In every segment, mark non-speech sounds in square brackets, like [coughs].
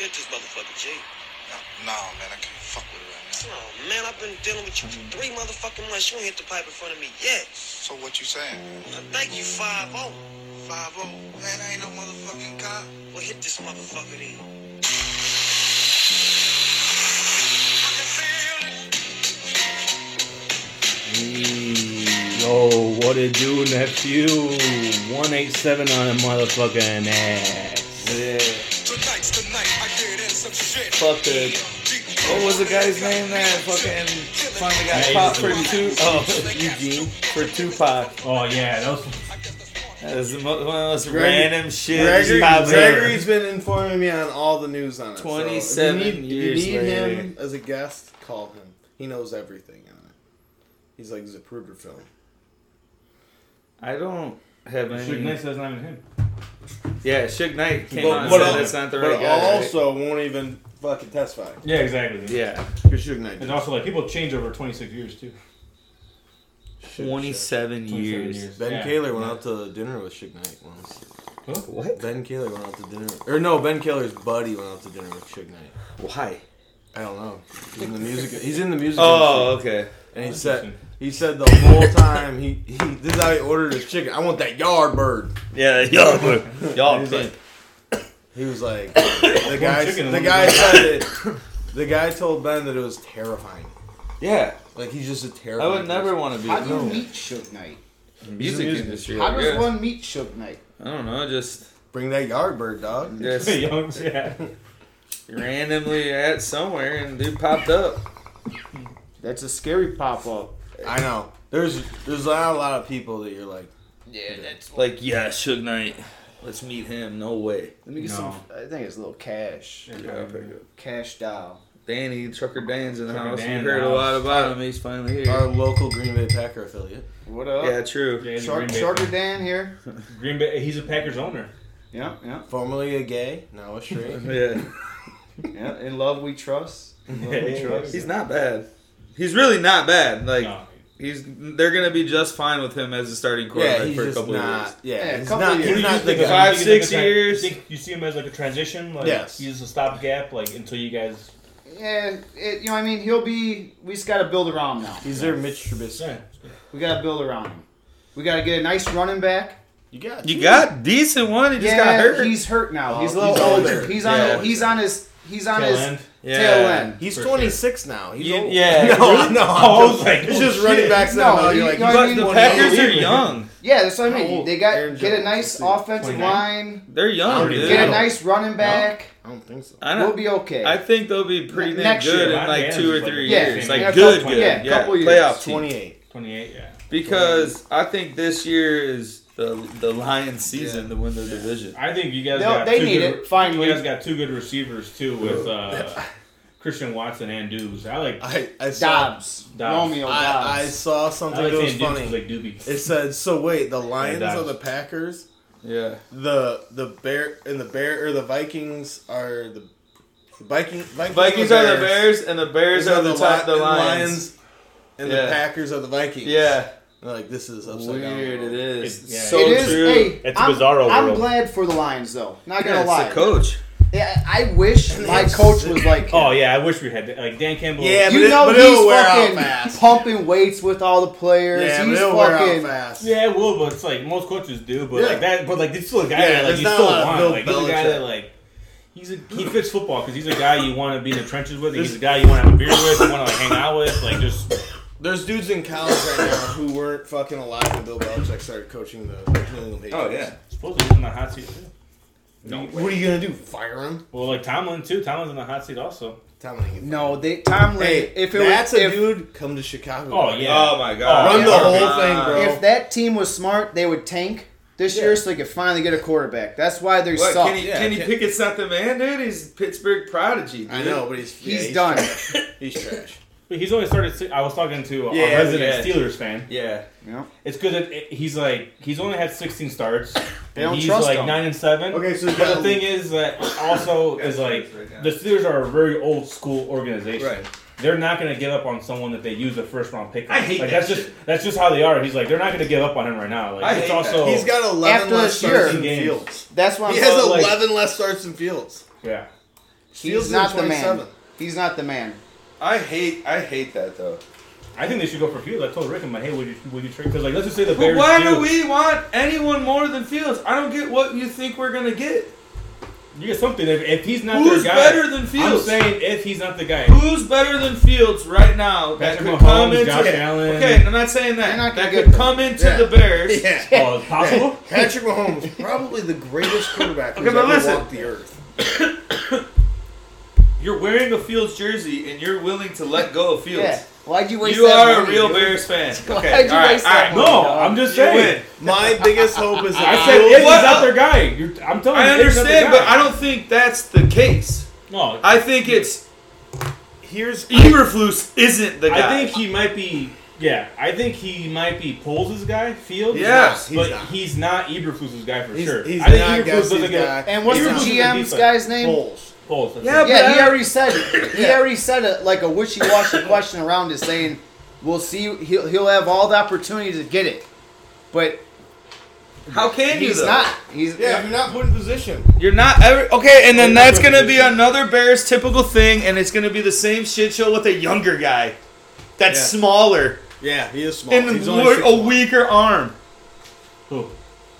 at this motherfucking G. Nah, man, I can't fuck with it right now. Oh man, I've been dealing with you for three motherfucking months. You ain't hit the pipe in front of me yet. So what you saying? I thank you, 5 0. Five oh. Man, I ain't no motherfucking cop. Well, hit this motherfucker then. Mm, Yo, what it do, nephew? 187 on a motherfucking ass. Yeah. Tonight's the night I get in some shit. Fuck the. What was the guy's name that fucking finally got Hey, popped for Tupac. two? Oh. Eugene for Tupac. Oh, yeah, that was. That was the mo- one of those Gregory- random shit. that just Gregory, pops up. Gregory's been informing me on all the news on it. so if 27 you need, you years need later. him as a guest, call him. He knows everything on it. He's like Zapruder film. I don't have Suge Knight any. says not even him. Yeah, Suge Knight came But- out and but said al- that's not the but right guy. right? also won't even fucking testify. Yeah, exactly. Yeah. You're shooting that. And also, like, people change over 26 years, too. 27 27 years. Ben Yeah. [laughs] Kaler went out to dinner with Suge Knight once. What? Ben Kaler went out to dinner, or no, Ben Kaler's buddy went out to dinner with Suge Knight. Why? I don't know. He's in the music. He's in the music. Oh, industry. okay. and he That's said interesting. he said the whole time he, he this is how he ordered his chicken. I want that yard bird. Yeah, [laughs] y'all were. Y'all He's pimp. He was [coughs] like the guy. chicken and The one guy bird. said it. The guy told Ben that it was terrifying. Yeah. Like he's just a I terrifying. would never person. want to be How do you no. meet Suge Knight? music industry. How I does guess. one meet Suge Knight? I don't know, [laughs] just bring that yard bird, dog. just Young, yeah. randomly at somewhere and dude popped up. That's a scary pop up. I know. There's there's not a lot of people that you're like. Yeah, that's like yeah, Suge Knight. Let's meet him. No way. Let me get No. some. I think it's a little cash. Cash dial. Danny Trucker Dan's in the Trucker house. Dan in you the heard a lot house. about Uh, him. He's finally Our here. local Green Bay Packer affiliate. What up? Yeah, true. Yeah, he's a Short, Green Bay shorter fan. Dan here. Green Bay, he's a Packers owner. Yeah, yeah, Formerly a gay, now a straight. Yeah, yeah. In love we trust. In love we trust. he's not bad. He's really not bad. Like No. he's, they're gonna be just fine with him as a starting yeah, quarterback he's for a just couple not. of years. Yeah, Yeah, he's couple not. of He's years. not the think guy. about Five, You think six of him as a- years. You, think- you see him as like a transition? Like, Yes. He's just a stopgap, like, until you guys. Yeah, it, you know, I mean, he'll be. We just got to build around him now. He's their Mitch Trubisky. Yeah. We got to build around him. We got to get a nice running back. You got. You got decent one. He just yeah, got hurt. he's hurt now. Oh, he's a little he's older. older. He's on. Yeah. He's on his. He's on Tail his end. yeah. tail end. He's For 26 now. He's You- old. yeah. [laughs] No, Really? no. Oh, I I'm was just, like, it's oh, just shit. running backs No, now. you- You're you know like, what I But mean? the Well, Packers are yeah. young. Yeah, that's what I How mean. old? They got Aaron get a Jones, nice let's see. offensive 29? line. They're young, don't dude. even Get a know. nice running back. I don't think so. I don't, We'll be okay. I think they'll be pretty Ne- damn next good year. in like two or three Yeah, years. Like yeah, good, couple- good. yeah, Yeah, couple years. playoff team. 28. 28, yeah. Because I think this year is the the Lions' season to win their division. I think you guys They'll- got they two need good, it, finally. You guys got two good receivers too with uh, Christian Watson and Dubes. I like I, I saw, Dobbs. Dobbs. Romeo Dobbs. I, I saw I something like that was saying Dubes funny. like Doobie. It said, so wait, the Lions Dobbs. are the Packers, Yeah, the the Bear and the Bear or the Vikings are the the Viking, Vikings, Vikings are the Bears and the Bears These are the top the Li- Lions. and Yeah. the Packers are the Vikings. Yeah, They're like this is upside down. weird it is. It's- yeah, so it is. true. Hey, It's a I'm, bizarro I'm world. glad for the Lions though. Not yeah, gonna it's lie. the coach. Yeah, I wish my it's- coach was like. Oh yeah, I wish we had that. like Dan Campbell. Yeah, but You it- know but it'll wear out he's fucking fast. pumping weights with all the players. Yeah, but he's it'll wear out fucking. fast. yeah, it will, but it's like most coaches do. But Yeah. like that, but like it's still a guy Yeah, that like there's you not still a lot of want. Bill Like he's a guy Belichick. that like he's a he fits football because he's a guy you want to be in the trenches with. He's a guy you want to have a beer with. You want to like hang out with. Like just There's dudes in college right now who weren't fucking alive when Bill Belichick started coaching the New England Patriots. Oh, supposedly he's in the hot seat. Too. What are you gonna do? Fire him? Well, like Tomlin too. Tomlin's in the hot seat also. Tell him. No, they Tomlin. Hey, if if it that's was, a if, dude, come to Chicago. Oh yeah. Oh my god, Run the Yeah. whole thing, bro. if that team was smart, they would tank this year so they could finally get a quarterback. That's why they What, suck. Kenny, Yeah, Kenny Ken- Pickett's not the man, dude. He's Pittsburgh prodigy. Dude. I know, but he's he's, yeah, done. He's trash. But he's only started. si- I was talking to a Yeah, resident yeah. Steelers fan. Yeah, Yeah. It's good that it, he's like he's only had 16 starts. They And don't he's trust like him. nine and seven. Okay, so but the thing is that also is like the Steelers are a very old school organization. Right. They're not going to give up on someone that they use a first round pick. on. I hate like, that that's just that's just how they are. He's like they're not going to give up on him right now. Like I it's hate also that. He's got 11 After less this year- starts than Oh. Games. Fields. That's why I'm He has all like, 11 less starts than Fields. yeah. He's Steals not in the man. 27. He's not the man. I hate I hate that though. I think they should go for Fields. I told Rick, I'm like, hey, would you would you trade? Because like, let's just say the But Bears. why do. do we want anyone more than Fields? I don't get what you think we're gonna get. You get something if, if he's not Who's their guy. better than I'm Fields? saying if he's not the guy. Who's better than Fields right now Patrick that could Mahomes, come into Josh okay, Allen. okay, I'm not saying that. They're not gonna that get could them. come into Yeah. the Bears. Yeah. Oh, it's [laughs] possible. [laughs] Patrick Mahomes is probably the greatest quarterback who's Okay, but ever listen. walked the earth. You're wearing a Fields jersey and you're willing to let go of Fields. Yeah. Why'd you waste You that are a money, real dude? Bears [laughs] fan. Why'd Okay, you all right, waste all that right. money? No, I'm just You saying. win. My biggest hope is that I said Well, if he's what- not their guy. You're, I'm telling I you, if he's not understand, their but guy. I don't think that's the case. No, I think it's here's Eberflus isn't the guy. I think he might be. Yeah, I think he might be Poles' guy, Fields. Yes, he's but not. he's not Eberflus's guy for He's- sure. he's I think not Eberflus Gasly's doesn't guy. get And what's Eberflus the is a GM's defense. guy's name? Bulls. Poles. that's Yeah, it. Yeah, but he I- already said it. He Yeah. already said it like a wishy-washy question around it, saying, "We'll see. He'll he'll have all the opportunity to get it, but How can you? he's though? not. He's Yeah, if you're not put in position. You're not ever okay, and then that's gonna be another Bears typical thing, and it's gonna be the same shit show with a younger guy that's Yeah. smaller Yeah, he is small. and He's only more, six a one. weaker arm. Who?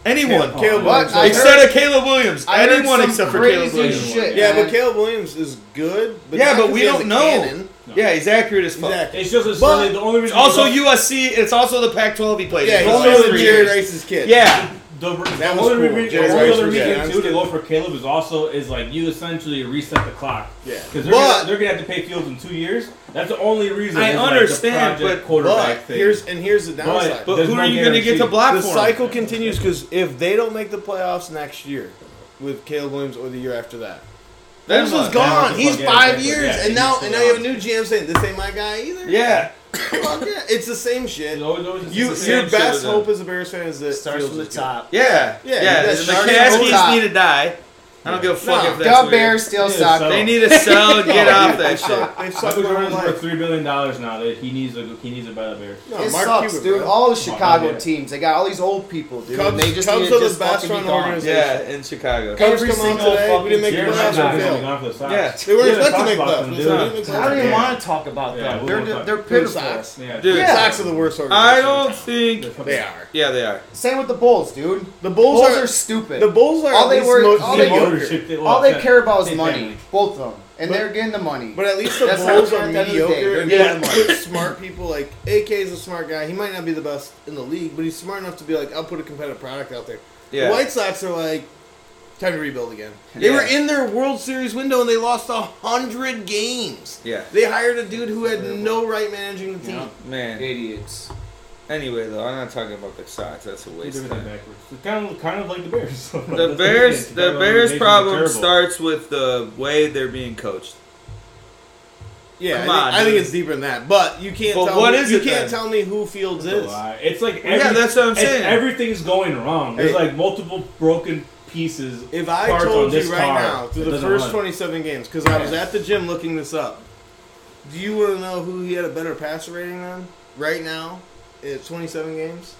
Anyone Caleb What? Williams. I except heard- of Caleb Williams. I heard Anyone some except for crazy Caleb Williams. Shit, yeah, man. but Caleb Williams is good. But Yeah, not but 'cause we he has don't a know. cannon. Yeah, he's accurate as fuck. Exactly. It's just it's But- really the only reason. Also you. USC. It's also the Pac-12 he played. Yeah, in. he's It's Only also three Jerry years. Rice's kid. Yeah, The, the That was only, cool. re- Jerry the only Rice other was good. reason too to Yeah. go for Caleb is also is like you essentially reset the clock. Yeah. because they're, But- gonna- they're gonna have to pay Fields in two years. That's the only reason. I is, like, the understand, project but- quarterback But thing. here's and here's the downside. but There's who no are you gonna get to guarantee. block the for? him? cycle continues because if they don't make the playoffs next year with Caleb Williams or the year after that, Then Williams what? is gone. Yeah, He's yeah, five exactly. years, Yeah, and now he's and now you have a gone. new GM saying this ain't my guy either. Yeah, Fuck yeah, it's the same shit. It's always- always You, the same your shit best with them. hope as a Bears fan is that Starts Fields from the is good. top. yeah, Yeah, yeah. you The got Sharks McCaskies on need to die. I don't give a fuck No. if that's Dub weird. Bears still Yeah, suck. so- They need to sell. Get off that shit. They've sucked Michael their whole Jordan's worth life. three billion dollars now. That he needs a he needs a better Bears. No, It Mark sucks, Cuban, dude. bro. All the Chicago yeah. teams, they got all these old people, dude. Cubs- and they just Cubs need are to the just best fucking be run gone. organization. Yeah, in Chicago. Cubs Every come out Single today, we fucking didn't make Jared the Rice playoffs. is We gonna be failed. gone for the Sox. Yeah. They weren't Yeah, expected to Sox make lost playoffs. them, They didn't dude. make I don't even playoffs. want to talk about Yeah, that. we'll They're talk. they're Blue pitiful. Sox. Yeah, Dude, Yeah. Sox are the worst I organization. don't think. They are. Yeah, they are. Same with the Bulls, dude. The Bulls, Bulls are, are stupid. the Bulls are All at they least were- most all they mediocre. Ownership, well, all they that- care about is same money, family. both of them, and But- they're getting the money. But at least the That's Bulls not are fair at the end of the day. mediocre. and They're yeah, good smart people like AK is a smart guy. He might not be the best in the league, but he's smart enough to be like, I'll put a competitive product out there. Yeah. The White Sox are like, time to rebuild again. They Yeah. were in their World Series window and they lost a hundred games. Yeah. They hired a dude who had no right managing the team. Man. Idiots. Anyway, though, I'm not talking about the Sox. That's a waste of Everything time. backwards. It's kind of kind of like the [laughs] Bears. The Bears, the Bears' problem starts with the way they're being coached. Yeah, Come I, on, think, I think dude. it's deeper than that. But you can't. But tell what me, is you it then? can't tell me who Fields is. It's, a lie. it's like Yeah, that's what I'm it's- saying. Everything's going wrong. There's Hey. like multiple broken pieces. If I parts on told this you right car, now, through it the doesn't first run. 27 games, because I was at the gym looking this up, do you want to know who he had a better passer rating on right now at 27 games?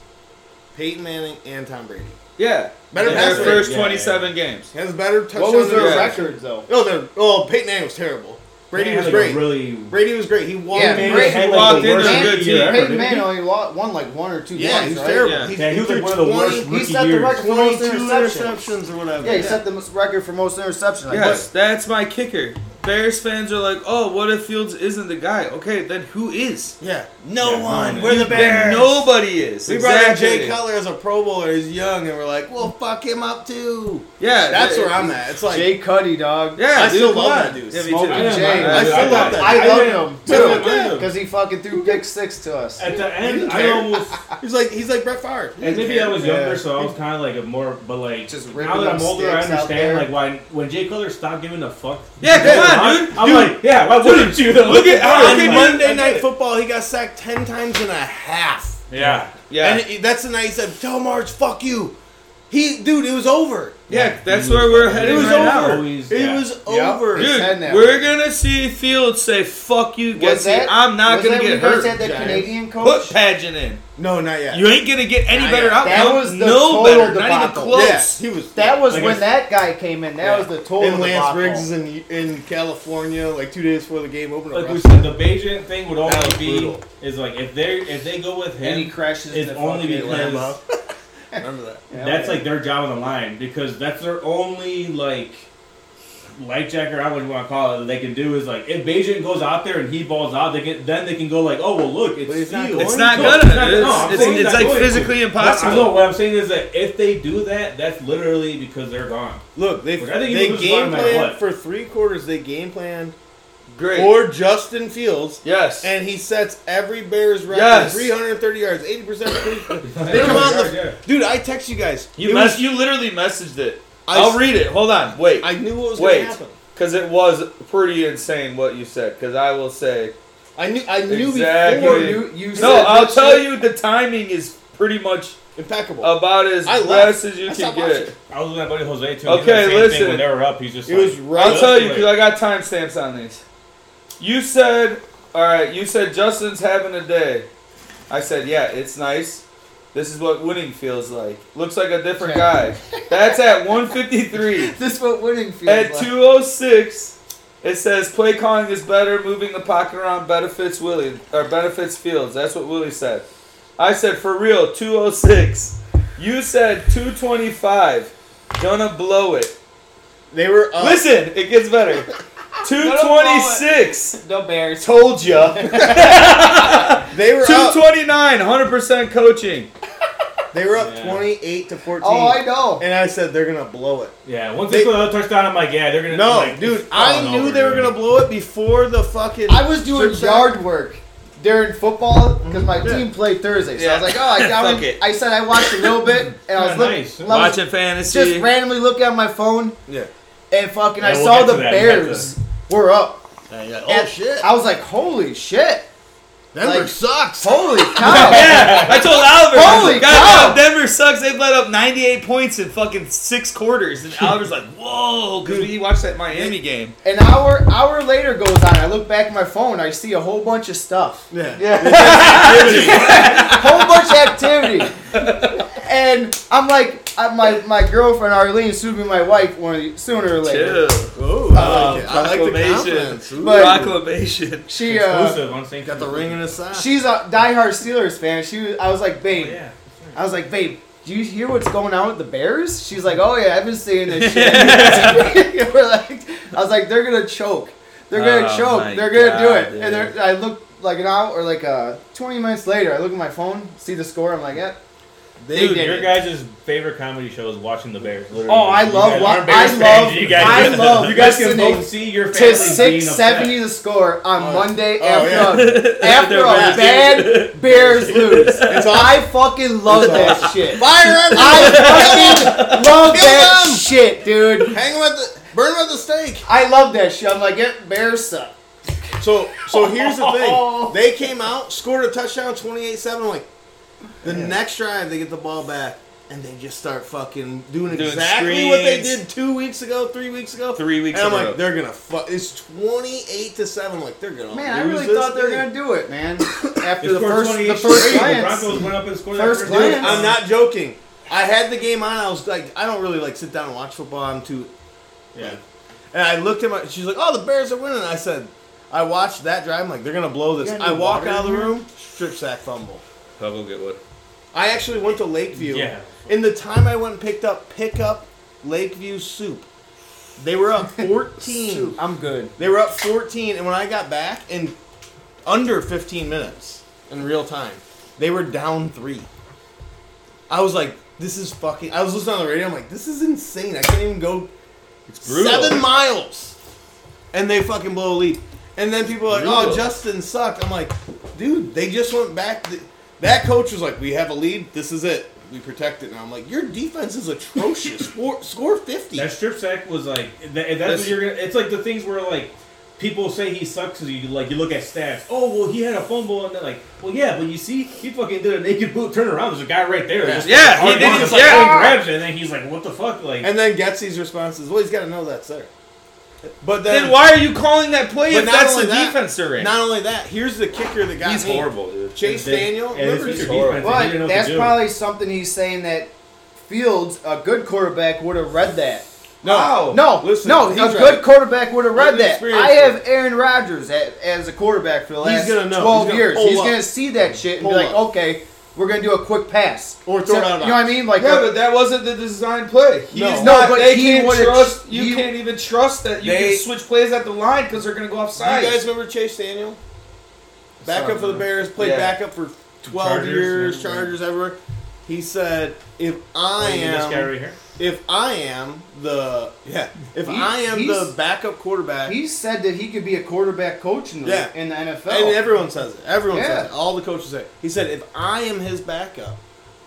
Peyton Manning and Tom Brady. Yeah. Better in their pass first rate. 27 games. Has better touchdown. What was than- their Yeah. record though? Oh, they're, oh, Peyton Manning was terrible. Brady They had, was like, a great. Really, Brady was great. He walked. Yeah, in- Manning Brady- had, walked like, the into worst a good year team. ever, didn't Peyton he? Manning only lo- won like one or two yeah, he games, was right? terrible. Yeah. Yeah, he was, like, threw one of the worst 20 He rookie set the years. record for 22 most interceptions. interceptions or whatever. Yeah, he set the most record for most interceptions. I Yes, guess. that's my kicker. Bears fans are like, oh, what if Fields isn't the guy? Okay, then who is? Yeah. No Yeah, no one. one. We're the Bears. Nobody is. We exactly. brought in Jay Cutler as a Pro Bowler. He's young, and we're like, we'll fuck him up too. Yeah, That's they- where I'm at. It's like Jay Cuddy, dog. Yeah, I dude, still come love on. that dude. Yeah, me Smoking too. I, Jay. I, I still I, love that. I I love didn't- him I didn't too mind him. because he fucking threw pick six to us. At the end, didn't I care. almost. he's like he's like Brett Favre. He And didn't maybe I care. was younger, so I was kind of like a more, but like Just now ripping that up I'm older, I sticks out there. understand like why when Jay Cutler stopped giving a fuck. Yeah, come I'm on, like, dude. I'm Dude, like, yeah, why wouldn't you? Though? look at- I'm look Fucking at like- Monday I Night get it. Football, he got sacked ten times and a half. Yeah, Yeah. And it- that's the night he said, "Tell Marge, fuck you." He, dude, it was over. Yeah, that's where we're headed It was right now. over. Always- it yeah. was Yeah. over. It's head Dude, now. we're gonna see Fields say "fuck you, Was Getsy. I'm not was gonna that when get you guys hurt. Had that Giants. Canadian coach. Put pageant in. No, not yet. You ain't gonna get any Nah, better yeah. outcome. That was the no total better, not even debacle. yeah, close. he was. that was Like I when s- that guy came in. That Yeah. was the total. And Lance debacle. Briggs is in in California like two days before the game opened. Like we arrested. said, the Bajan thing would That only was be brutal. is like if they if they go with and he him, crashes. it's into only fucking because Lambo. Remember that? that's like their job on the line because that's their only like life jacker. I wouldn't want to call it. That they can do is like if Bajan goes out there and he balls out, they can then they can go like, oh well, look, it's But he's not Fields. going It's not No, gonna. not- no, I'm It's, it's, saying it's not like going to. physically I know impossible. what I'm saying is that if they do that, that's literally because [laughs] they're gone. Look, they Look, I think he they loses game bottom at planned what? for three quarters. They game planned Great. for Justin Fields, yes. and he sets every Bears record: Yes. 330 yards, 80 percent. [laughs] They come on the- Dude, I text you guys. you It mess. was- you literally messaged it. I I'll s- read it. Hold on. Wait. I knew what was going Wait. to happen. Because it was pretty insane what you said. Because I will say. I knew. I knew Exactly. before. You, you No, said I'll that tell shit. you the timing is pretty much Impeccable. about as I best left. as you I can stopped get. watching. I was with my buddy Jose too. Okay, Okay, listen. listen. Thing when they were up, he's just It like, was right- I'll tell you because I got timestamps on these. You said, all right, you said Justin's having a day. I said, yeah, it's nice. This is what winning feels like. Looks like a different guy. [laughs] That's at 153. [laughs] This is what winning feels At like. 206, it says play calling is better, moving the pocket around benefits Willie or benefits Fields. That's what Willie said. I said for real 206. You said 225. Gonna blow it. They were up. Listen, it [laughs] gets better. 226. the Bears. Told ya. [laughs] They were up. 229. 100% coaching. They were up Yeah. 28 to 14. Oh, I know. and I said they're gonna blow it. yeah. Once They- they put another touchdown, I'm like, yeah, they're gonna. No, like, dude, it's I falling knew over, they were dude. gonna blow it before the fucking. I was doing Sure, yard work during football because my Yeah. team played Thursday. So I was like, Yeah. oh, [laughs] I got Fuck it. I said I watched a little bit, and I was Yeah, looking, nice. I was Watching fantasy. just randomly looking at my phone. Yeah. And fucking, I Yeah, we'll saw get to the that. You have Bears were up. And you're like, And I was like, holy shit! Oh, Denver like- sucks. [laughs] Holy cow! [laughs] yeah, I told Oliver. Holy cow. God, Denver sucks. They've let up 98 points in fucking six quarters. And Oliver's like, whoa, because we watched that Miami game. An hour hour later goes on. I look back at my phone. I see a whole bunch of stuff. Yeah. [laughs] whole bunch of activity. [laughs] And I'm like, I, my my girlfriend Arlene, soon to be my wife, one of the- sooner or later. Chill. Ooh, I like it. I like the Proclamation. confidence. Ooh, But- Proclamation. She uh, Exclusive on St. got the ring in his sock. she's a diehard Steelers fan. She was, I was like, babe, Oh, Yeah. I was like, babe, do you hear what's going on with the Bears? She's like, oh yeah, I've been seeing [laughs] this shit. [laughs] We're like, I was like, they're gonna choke. They're gonna Oh, my choke. They're gonna do God, it. And dude. they're, I look like an hour or like uh, 20 minutes later. I look at my phone, see the score. I'm like, yeah. Dude, did your it. guys' favorite comedy show is watching the Bears. Literally. Oh, I You love guys wa- aren't Bears I fans, love- You guys, I [laughs] love You guys can listening both see your family To being 670 upset. the score on Monday yeah. after a, after a They're bad Bears lose. I fucking love that shit. Fire him! I fucking love Kill that them! shit, dude. Hang him at the burn him at the stake. I love that shit. I'm like, yeah, Bears suck. So so here's the [laughs] thing. They came out, scored a touchdown, 28-7. I'm Like the next drive, they get the ball back. And they just start fucking doing, Doing exactly what they screens. did two weeks ago, three weeks ago. Three weeks And I'm in a like, row. they're gonna fuck. It's twenty-eight to seven. Like they're gonna. Man, I lose really this thought they were game. gonna do it, man. They After the scored first, 28 the first straight. glance. The Broncos went up and scored First that glance. first Dude, I'm not joking. I had the game on. I was like, I don't really like sit down and watch football. I'm too. Yeah. And I looked at my. She's like, "Oh, the Bears are winning." I said, "I watched that drive. I'm like, they're gonna blow this." You got I any walk water out of the in here? room, strip sack fumble. I'll go get one. I actually went to Lakeview. Yeah. In the time I went and picked up pickup Lakeview soup. They were up 14. I'm good. They were up 14, and when I got back in under 15 minutes in real time, they were down three. I was like, this is fucking. I was listening on the radio. I'm like, this is insane. I can't even go brutal. seven miles, and they fucking blow a lead. And then people are like, oh, Brutal. Justin sucked. I'm like, dude, they just went back. th- That coach was like, we have a lead. This is it. We protect it. And I'm like, your defense is [laughs] atrocious. score, score 50. That strip sack was like that, that's That's- what you're gonna. It's like the things where like people say he sucks because you like you look at stats. Oh well, he had a fumble and they're like, well yeah, but you see, he fucking did a naked [laughs] boot turn around. There's a guy right there. Just, Yeah, like, he hard did on it, us, like, yeah. oh, grabs it, and then he's like, what the fuck, like. And then Getsy's response is, well, he's got to know that's there. But then, Then why are you calling that play But if not that's only the that- defense they're in? Not only that, here's the kicker that got He's me. horrible, dude. Chase and then- Daniel. and it's Remember, just he- your defense, and you didn't know what But to that's do. probably something he's saying that Fields, a good quarterback, would have read that. no, No, Listen, no, a he's right. good quarterback would have read With that. experience. I have Aaron Rodgers at, as a quarterback for the last gonna know. 12 He's gonna years. pull He's up. going to see that shit and Pull be like, up. okay, we're going to do a quick pass. Or throw it out of You know what I bounds. mean? Like, Yeah, a- but that wasn't the design play. He's No. not. No, but they he can't would've- trust. You he- can't even trust that you They- can switch plays at the line because they're gonna go Do you offside. guys remember Chase Daniel? Backup for the Bears, played Yeah. backup for 12 Chargers, years, yeah. Chargers everywhere. He said, if I Oh, you mean this guy am, right here. if I am the, yeah, if He- I am he's- the backup quarterback, he said that he could be a quarterback coach in the, Yeah. in the NFL. and everyone says it, everyone Yeah. says it, all the coaches say it. He said, if I am his backup,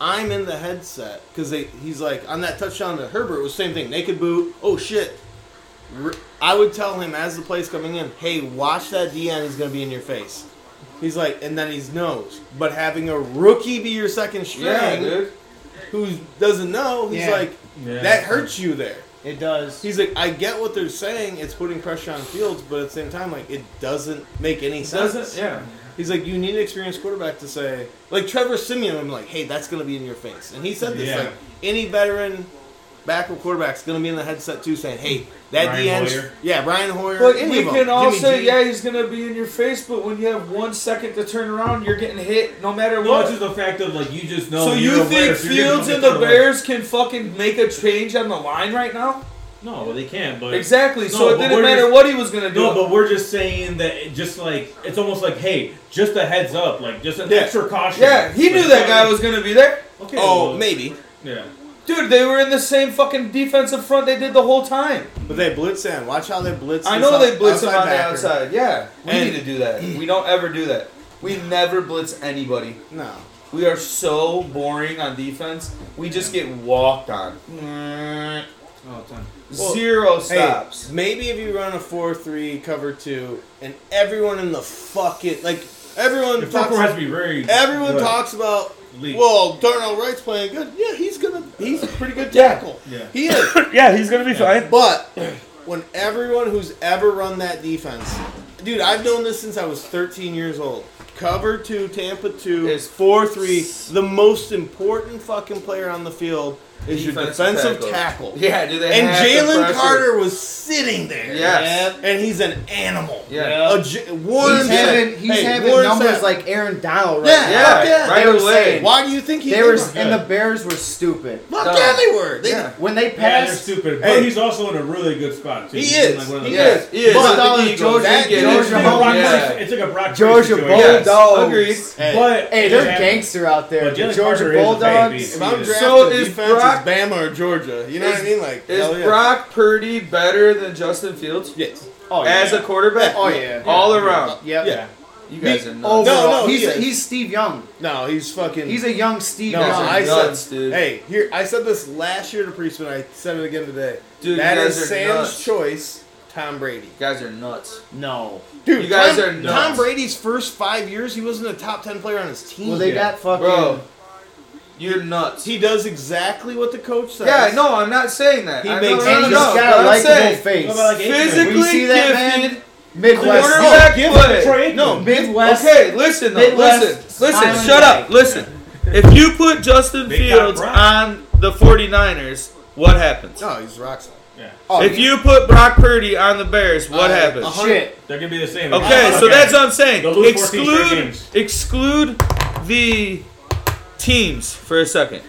I'm in the headset because he's like on that touchdown to Herbert it was the same thing, naked boot. Oh shit. R- I would tell him as the play's coming in, hey, watch that DN is going to be in your face. He's like, and then he's knows. But having a rookie be your second string yeah, dude. who doesn't know, he's Yeah. like, Yeah. that hurts you there. it does. He's like, I get what they're saying. It's putting pressure on Fields, but at the same time, like, it doesn't make any sense. Doesn't yeah. He's like, you need an experienced quarterback to say, like Trevor Simeon. I'm like, hey, that's gonna be in your face. And he said this, Yeah. like, any veteran backup quarterback's gonna be in the headset too, saying, hey, that Brian DN's, Hoyer. yeah, Brian Hoyer. But any you of them. can also, Jimmy G. yeah, he's gonna be in your face. But when you have one second to turn around, you're getting hit no matter Well, what. it's just the fact of like you just know. so you're you aware, think so you're gonna Fields look and at the Bears can fucking make a change on the line right now? No, well, they can't. But Exactly. No, so it but we're didn't matter just- what he was gonna do. No, but we're just saying that it just like it's almost like hey, just a heads up, like just an Yeah. extra caution. yeah, he knew Like, that guy was gonna be there. Okay, Oh, well, maybe. Yeah. Dude, they were in the same fucking defensive front they did the whole time. But they blitz in. Watch how they blitz. I this know out- they blitz him on the backer. outside. Yeah, we And- need to do that. We don't ever do that. We never blitz anybody. No. We are so boring on defense. We just get walked on. All the Oh, time. Zero Hey, stops. maybe if you run a four-three cover two, and everyone in the fucking like everyone The talks, front row has to be very. everyone good. talks about. League. Well, Darnell Wright's playing good. Yeah, he's gonna. He's a pretty good tackle. Yeah. He is. [coughs] yeah, he's gonna [laughs] be [laughs] fine. But when everyone who's ever run that defense, dude, I've known this since I was 13 years old. Cover two, Tampa two, Is- is four three. The most important fucking player on the field is your Defensive defensive tackle. Yeah, do they? And have the Jalen pressure? Carter was sitting there. Yes. And he's an animal. Yeah. A J- Warren He's said- having, he's hey, having Warren numbers said- like Aaron Donald right Yeah, now. Yeah, yeah. right They were away. saying- Why do you think he They were, did that? and the Bears were stupid. Fuck Dumb. yeah, they were. They, Yeah. When they Yeah, they're passed, stupid. Hey. But he's also in a really good spot too. He He's in, is. Like one of the He best. Yes, yes. But I think George- George that- Higgins- It's George like a Brock Yeah. Purdy- It's like a Brock Purdy Georgia situation. Yes, Bulldogs. agreed. Hey. But Hey, they're Yeah. gangster out there. But The Jalen Georgia Carter is a Bulldogs. If baby. I'm He is. drafting So is defense, it's Brock- Bama or Georgia. You know Is- what I mean? Like Is hell yeah. Brock Purdy better than Justin Fields Yes. Oh, yeah. as a quarterback? Oh, yeah. all around. Yep. Yeah. You guys are nuts. Overall, No, no, he he's is. he's Steve Young. No, he's fucking. He's a young Steve no. Young. These are I nuts, said, dude. hey, here I said this last year to Priestman. I said it again today. Dude, that you guys is are Sam's nuts. choice. Tom Brady. You guys are nuts. no. Dude, You guys Tom, are nuts. Tom Brady's first five years, he wasn't a top ten player on his team. Well, they Yeah. got fucking. Bro, you're nuts. he does exactly what the coach says. yeah, no, I'm not saying that. He I makes- no, And no, he's no, got but a I'm likable saying, face. What about like Aikman? physically When you see that, gifted man? Midwest. quarterback play. Troy Aikman. No, Midwest. Okay, listen, though, Midwest listen, listen, Island shut guy. up, listen. If you put Justin They got Fields Brock. on the 49ers, what happens? no, he's rock solid. Yeah. Oh, if you put Brock Purdy on the Bears, what Uh, happens? a hundred- shit. They're gonna be the same. Okay, so that's what I'm saying. They'll lose 14 straight Exclude games. exclude the teams for a second.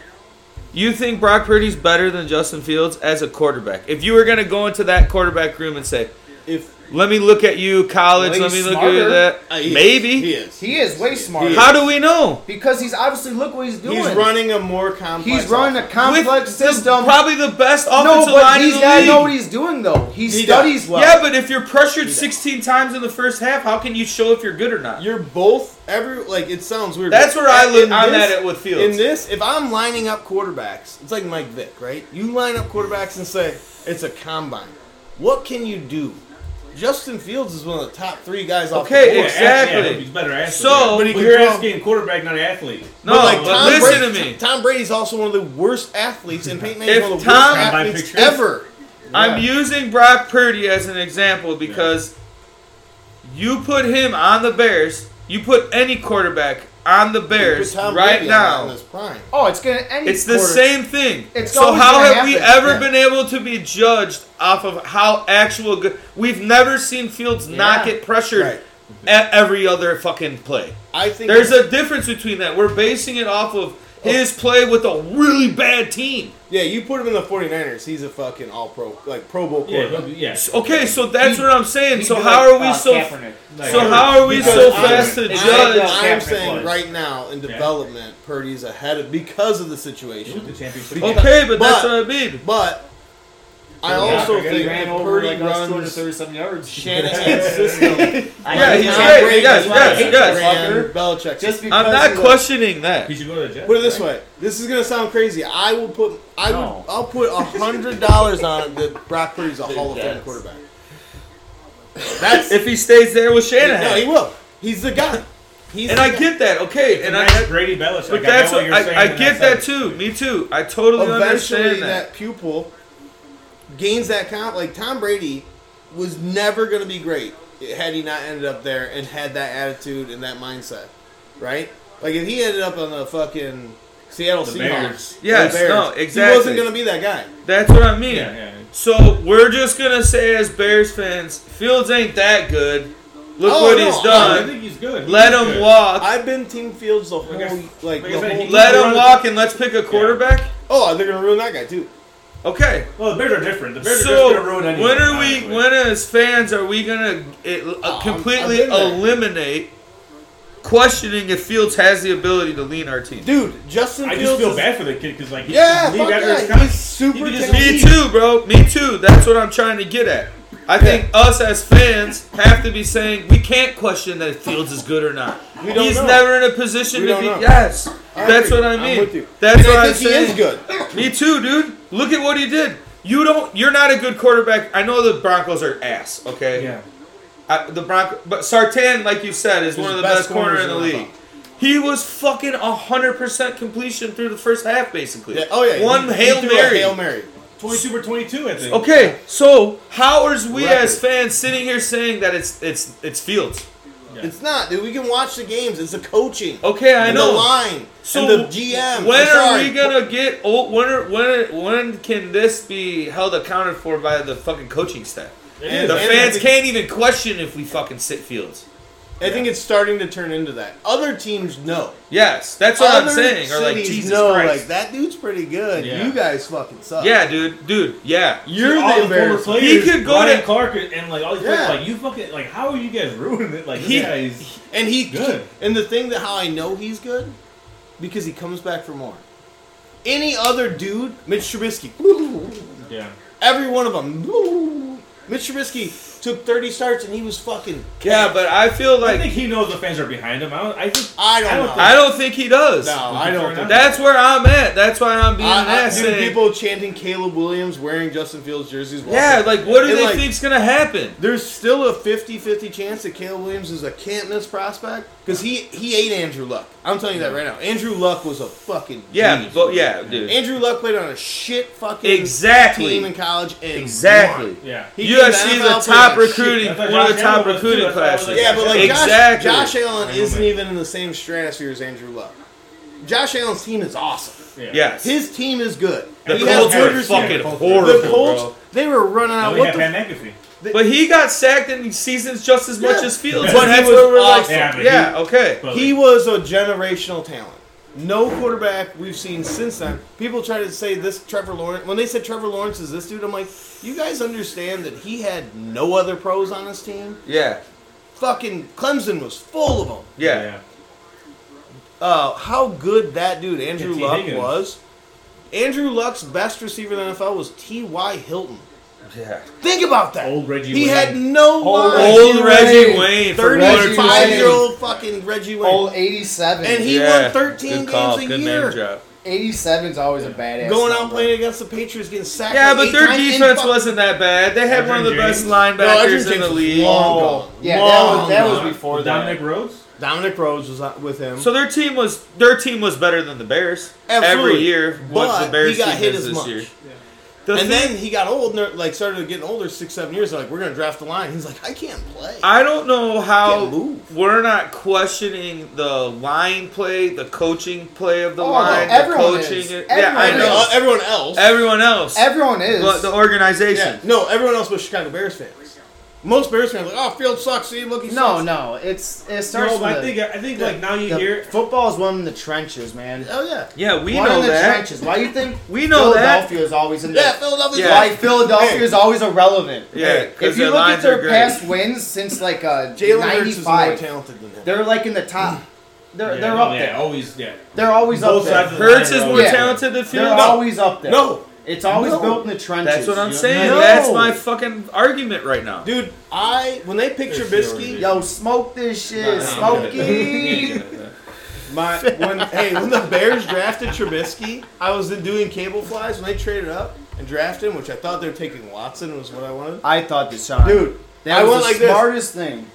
You think Brock Purdy's better than Justin Fields as a quarterback? If you were gonna go into that quarterback room and say, If "Let me look at you, college. Well, let me he's look smarter. at that," uh, he is. he maybe. is. He is way smarter. How do we know? Because he's obviously look what he's doing. He's running a more complex. He's running a offense. complex With the- system. probably the best no, offensive but line in he's the got to league. know what he's doing though. He, He studies does. well. yeah, but if you're pressured 16 times in the first half, how can you show if you're good or not? You're both every like it sounds weird. That's but where I in look. I'm this- at it with Fields. In this, if I'm lining up quarterbacks, it's like Mike Vick, right? You line up quarterbacks and say it's a combine. What can you do? Justin Fields is one of the top three guys off Okay, the board. Yeah, exactly. athlete, he's a better athlete. So- but But he can you're throw- asking quarterback, not athlete. No, But, like, but Tom listen Brady- to me. Tom Brady's also one of the worst athletes, and Peyton Manning's If one of the Tom- worst By athletes pictures? ever. I'm using Brock Purdy as an example because you put him on the Bears, you put any quarterback on the Bears Tom right Brady on- now. on his prime. Oh, it's gonna end. It's the quarter- same thing. It's so always how gonna have we happen. ever Yeah. been able to be judged off of how actual good? We've never seen Fields not Yeah. get pressured Right. at every other fucking play. I think There's a difference between that. We're basing it off of his Oh. play with a really bad team. yeah. You put him in the 49ers. He's a fucking all pro, like Pro Bowl Yeah, quarterback. he'll- yeah. Okay, so that's what I'm saying. He'd So be how like, are we uh, so? Kaepernick. Like, So how are we because so I'm- fast to um, I- judge? I'm Kaepernick saying was. right now in development, Purdy's ahead of because of the situation. The championship. Okay, but that's But- what I mean. But I Yeah, also he think ran that over Purdy like us runs 237 yards. [laughs] Shanahan's I system. Yeah, hate he's Tom great. Brady. Yes, That's why I yes, hate yes. this ran fucker. Belichick's Just because I'm he not was- questioning that. He should go to the Jets. Put it this way: This is gonna sound crazy. I will put, I No. would, I'll put a hundred dollars on it that Brock Purdy's a Hall of Fame Jets. quarterback. That's If he stays there with Shanahan, no, he will. He's the guy. He's and the I guy. get that. Okay, And and I. that's Brady Belichick. But I that's know what what you're saying. I, I and get that that's too. Me too. I totally Eventually, understand that. that pupil gains that count. Like Tom Brady was never gonna be great had he not ended up there and had that attitude and that mindset, right? Like if he ended up on the fucking Seattle The Bears. Seahawks, the Yes, no, He exactly. wasn't gonna be that guy. That's what I mean. Yeah, yeah. So we're just gonna say as Bears fans, Fields ain't that good. Look Oh, what no, he's I I done. think he's good. He Uh, Let is him good. walk. I've been Team Fields the whole Like I- like, like I the said, whole. he- Let Run- him walk and let's pick a quarterback. oh, they're gonna ruin that guy too. Okay. Well, the Bears are different. The Bears are So just going to ruin anything. when are we? honestly. When as fans are we gonna it, uh, Oh, I've completely been there. eliminate questioning if Fields has the ability to lean our team? Dude, Justin I Fields. just feel is, bad for the kid because like he Yeah, he fuck got his yeah. contract. He's super He just talented. Me too, bro. Me too. That's what I'm trying to get at. I think us as fans have to be saying we can't question that Fields is good or not. We don't He's know. never in a position We to don't be. know. Yes, I that's agree. what I I'm mean. with you. That's And what I am think he saying. is good. Me too, dude. Look at what he did. You don't. You're not a good quarterback. I know the Broncos are ass. Okay. Yeah. I, the Bronco, but Sartan, like you said, is He's one of the the best, best corner corners in the in the league. He was fucking hundred percent completion through the first half, basically. Yeah, oh yeah, one he- he hail threw a mary. Hail Mary. Twenty-two for twenty-two, I think. Okay, so how are we Record. as fans sitting here saying that it's it's it's Fields? It's not, dude. We can watch the games. It's the coaching. Okay, I and know. The line. So and the GM. When I'm are sorry. we gonna get? Oh, when are, when when can this be held accounted for by the fucking coaching staff? It And is. The I fans think- can't even question if we fucking sit Fields. I think it's starting to turn into that. Other teams know. Yes, that's what I'm Other saying. Or like cities Jesus know, Christ. Like that dude's pretty good. Yeah. You guys fucking suck. yeah, dude, dude, yeah. You're the all the former embarrassment. players. He could go Ryan to- Clark and, and, like all these Yeah. players. Like you fucking like how are you guys ruining it? Like this He- guy's And he Good. And the thing that how I know he's good, because he comes back for more. Any other dude, Mitch Trubisky, yeah. every one of them. Mitch Trubisky took 30 starts and he was fucking. Yeah, but I feel I like think he knows the fans are behind him. I don't. I think. I don't I don't know. think- I don't think he does. no, I don't think That's where I'm at. That's why I'm being an I, I, ass. dude, saying- people chanting Caleb Williams wearing Justin Fields jerseys. walking- Yeah, like what do And, they like, think's gonna happen? There's still a 50-50 chance that Caleb Williams is a can't miss prospect because he he ate Andrew Luck. I'm telling you that right now. Andrew Luck was a fucking Yeah, beast. but yeah, dude. Andrew Luck played on a shit fucking Exactly. team in college. And Exactly. won. Yeah. He came to UFC is NFL a playing like top shit. recruiting, That's what one of the Josh top Allen was, too. recruiting That's why I was classes. like- Yeah, but like Exactly. Josh, Josh Allen I know, isn't man. even in the same stratosphere as Andrew Luck. Josh Allen's team is awesome. Yeah. yes, His team is good. the We have Harris Colts were Rivers here. fucking The horrible, The Colts, bro. they were running Now out. we What have the Pat McAfee. But he got sacked in seasons just as much Yeah. as Fields. But and he that's was where we're like, awesome. Yeah, but yeah, okay. But He like, was a generational talent. No quarterback we've seen since then. People try to say this Trevor Lawrence. When they said Trevor Lawrence is this dude, I'm like, you guys understand that he had no other pros on his team. Yeah, Fucking Clemson was full of them. yeah, Uh, how good that dude Andrew T. Luck Higgins. was. Andrew Luck's best receiver in the NFL was T.Y. Hilton. yeah. Think about that. Old Reggie He Wayne. had no Old line. Old Reggie Wayne. Wayne, for one or Reggie Wayne. two seasons. Oh, 35 year old fucking Reggie Wayne. All 87. And he Yeah. won 13 Good call. games a Good name year. drop. 87's always a badass. Going out number. playing against the Patriots, getting sacked. Yeah, like but eight their times in defense fuck- wasn't that bad. They had Edgerrin one of the best James. linebackers Edgerrin in the James league. long gone. Yeah, Long that was that gone. was before that. Dominic Rhodes? Dominic Rhodes was out with him. So their team was their team was better than the Bears every Absolutely. year. But What the Bears he got team hit is as this much. year? The and thing- then he got old, and they're- like started getting older, six, seven years. They're like, we're gonna draft the line. He's like, I can't play. I don't know how Can't move. we're not questioning the line play, the coaching play of the Oh, no, line, the everyone coaching. is. Yeah, I Everyone know. Uh, everyone else. Everyone else, Everyone is. but the yeah, organization. no, everyone else was Chicago Bears fans. Most Bears fans are like, oh, Field sucks. See, look, he no, sucks. no, it's it starts. No, with but I the- think I think like now you the hear football's one in the trenches, man. Oh yeah. Yeah, we one know in the that. trenches. Why you think We know that. Philadelphia is always in the Yeah, Philadelphia. Yeah. Why Philadelphia is always irrelevant. Yeah, If because you their look at lines are their great. past wins since like [laughs] uh, Jalen Hurts is more 95, talented than him. they're like in the top. They're, yeah, they're oh, no, up yeah, there. always yeah. They're always Both up sides there. of Hurts is more Yeah. talented than They're Field. always up there. No, It's always No. built in the trenches. That's what I'm you know? saying. No. That's my fucking argument right now. dude. I when they picked Trubisky, Yo, smoke this No, shit, no, I'm [laughs] Smokey. my [laughs] when hey when the Bears drafted Trubisky, I was doing cable flies when they traded up and drafted him, which I thought they were taking Watson was what I wanted. I thought this time. Dude, that I was went the like this. smartest thing.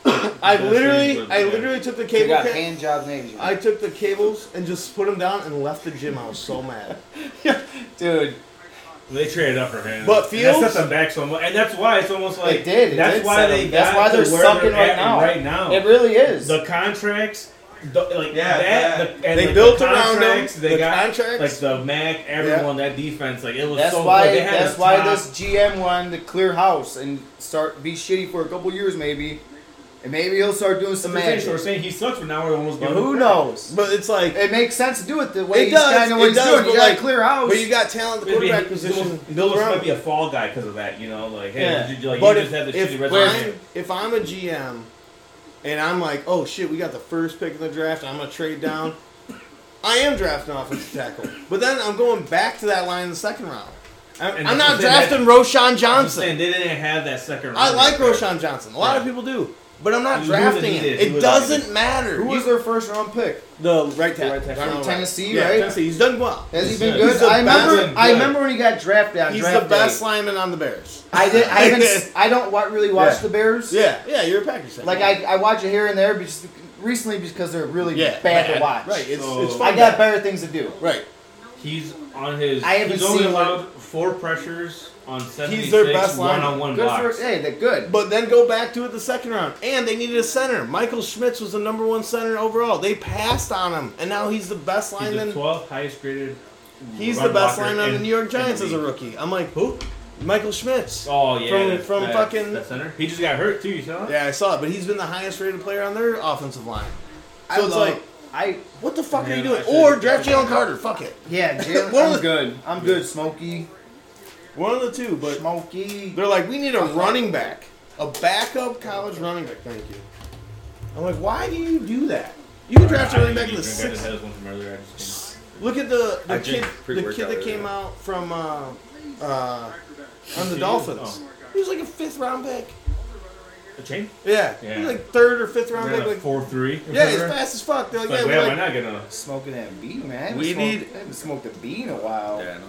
I That's literally, pretty good, I yeah. literally took the You cable. got ca- hand job names. I took the cables and just put them down and left the gym. I was so [laughs] mad. Dude, They traded up for him, But And that Fields- set them back so much, and that's why it's almost like It did, it that's did why set they them. That's got why to they're where sucking they're right at now. Right now, it really is. the contracts, the, like Yeah, that, the, and They like built the around them, contracts, They the got contracts. like the Mac, everyone that defense, like it was that's so why. good. They had a That's why top- this GM wanted to clear house and start be shitty for a couple years, maybe, and maybe he'll start doing So some we're saying- so we're magic. saying he sucks, but now we're almost But giving who him knows? But it's like, It makes sense to do it the way It he's does, kind of it what he's does, doing. but You gotta like- credit. clear house. but you got talent at the Maybe he- quarterback Bill- position. Bill Throw might him. be a fall guy because of that, you know, like hey, Yeah. did you, like, but you if, just had the shitty if, resume. I'm, if I'm a GM and I'm like, oh shit, we got the first pick in the draft, I'm gonna trade down. [laughs] I am drafting offensive tackle, but then I'm going back to that line in the second round. I'm, And I'm that's not the thing, drafting Roshan I'm just saying Johnson. they didn't have that second. I round like pick there. Roshan Johnson. A lot of Yeah. people do, but I'm not You would've drafting him. needed- you It would've doesn't needed. matter. Who You- was their first round pick? the right tackle I right tackle. don't know From right. Tennessee, Yeah, right? Tennessee. He's done well. Has he He's been good. good? He's the I best- remember. I good. remember when he got drafted on He's draft the best day. lineman on the Bears. I did. [laughs] I haven't. I don't wa- really watch Yeah. the Bears. Yeah, yeah, you're a Packers fan. Like I, I watch it here and there, but just recently because they're really yeah, bad bad. to watch. Right, it's, So- it's fun. I got better things to do. right. He's on his. I haven't he's only seen allowed four pressures on seventy-six He's their best lineman. one-on-one Good blocks. for hey, they're good. But then go back to it the second round, and they needed a center. Michael Schmitz was the number one center overall. They passed on him, and now he's the best He's the lineman. twelfth highest graded. He's run the best blocker lineman on the in- New York in the Giants as a league. rookie. I'm like, who? Michael Schmitz. Oh yeah, From- that- from that- fucking- that center. He just got hurt too. You saw? Yeah, I saw it, but he's been the highest rated player on their offensive line. I So it's love- like, I what the fuck are Yeah, you doing? I should- Or draft Jalen Carter. Fuck it. [laughs] yeah, Jalen, One of I'm the- good. I'm good, Smokey. One of the two, but Smokey. They're like, we need a running back, a backup college running back. Thank you. I'm like, why do you do that? You can draft a running back in the sixth. Look at the, the I drink kid, the pre-workout kid that came earlier. out from uh, uh, on the Dolphins. He was like a fifth round pick. A chain? Yeah, he Yeah. was like third or fifth round Ran pick. a Like, four-three. yeah, he's fast as fuck. They're like, Like, yeah, wait, we're why like, not get a? Smoking that bean, man. I haven't We smoked, need- I haven't smoked a bean in a while. Yeah, I know.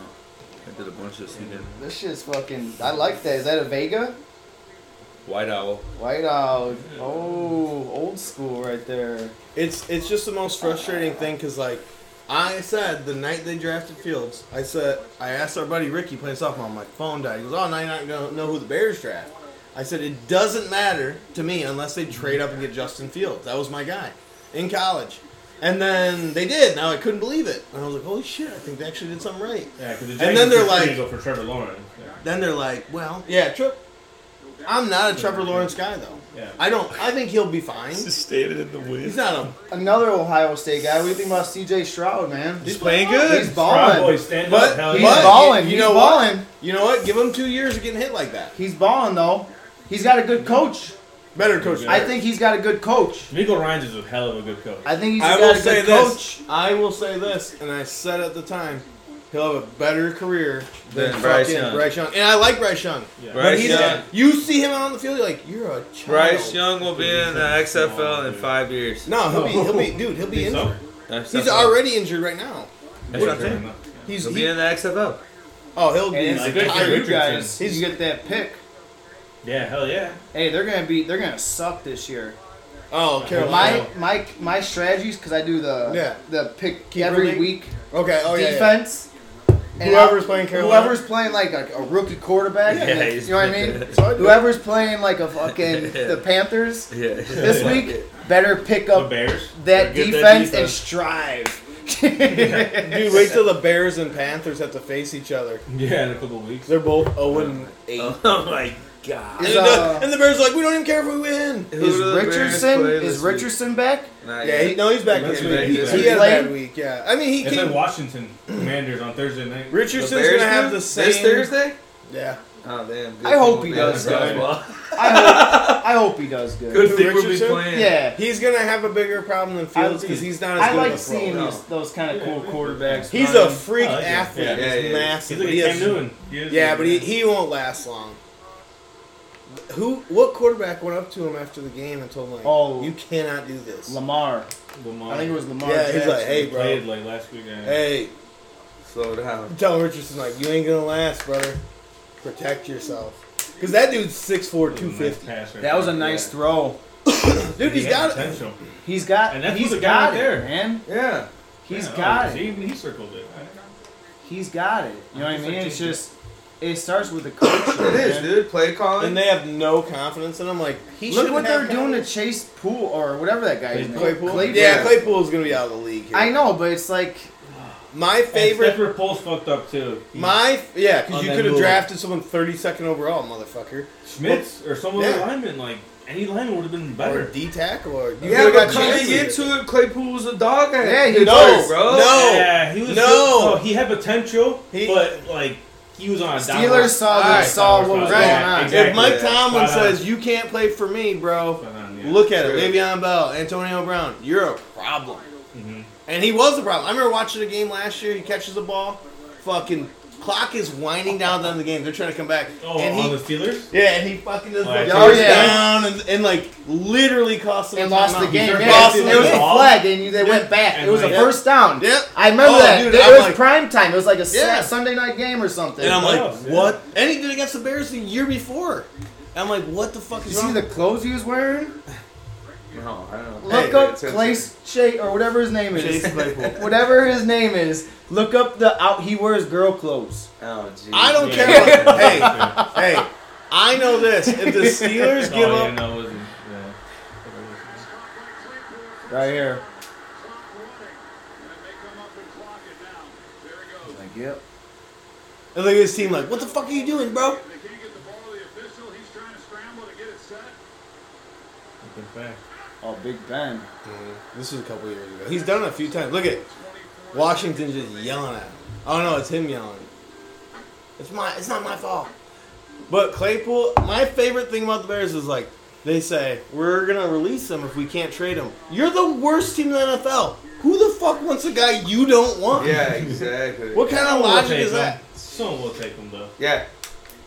I did a bunch of sneaking. This shit's fucking. I like that. Is that a Vega? White Owl. White out. Oh, old school right there. it's it's just the most frustrating thing because like. I said the night they drafted Fields, I said I asked our buddy Ricky playing softball. My phone died. He goes, "Oh, now you're not gonna know who the Bears draft." I said it doesn't matter to me unless they trade up and get Justin Fields. That was my guy in college, and then they did. Now I couldn't believe it, and I was like, "Holy shit! I think they actually did something right." Yeah, because the Giants then they're are like- free to go for Trevor Lawrence. Yeah. Then they're like, "Well, yeah, Trip." I'm not a Trevor Lawrence guy though. Yeah. I don't. I think he'll be fine. Just stated in the wind. He's not a Another Ohio State guy. What do you think about C.J. Stroud, man? He's playing Oh, good. He's Proud balling. boys, stand But- up. Hell He's yeah. but- balling. you He's know what? balling. You know what? Give him two years of getting hit like that. He's balling though. He's got a good coach. Better coach. I think he's got a good coach. D'Amico Ryan's is a hell of a good coach. I think he's I got will a say good this. coach. I will say this, and I said at the time, he'll have a better career than, Than Bryce fucking Young. Bryce Young. And I like Bryce Young. Yeah. But Bryce he's, Young. You see him on the field, you're like, you're a child. Bryce Young will be in the Small, XFL in dude. five [laughs] years. No, he'll be, he'll be, dude, he'll be Think so? injured. He's XFL. already injured right now. That's what I'm saying. He's He'll he- be in the XFL. oh he'll be And it's Like good Anthony for you Richardson. guys. You get that pick. Yeah, hell yeah. Hey, they're gonna be they're gonna suck this year. oh Carolina. My my my strategies because I do the Yeah. the pick Keeper every league? week okay, oh yeah, yeah. defense. and Whoever's I'll- playing Carolina. whoever's playing like a, a rookie quarterback, and the- he's- you know what I mean. [laughs] So I'd- Whoever's playing like [laughs] a fucking the Panthers Yeah. this week, better pick Uh, The up Bears. that Get that defense, and defense. strive. Dude, wait till the Bears and Panthers have to face each other. Yeah, in a couple weeks. They're both 0 and 8. Oh my god. And, Is, the- uh, and the Bears are like, we don't even care if we win. Who is do the Bears Richardson play is this week? Richardson back? Not Yeah, he, yet. no, he's back That's this right, week. he's He back. had a bad Played? week, yeah. I mean, he It's like can. Washington Commanders on Thursday night. The Richardson's Bears going to have do? the same. This Thursday? Yeah. Oh, damn. Good I hope thing he we'll be does able to good. watch. I hope, I hope he does good. Good thing we'll be Richardson? playing. Yeah, He's going to have a bigger problem than Fields I- because he's not as I good like of a seeing thrower. these, those kind of cool quarterbacks. He's run. a freak I like it. athlete. Yeah. He's Yeah, yeah, yeah. massive. He's like He Cam has- Newton. Yeah, but he, he won't last long. Who? What quarterback went up to him after the game and told him, like, Oh. you cannot do this? Lamar. Lamar. I think it was Lamar. yeah, he's like, Jackson. hey, played bro. like last week. uh, Yeah. Hey, Slow down. Tell Richardson, like, you ain't gonna last, brother. Protect yourself. Because that dude's 6'4, 250. Nice pass right that was a there. nice throw. Dude, he's He had got it. potential. He's got. And that's he's what the guy got right it, there. man. Yeah. He's Yeah, oh, got see, it. Even he circled it. He's got it. You know what I It's mean? like It's Jason. just it starts with the coach. It is, man. dude. Play calling. And they have no confidence in him. Like, he Look shouldn't what they're have doing to confidence. Chase Pool or whatever that guy's name. Claypool? Claypool. Yeah, Claypool's gonna be out of the league here. I know, but it's like My Favorite. favorite. Stafford Pole's fucked up too. He- My. Yeah, because On you that could have move. drafted someone 32nd overall, motherfucker. Schmitz or some other Yeah. lineman, like any lineman would have been Or better. D tackle, or. You Yeah, coulda but got coming chances. into it, Claypool was a dog. at Yeah, he Pittsburgh, knows. bro. No. yeah, he was. No. Good. No, he had potential, He- but like he was on a down Steelers saw All the, right. saw what was Right. going on. Exactly. If Mike Tomlin Spot on. says, you can't play for me, bro, Spot on, um, yeah. look at it. True. Le'Veon Bell, Antonio Brown, you're a problem. Mhm. And he was the problem. I remember watching a game last year. He catches the ball, fucking clock is winding down at the end of the game. They're trying to come back, Oh, and on he the Steelers. yeah, and he fucking does Like, the oh, first yeah. down and, and like literally cost them and a lost the timeout. game. They're Yeah, Lost it them the the was a game. ball. flag, and you, they went Yeah. back. And It was a like- first down. Yep. I remember Oh, that. dude, it I'm was like- prime time. It was like a Sa- Yeah. Sunday night game or something. And I'm Playoffs, like, yeah. what? And he did it against the Bears the year before. And I'm like, what the fuck you is see wrong? the clothes he was wearing? No, I don't know. Look Hey, up it's- it's- Place Shay or whatever his name is. Chase Claypool. [laughs] whatever his name is, look up the out. He wears girl clothes. Oh, geez. I don't Yeah. care. [laughs] About, hey, Yeah. hey, I know this. If the Steelers Oh, give yeah, up no, it wasn't. Yeah. Right here. And look at his team like, what the fuck are you doing, bro? Good fact. Oh, Big Ben. This was a couple years ago. He's done it a few times. Look at it. Washington just yelling at him. Oh no, it's him yelling. It's my it's not my fault. But Claypool, my favorite thing about the Bears is like they say, we're gonna release him if we can't trade him. You're the worst team in the NFL. Who the fuck wants a guy you don't want? Yeah, exactly. What kind of Someone will logic take is that? him. Someone will take him though. Yeah.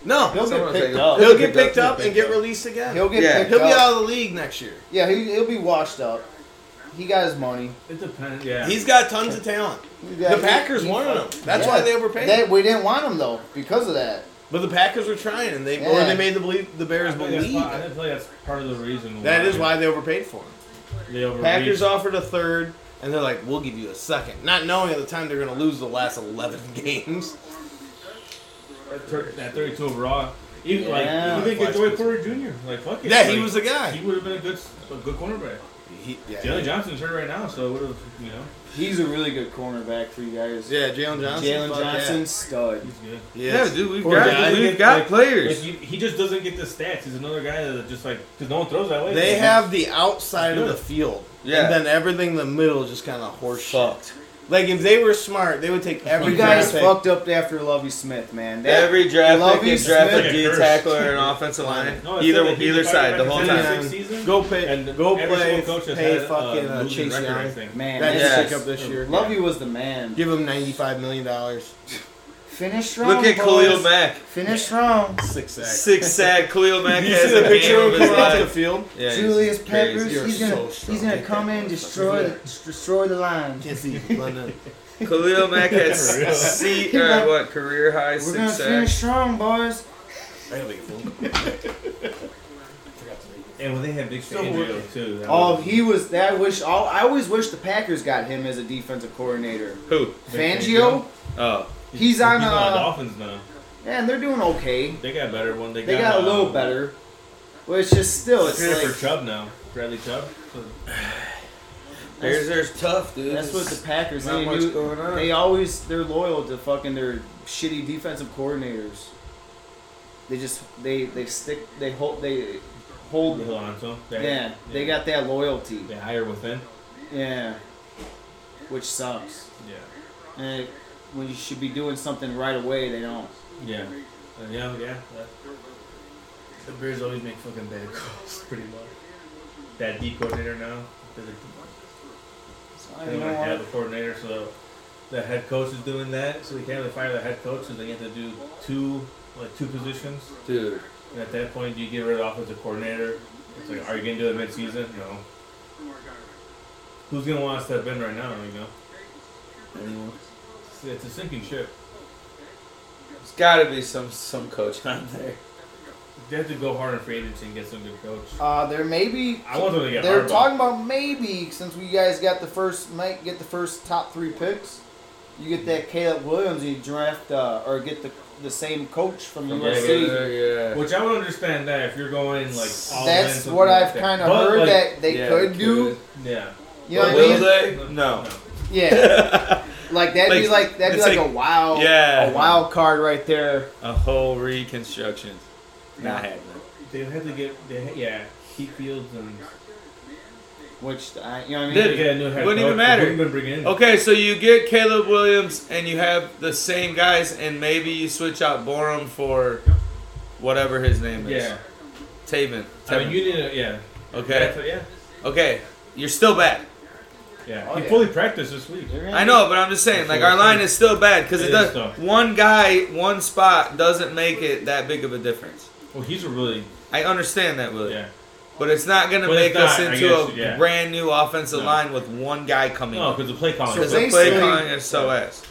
No. He'll get Someone take picked him. up. He'll, get picked up and get up. released again. He'll get Yeah. picked He'll be up. out of the league next year. Yeah, he, he'll be washed up. He got his money. It depends. Yeah. He's got tons of talent. He got- the Packers he- wanted him. That's why Yeah. they overpaid. They- him. we didn't want him though because of that. But the Packers were trying, and they or Yeah. they made the believe the I Bears think that's believe. part- I feel like that's part of the reason. Why That is why they overpaid for him. they overreached. Packers offered a third, and they're like, "We'll give you a second. not knowing at the time they're going to lose the last eleven [laughs] games. Thir- that 32 overall. Even Yeah. like even get Joy Porter Jr. Like fuck it. Yeah, he Like, was the guy. He would have been a good a good cornerback. He, Jalen yeah, Johnson's hurt right now, so it would have you know He's a really good cornerback for you guys. yeah, Jalen Johnson. Jalen fuck yeah. Johnson, stud. he's good. Yes. Yeah, dude, we've Poor got guy. we've Like- got like- players. Like, you, he just doesn't get the stats. He's another guy that just like because no one throws that way. They have the outside of Good. the field, Yeah. and then everything in the middle is just kind of horseshit. Like if they were smart, they would take every You draft guys pick. fucked up after Lovey Smith, man. That- Every draft Lovey pick is draft Smith. a D tackle or an offensive line. No, it's either not that he's either a side, the whole quarterback. time. Sixth season? Go pay, And go every play, single coach has pay had, fucking uh, uh, losing Chase record, I Young. think. man, That that's- Yes. pick up this year. Lovey was the man. Give him ninety-five million dollars. Finish strong. Look at Khalil boys. Mack. Finish strong. Six sacks. Six sack. Khalil Mack You has see the the picture game of of his him off the life. field? Yeah, he's Julius crazy. Peppers, You're he's gonna so strong. he's gonna Take come that in motherfucker. destroy the destroy the line. Can't see London. [laughs] Khalil Mack had C or what career high We're gonna six finish sacks. strong, boys. I gotta make a phone call. And well, they had Big Fangio too. Oh, he was that. Wish all I always wish the Packers got him as a defensive coordinator. Who? Fangio, Oh, he's on. He's on the Uh, Dolphins now. yeah, and they're doing okay. They got better when they, They got a little uh, better, which is just still it's Traded for like Chubb now. Bradley Chubb. Bears are tough, dude. that's what the Packers. Not They, much do- going on. they always they're loyal to fucking their shitty defensive coordinators. They just they they stick they hold they hold. Hold on, so they- Yeah, they got that loyalty. they hire within. Yeah, which sucks. Yeah. And when you should be doing something right away, they don't. Yeah. Uh, yeah, yeah. The Bears always make fucking bad [laughs] calls, pretty much. That D coordinator now. They're the- So I They don't don't know why. have a coordinator, so the head coach is doing that. So we can't really fire the head coach, so they get to do two, like two positions. dude. And at that point, you get rid of the offensive coordinator. It's like, are you gonna do it midseason? No. Who's gonna want to step in right now? You know, Anyone? it's, it's a sinking ship. There's got to be some some coach out there. They have to go hard in free agency and get some good coach. Uh, there may be. I want them to get They're Harbaugh. talking about maybe since we guys got the first might get the first top three picks. You get that Caleb Williams, and you draft uh, or get the the same coach from From USC. Baylor. yeah. Which I would understand that if you're going like all in, That's something what like I've that. kind of But, heard like, that they Yeah, could they do. Yeah. You know But what I will mean? they? No. Yeah. like that'd be Like, like that'd be it's like, like- a wow [laughs] yeah. Oh, a wild card right there. A whole reconstruction. Not happening. They have to get. They, ha- yeah. Keep Fields and. Which I, you know what I mean? They have to Dude, get a new head wouldn't coach, even but matter. Wouldn't even bring in. Okay, so you get Caleb Williams and you have the same guys, and maybe you switch out Borum for whatever his name is. Yeah. Taven. I mean, Taven. you need to. Yeah. okay. That's- yeah. Okay. You're still back. Yeah. Oh, he yeah. fully practiced this week. They're gonna I know, but I'm just saying, like our line is still bad because it It is does tough. one guy, one spot doesn't make it that big of a difference. Well, Oh, he's a really. I understand that, Willie, Yeah. but it's not gonna But it's make us not, I into guess, a yeah. brand new offensive No. line with one guy coming. No, in. because the play calling. So is they- the up. play say- calling is so ass.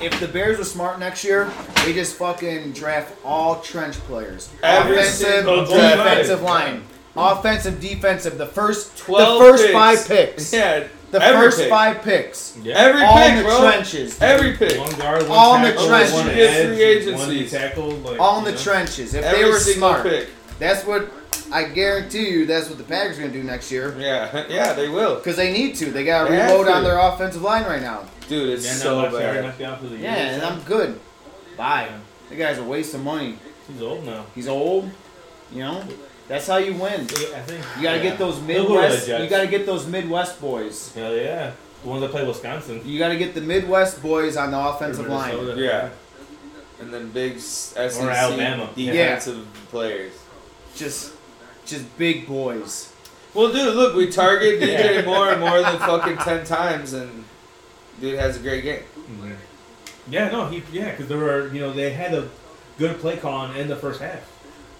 If the Bears were smart next year, they just fucking draft all trench players. Every offensive, Oh, single defensive line. Offensive, defensive. The first, Twelve the first picks. five picks. Yeah, The every first pick. five picks. yeah. every all pick, in the bro. trenches. Every pick. One guard, one All in the tackle, trenches. one It's edge, free one agencies. tackle. Like, All in you the know? trenches. If Every they were single smart, pick. that's what I guarantee you. That's what the Packers are gonna do next year. Yeah, [laughs] yeah, they will. Because they need to. They got to They have reload to. on their offensive line right now. Dude, it's Yeah, no, so left guard, bad. left guard for the Yeah, year. and I'm good. Bye. The guy's a waste of money. He's old now. He's old. You know, that's how you win. I think. You gotta yeah. get those He'll go to the Midwest. Jets. You gotta get those Midwest boys. Hell yeah. The ones that play Wisconsin. You gotta get the Midwest boys on the offensive line. Minnesota. Yeah. And then big SEC Or Alabama. defensive players. Just, just big boys. Well, dude, look, we target DJ Moore more than fucking ten times, and dude has a great game. Mhm. Yeah, no, he yeah, because there were you know they had a good play calling in the first half.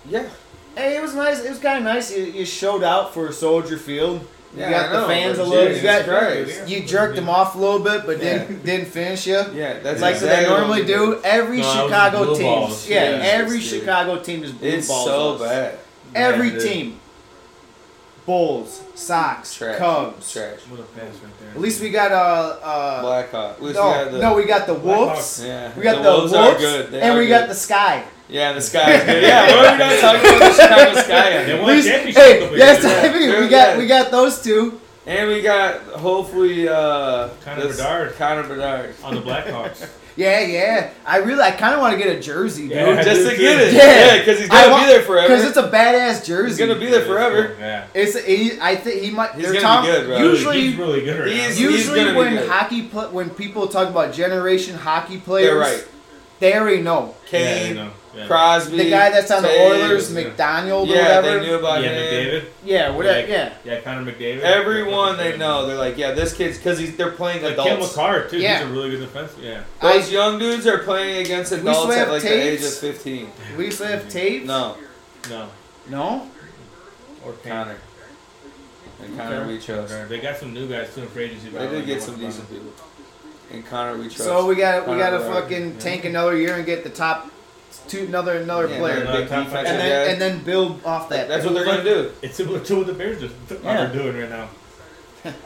Yeah, Hey, it was nice. It was kind of nice. You, you showed out for Soldier Field. You yeah, got I the know, fans a but little. You, Jesus got, Christ. you jerked them off a little bit, but didn't didn't finish you. Yeah, that's Like exactly they normally what we do. Every No, I was Chicago blue team. balls. Yeah, Yeah. every Dude. Chicago team is blue It's balls. so us. bad. Every Yeah, dude. team. Bulls, Sox, Trash. Cubs. Trash. What a pass right there. At least we got uh uh Blackhawk. We no, got the, no, we got the Blackhawks. Wolves. Yeah. We got the, Wolves Wolves, are good. They and are we good. got the Sky. Yeah, the sky. [laughs] is good. Yeah, why are we not talking about the Chicago Sky? yet? They won We- a championship a hey, couple yes, years I ago. ago. mean, Yeah. we got we got those two. And we got hopefully uh Connor this- Bedard. Connor Bedard. on the [laughs] Blackhawks. Yeah, yeah. I really, I kind of want to get a jersey, dude. [laughs] Yeah. I Just do to too. get it. Yeah. Yeah, because he's I gonna want- be there Because forever. it's a badass jersey. He's gonna be there forever. Yeah. It's he, I think he might. He's they're gonna talking- be good, bro. Usually, he's really good. Right He's- now. gonna usually be when good. hockey pla when people talk about generation hockey players, They're right. They already know. Kane, yeah, I know. yeah. Crosby, The guy that's on the Tate. Oilers, yeah. McDonald or Yeah, whatever. they knew about yeah, him. McDavid. Yeah, whatever. Yeah. Yeah, Connor McDavid. Everyone they know, they're like, yeah, this kid's because he's they're playing Like Kim adults. McCarr too. Yeah. He's a really good defensive. Yeah. Those young dudes are playing against still adults at have like the age tapes? of fifteen. We used to have Tate. No, No. No? Or Kane. Connor. And Connor we trust. Or- They got some new guys too in free agency. but I They don't did know get much some about decent them. people. And Connor we trust. So we got we Connor got to Bedard. fucking tank another year and get the top two another another Yeah, player. they're a big And defensive and then guy. and then build off that. That's what they're gonna do. It's similar to what the Bears are, Yeah. are doing right [laughs] now.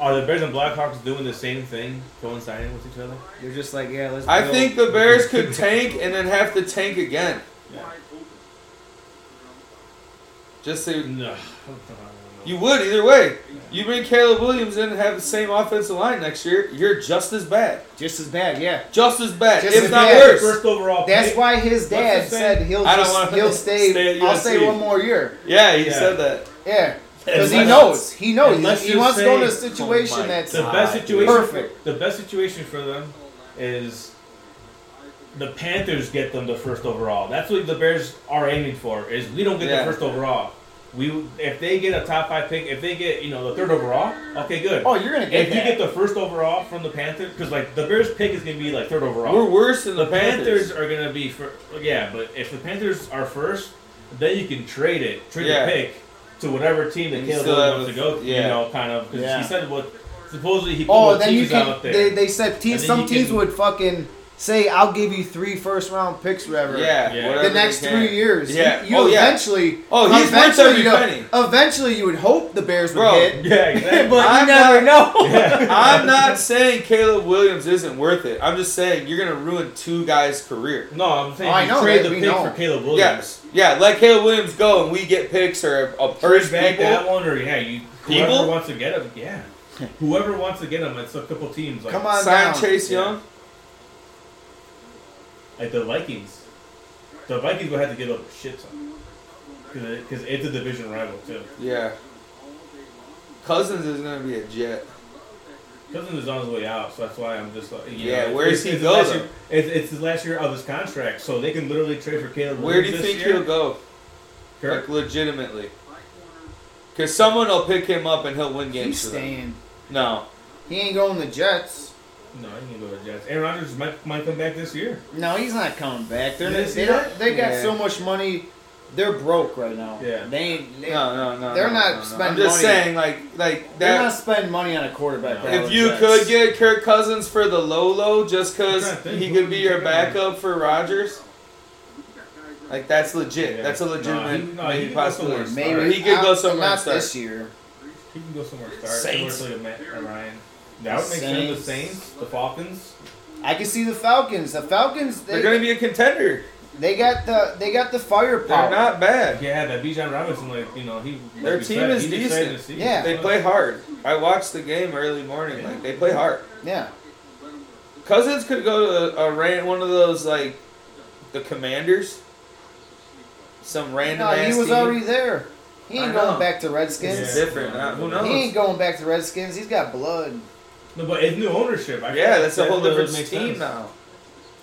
Are the Bears and Blackhawks doing the same thing, coinciding with each other? You're just like, yeah, let's. I build. think the [laughs] Bears could tank and then have to tank again. Yeah. Just so you- No. you would either way. You bring Caleb Williams in and have the same offensive line next year. You're just as bad, just as bad. Yeah, just as bad, Just if as not bad. worse. First overall that's pick. why his dad his said name? he'll I don't just, wanna he'll stay. [laughs] stay at I'll stay USC. one more year. Yeah, he Yeah. said that. Yeah, because he Unless- knows. He knows. unless He, he you wants to go in a say- situation Oh my that's The best situation. Perfect. The best situation for them is the Panthers get them the first overall. That's what the Bears are aiming for. Is we don't get Yeah. the first overall. We if they get a top five pick, if they get you know the third overall, okay, good. Oh, you're gonna get if that. you get the first overall from the Panthers, because like the Bears pick is gonna be like third overall. We're worse than the the Panthers Panthers. are gonna be first. Yeah, but if the Panthers are first, then you can trade it, trade Yeah. the pick to whatever team that And you Caleb still have wants to a- go. You yeah. know, kind of because Yeah. he said what supposedly he put oh, what then you teams can. out there. They, they said teams. then Some you teams can- would fucking say, "I'll give you three first round picks, whatever." Yeah, Yeah. whatever The they next can. three years, Yeah. you, you Oh, yeah. eventually. Oh, he's worth eventually every you know- penny. Eventually, you would hope the Bears would Bro. [laughs] hit, yeah, exactly. [laughs] but I'm you never know. [laughs] I'm not saying Caleb Williams isn't worth it. I'm just saying you're gonna ruin two guys' career. No, I'm saying Oh, I you know trade that, the we pick know. for Caleb Williams. Yes. Yeah, let Caleb Williams go and we get picks or a Trade purse back that people. one, or yeah, you whoever People? wants to get him, yeah. whoever wants to get him, it's a couple teams like Come on Sign down. Chase Yeah. Young. like the Vikings. The Vikings would have to give up a shit ton because it's a division rival too. Yeah. Cousins is gonna be a jet. Cousins is on his way out, so that's why I'm just like, you Yeah, know, where it's- does he it's his go, last though? year- It's, it's his last year of his contract, so they can literally trade for Caleb. Where do you Williams think this year. he'll go? Like Kirk? legitimately. Cause someone will pick him up and he'll win He's games. for them. staying. No. He ain't going to Jets. No, he can go to the Jets. Aaron Rodgers might might come back this year. No, he's not coming back. They're, Yes, they he don't, they got Yeah. so much money. They're broke right now. Yeah. They ain't. They, No, no, no. They're no, not no, no. I'm spending just money. saying, like, like They're not that. spending money on a quarterback. No. right now, If you Jets. could get Kirk Cousins for the low low, just I'm cause trying to think, he who could would be you your pick up? backup for Rodgers, like that's legit. Yeah. That's a No, he- legitimate no, he could go possibility. somewhere maybe He could I- go somewhere Not and start. this year. He can go somewhere. Start Saints. Somewhere like a Matt a Ryan. That would make sense. The Saints, the Falcons. I can see the Falcons. The Falcons. They, They're gonna be a contender. they got the they got the firepower. They're not bad. Yeah, that Bijan Robinson, like you know, he. like Their you team said, is he's excited decent. to see. Yeah. They play hard. I watched the game early morning. Like they play hard. Yeah. Cousins could go to a, a ran, one of those like the Commanders. Some random. No, ass he was team. already there. He I ain't know. going back to It's Redskins. Yeah. different. uh, who knows? He ain't going back to Redskins. He's got blood. No, but it's new ownership. I Yeah, that's a that whole would different make team sense. now.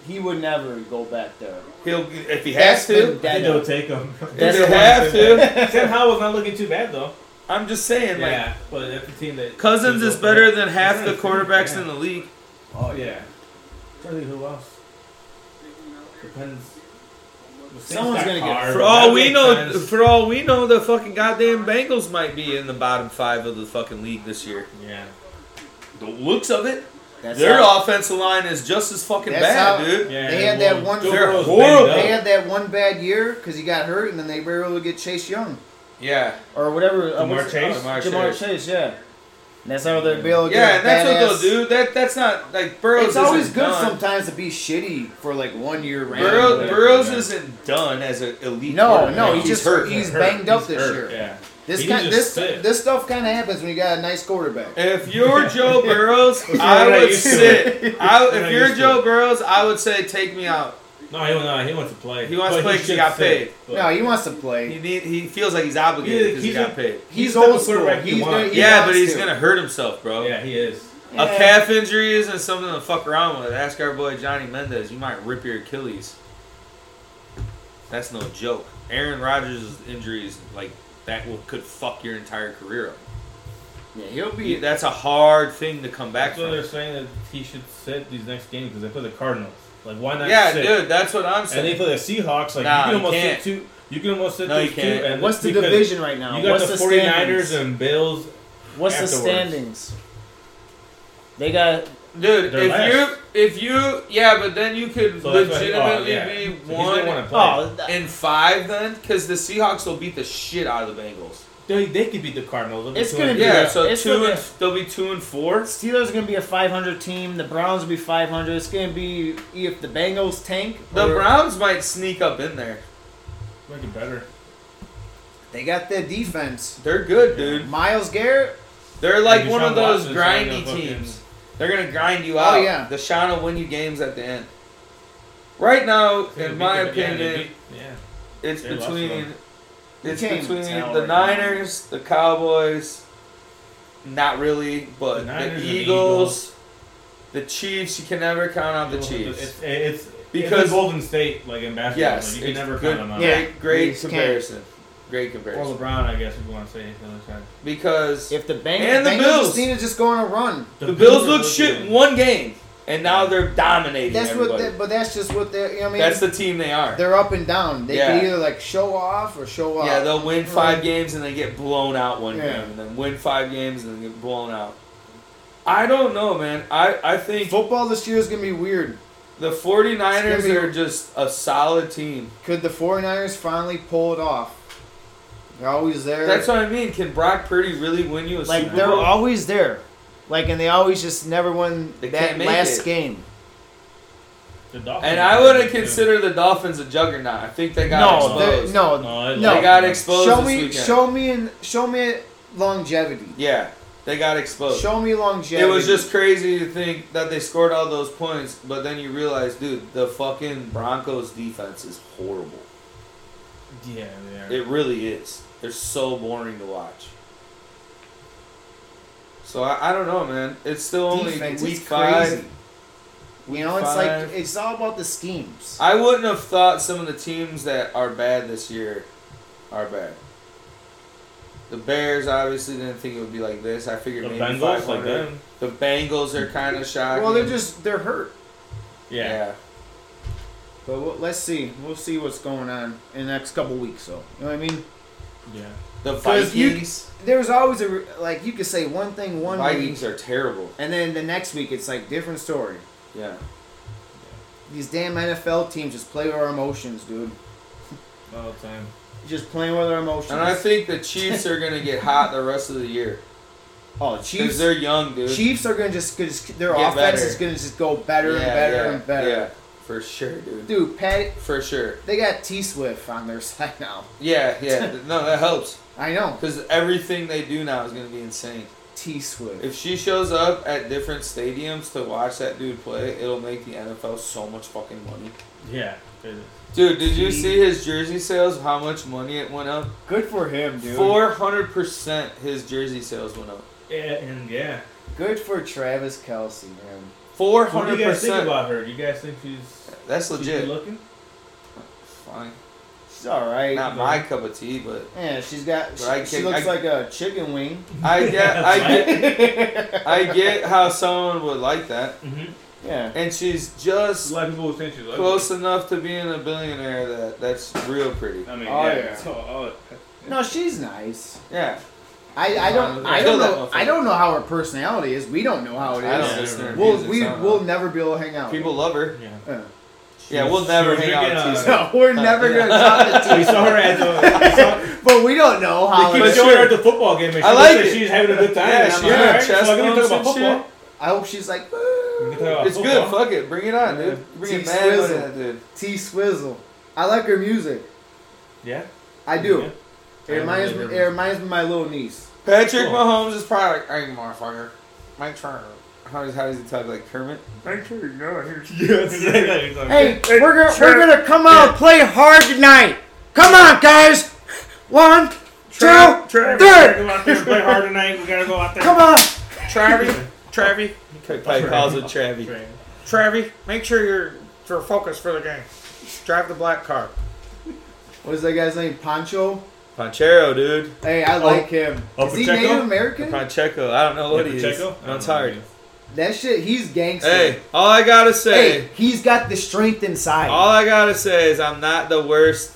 He would never go back there. He'll if he has That's to. been I dead. think [laughs] they'll take him. If he has to. Sam Howell's not looking too bad though. I'm just saying, like yeah, but that's the team that Cousins is better than half the He's not quarterbacks bad. in the league. Oh yeah. Charlie, who else? Depends. The Saints Someone's got gonna get- Carr, For but all that we makes know, sense. for all we know, the fucking goddamn Bengals might be in the bottom five of the fucking league this year. yeah. The looks of it, That's their how- offensive line is just as fucking That's bad, how- dude. Yeah, They had well, that one- Joe They're Burrow's horrible. banged up. They had that one bad year because he got hurt, and then they were able to get Chase Young Yeah, or whatever. uh, Jamar what's it- Chase? uh, Jamar Chase, yeah. And that's how they're able to get yeah, and that's badass- what they'll do. That that's not like Burrow's. It's always isn't good done. sometimes to be shitty for like one year. Burrow, Yeah. Randomly. Burrow's Yeah. isn't done as an elite. No, quarterback. no, he's, he's just hurt. he's Hurt. banged up He's this hurt, year. Yeah. This He kind just this sit. this stuff kind of happens when you got a nice quarterback. If you're [laughs] Joe Burrows, not I would used to sit. I, We're if not you're used to Joe it. Burrows, I would say take me out. No, he, no, he wants to play. He wants to But play 'cause he should got sit, paid. but- no, he wants to play. He need, he feels like he's obligated Yeah, because he he's got a- paid. he's the type old of school. quarterback you He's want. gonna- he yeah, wants but he's to. gonna hurt himself, bro. oh, Yeah, he is. A calf injury isn't something to fuck around with. Ask our boy Johnny Mendez. You might rip your Achilles. That's no joke. Aaron Rodgers' injuries like that will could fuck your entire career up. Yeah, he'll be. He- That's a hard thing to come back That's why from. they're saying that he should sit these next games because they play the Cardinals. Like, why not Yeah, sit? dude, that's what I'm And they saying. play the Seahawks. Like, Nah, you can you almost can't. sit two. You can almost sit No, you these two. can't. And What's the because division right now? You got What's the the 49ers standings? and Bills. What's the afterwards. standings? They got Dude, they're if last. you if you yeah, but then you could So that's why- oh, legitimately yeah. be So he's one gonna wanna play. oh th- and five then, because the Seahawks will beat the shit out of the Bengals. They, they could beat the Cardinals. They'll be It's two gonna and- be- Yeah, Yeah, so it's two okay. and they'll be two and four. Steelers are gonna be a 500 team. The Browns will be 500. It's gonna be if the Bengals tank. The or- Browns might sneak up in there. Make it better. They got their defense. They're good, dude. Miles Garrett. They're like Maybe one Sean of those Watson's not grindy gonna fucking- teams. They're gonna grind you Oh, out. yeah. The Sean will win you games at the end. Right now, They in beat my the- yeah, they opinion, beat- Yeah. it's they lost between them. it's You can't even between tell the right now. Niners, the Cowboys. Not really, but The the, Niners and the Eagles, Eagles. the Chiefs. You can never count out the Chiefs. It's, it's because Because- it's Golden State, like in basketball, Yes, like, you can it's never good- count them out. Yeah. Great, great Just can't. comparison. Great Or comparison. LeBron, I guess, if you want to say. The, other side. Because If the Bengals And the Bengals Bills. just need to just go on a run. The Bills look looked shit one game, and now they're dominating That's what. everybody. That, but that's just what they're. You know what I mean? That's the team they are. they're up and down. They Yeah. can either like show off or show off. Yeah, they'll win five games and then get blown out one Yeah. game, and then win five games and then get blown out. I don't know, man. I, I think Football this year is gonna be weird. the 49ers It's gonna be- are just a solid team. Could the 49ers finally pull it off? They're always there. That's what I mean. Can Brock Purdy really win you a like Super they're Bowl? always there. Like and they always just never win They that can't make last it. game. The Dolphins and are I good, wouldn't too. consider the Dolphins a juggonaut. I think they got No, they're- exposed. no, No, no. They got exposed show this me, weekend. show me, and show me longevity. yeah, they got exposed. Show me It longevity. was just crazy to think that they scored all those points, but then you realize, dude, the fucking Broncos defense is horrible. Yeah, they are. It really is. They're so boring to watch. So I, I don't know, man. It's still only Defense, week it's five. crazy. you know, it's five. like it's all about the schemes. I wouldn't have thought some of the teams that are bad this year are bad. The Bears obviously didn't think it would be like this. I The figured maybe Bengals, like 500. them. The Bengals are kind of shocking. Well, they're just they're hurt. Yeah. But we'll, let's see, we'll see what's going on in the next couple weeks. So you know what I mean? Yeah. The 'Cause you- Vikings. There's always a re- like you could say one thing one Vikings week, are terrible. and then the next week it's like different story. Yeah. These damn NFL teams just play with our emotions, dude. All the time. Just playing with our emotions. And I think the Chiefs are gonna get hot the rest of the year oh, because Chiefs. they're young, dude. Chiefs are gonna just, gonna just their Get offense better. is gonna just go better and Yeah, better yeah, and better. Yeah, for sure, dude. Dude, Pat, For sure. they got T Swift on their [laughs] side now. Yeah, yeah. no, that helps I know because everything they do now is gonna be insane. T Swift. If she shows up at different stadiums to watch that dude play, it'll make the NFL so much fucking money. Yeah. it is. Dude, did you see his jersey sales? How much money it went up? Good for him, dude. Four hundred percent. His jersey sales went up. Yeah, and yeah. Good for Travis Kelsey, man. Four So what do hundred you guys think percent. about her? Do you guys think she's, That's she's legit. good looking? Fine. She's all right. Not my cup of tea, but Yeah, she's got. She, But I she can- looks I- like a chicken wing. I get, [laughs] I Right? get, I get how someone would like that, Mm-hmm. Yeah. and she's A just lot of people would think she's ugly. close enough to being a billionaire that that's real pretty. I mean, Oh, yeah. yeah. So, oh, No, she's nice. Yeah, I, I don't I Kill don't that know motherfucker. I don't know how her personality is. We don't know how it I is. don't listen to her We'll music, we so I don't we'll know. never be able to hang out. people love her. yeah. uh, with her. Yeah, we'll never hang out with with [laughs] [laughs] these No, we're never gonna talk to We saw her at the. [laughs] T. But we don't know how. They it keep but is. showing her sure. at the football game, and she I looks like like it. she's having a good time. Yeah, and I'm like, she's got all right, chest fuck it, we can bumps talk about and football. I hope she's like "Ah, We can talk about It's good. football. Fuck it. Bring it on, dude. Bring it T mad money Swizzle. on that dude. T Swizzle. I like her music. [laughs] Yeah. [laughs] I do. Yeah. It reminds me. It reminds me of my little niece. Patrick Cool. Mahomes is probably like, hey, motherfucker, my turn. How does, how does he talk like Kermit? Hey, we're gonna we're gonna come out and play hard tonight. Come on, guys. One, two, Travis, third. [laughs] Go out there and play hard tonight. We gotta go out there. Come on. Travis, Travie, Craig probably calls it Travie. Travie, make sure you're you're focused for the game. Drive the black car. What is that guy's name? Pancho? Panchero, dude. Hey, I like him. Oh, is he Pacheco? Native American? Pancheco. I don't know what Yeah, he is. Pacheco? I don't That's know. hard. That shit, he's gangster. Hey, all I gotta say, Hey, he's got the strength inside. all I gotta say is I'm not the worst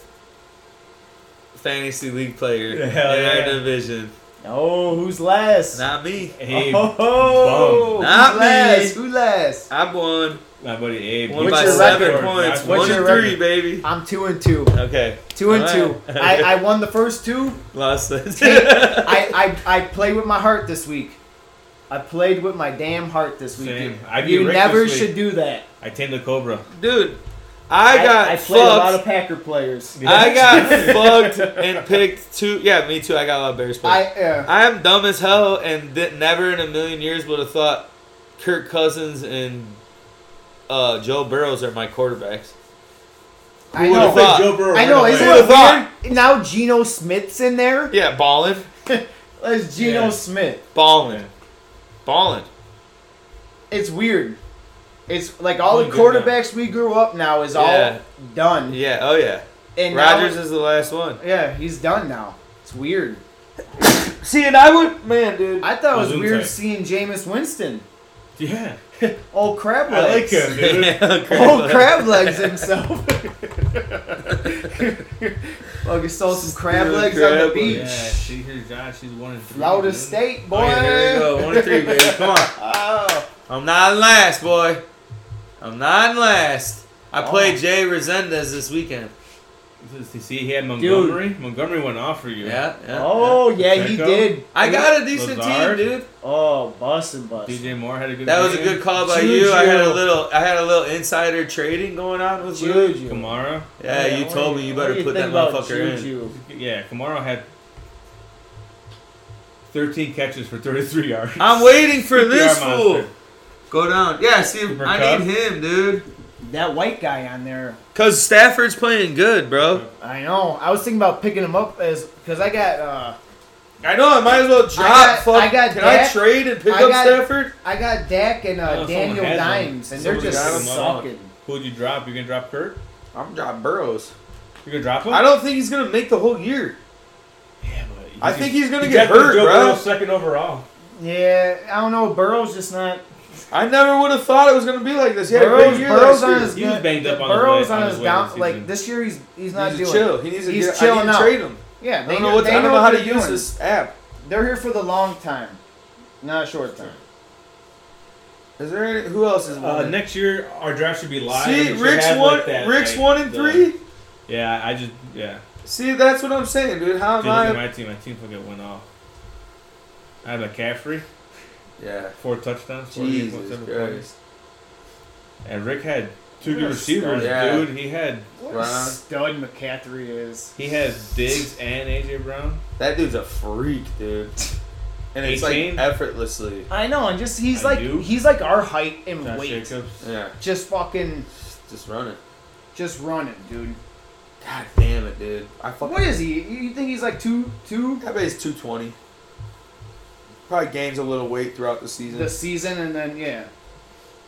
fantasy league player Yeah, [laughs] hell in yeah. our division. oh, who's last? Not me. Abe. Uh-huh. oh, bum. Not who's me. last? Who last? I won. My buddy Abe. Won he by your scored. seven record? points. What's one your and three, baby. I'm two and two. Okay. Two and All two. I, I won the first two. [laughs] Lost this. I, I I played with my heart this week. I played with my damn heart this week. Same. I beat you Rick never this week. should do that. I tamed the Cobra. Dude, I got I played a lot of fucked. Packer players. I got fucked and picked two. Yeah, me too. I got a lot of Bears players. I uh, I am dumb as hell and did, never in a million years would have thought Kirk Cousins and uh, Joe Burrows are my quarterbacks. I would've know. thought? Joe Burrow I ran know. away. Isn't Who would've it thought? weird? Now Geno Smith's in there. Yeah, ballin', That's Geno Yeah. Smith. ballin', ballin'. It's weird. It's like all Only the good now. quarterbacks we grew up now is Yeah. all done. Yeah, oh yeah. And Rodgers now, is the last one. yeah, he's done now. It's weird. [coughs] See, and I would, man, dude. I thought it was Zoom weird tight. seeing Jameis Winston. Yeah. Oh crab I like legs. him, [laughs] dude. Oh crab [laughs] legs himself. Well, you saw some crab Still legs on the crab beach. yeah, she hears Josh. She's one and three. Florida dude. State, boy. Oh, yeah, there you go. One and three, [laughs] baby. Come on. Oh. I'm not in last, boy. I'm not in last. I Oh. played Jay Resendez this weekend. You see, he had Montgomery. Montgomery went off for you. Yeah, yeah. Oh, yeah, he Pacheco? did. I got a decent Lazard? team, dude. Oh, bust and bust. DJ Moore had a good. That was a game. good call by you. I had a Juju. little, I had a little insider trading going on with you. Juju. Kamara. Yeah, you what told do me you what do better put think that about motherfucker in. Juju? Yeah, Kamara had 13 catches for 33 yards. I'm [laughs] waiting [laughs] for this PPR fool. monster. Go down. Yeah, see, Cooper I Cup. need him, dude. That white guy on there. Cause Stafford's playing good, bro. I know. I was thinking about picking him up as because I got uh I know. I might as well drop. got- fuck. I got Can Dak. I trade and pick I up got- Stafford? I got Dak and I uh, know someone Daniel has one. Dimes, and they're Someone just got him. sucking. Who'd you drop? You gonna drop Kurt? I'm dropping Burrows. You gonna drop him? I don't think he's gonna make the whole year. Yeah, but he's- I think he's gonna he get got the hurt, Joe bro. Burrow second overall. Yeah, I don't know. Burrow's just not. I never would have thought it was gonna be like this. He had a Burrow's, great year Burrow's last on year. his. He was banged up on his Burrow's way- on on his his way down. this Like season. this year, he's he's He not needs to doing. chill. He needs to He's get, I chilling need to out. trade him. Yeah, I they don't know what. they I don't know what how to they're use doing. this app. They're here for the long time, not a short time. Is there any, who else is Uh, one? next year our draft should be live. and See, it should Rick's have, one. like, that, Rick's like, one and the- three. Yeah, I just yeah. See, that's what I'm saying, dude. How am Dude, look at I? my team. My team fucking went off. I had McCaffrey, Yeah. four touchdowns, four games, Jesus seven points. Christ. And Rick had two What good a receivers, stud. Yeah. dude. He had What Wow. a stud McCaffrey is. he had Diggs and AJ Brown. That dude's a freak, dude. And it's like 18? effortlessly. I know, and just he's I like do. he's like our height and Josh weight. Jacobs. Yeah. Just fucking, Just run it. just running, dude. God damn it, dude. I fucking. What is he? You think he's like two, two That bet he's 220. Probably gains a little weight throughout the season. the season, and then yeah,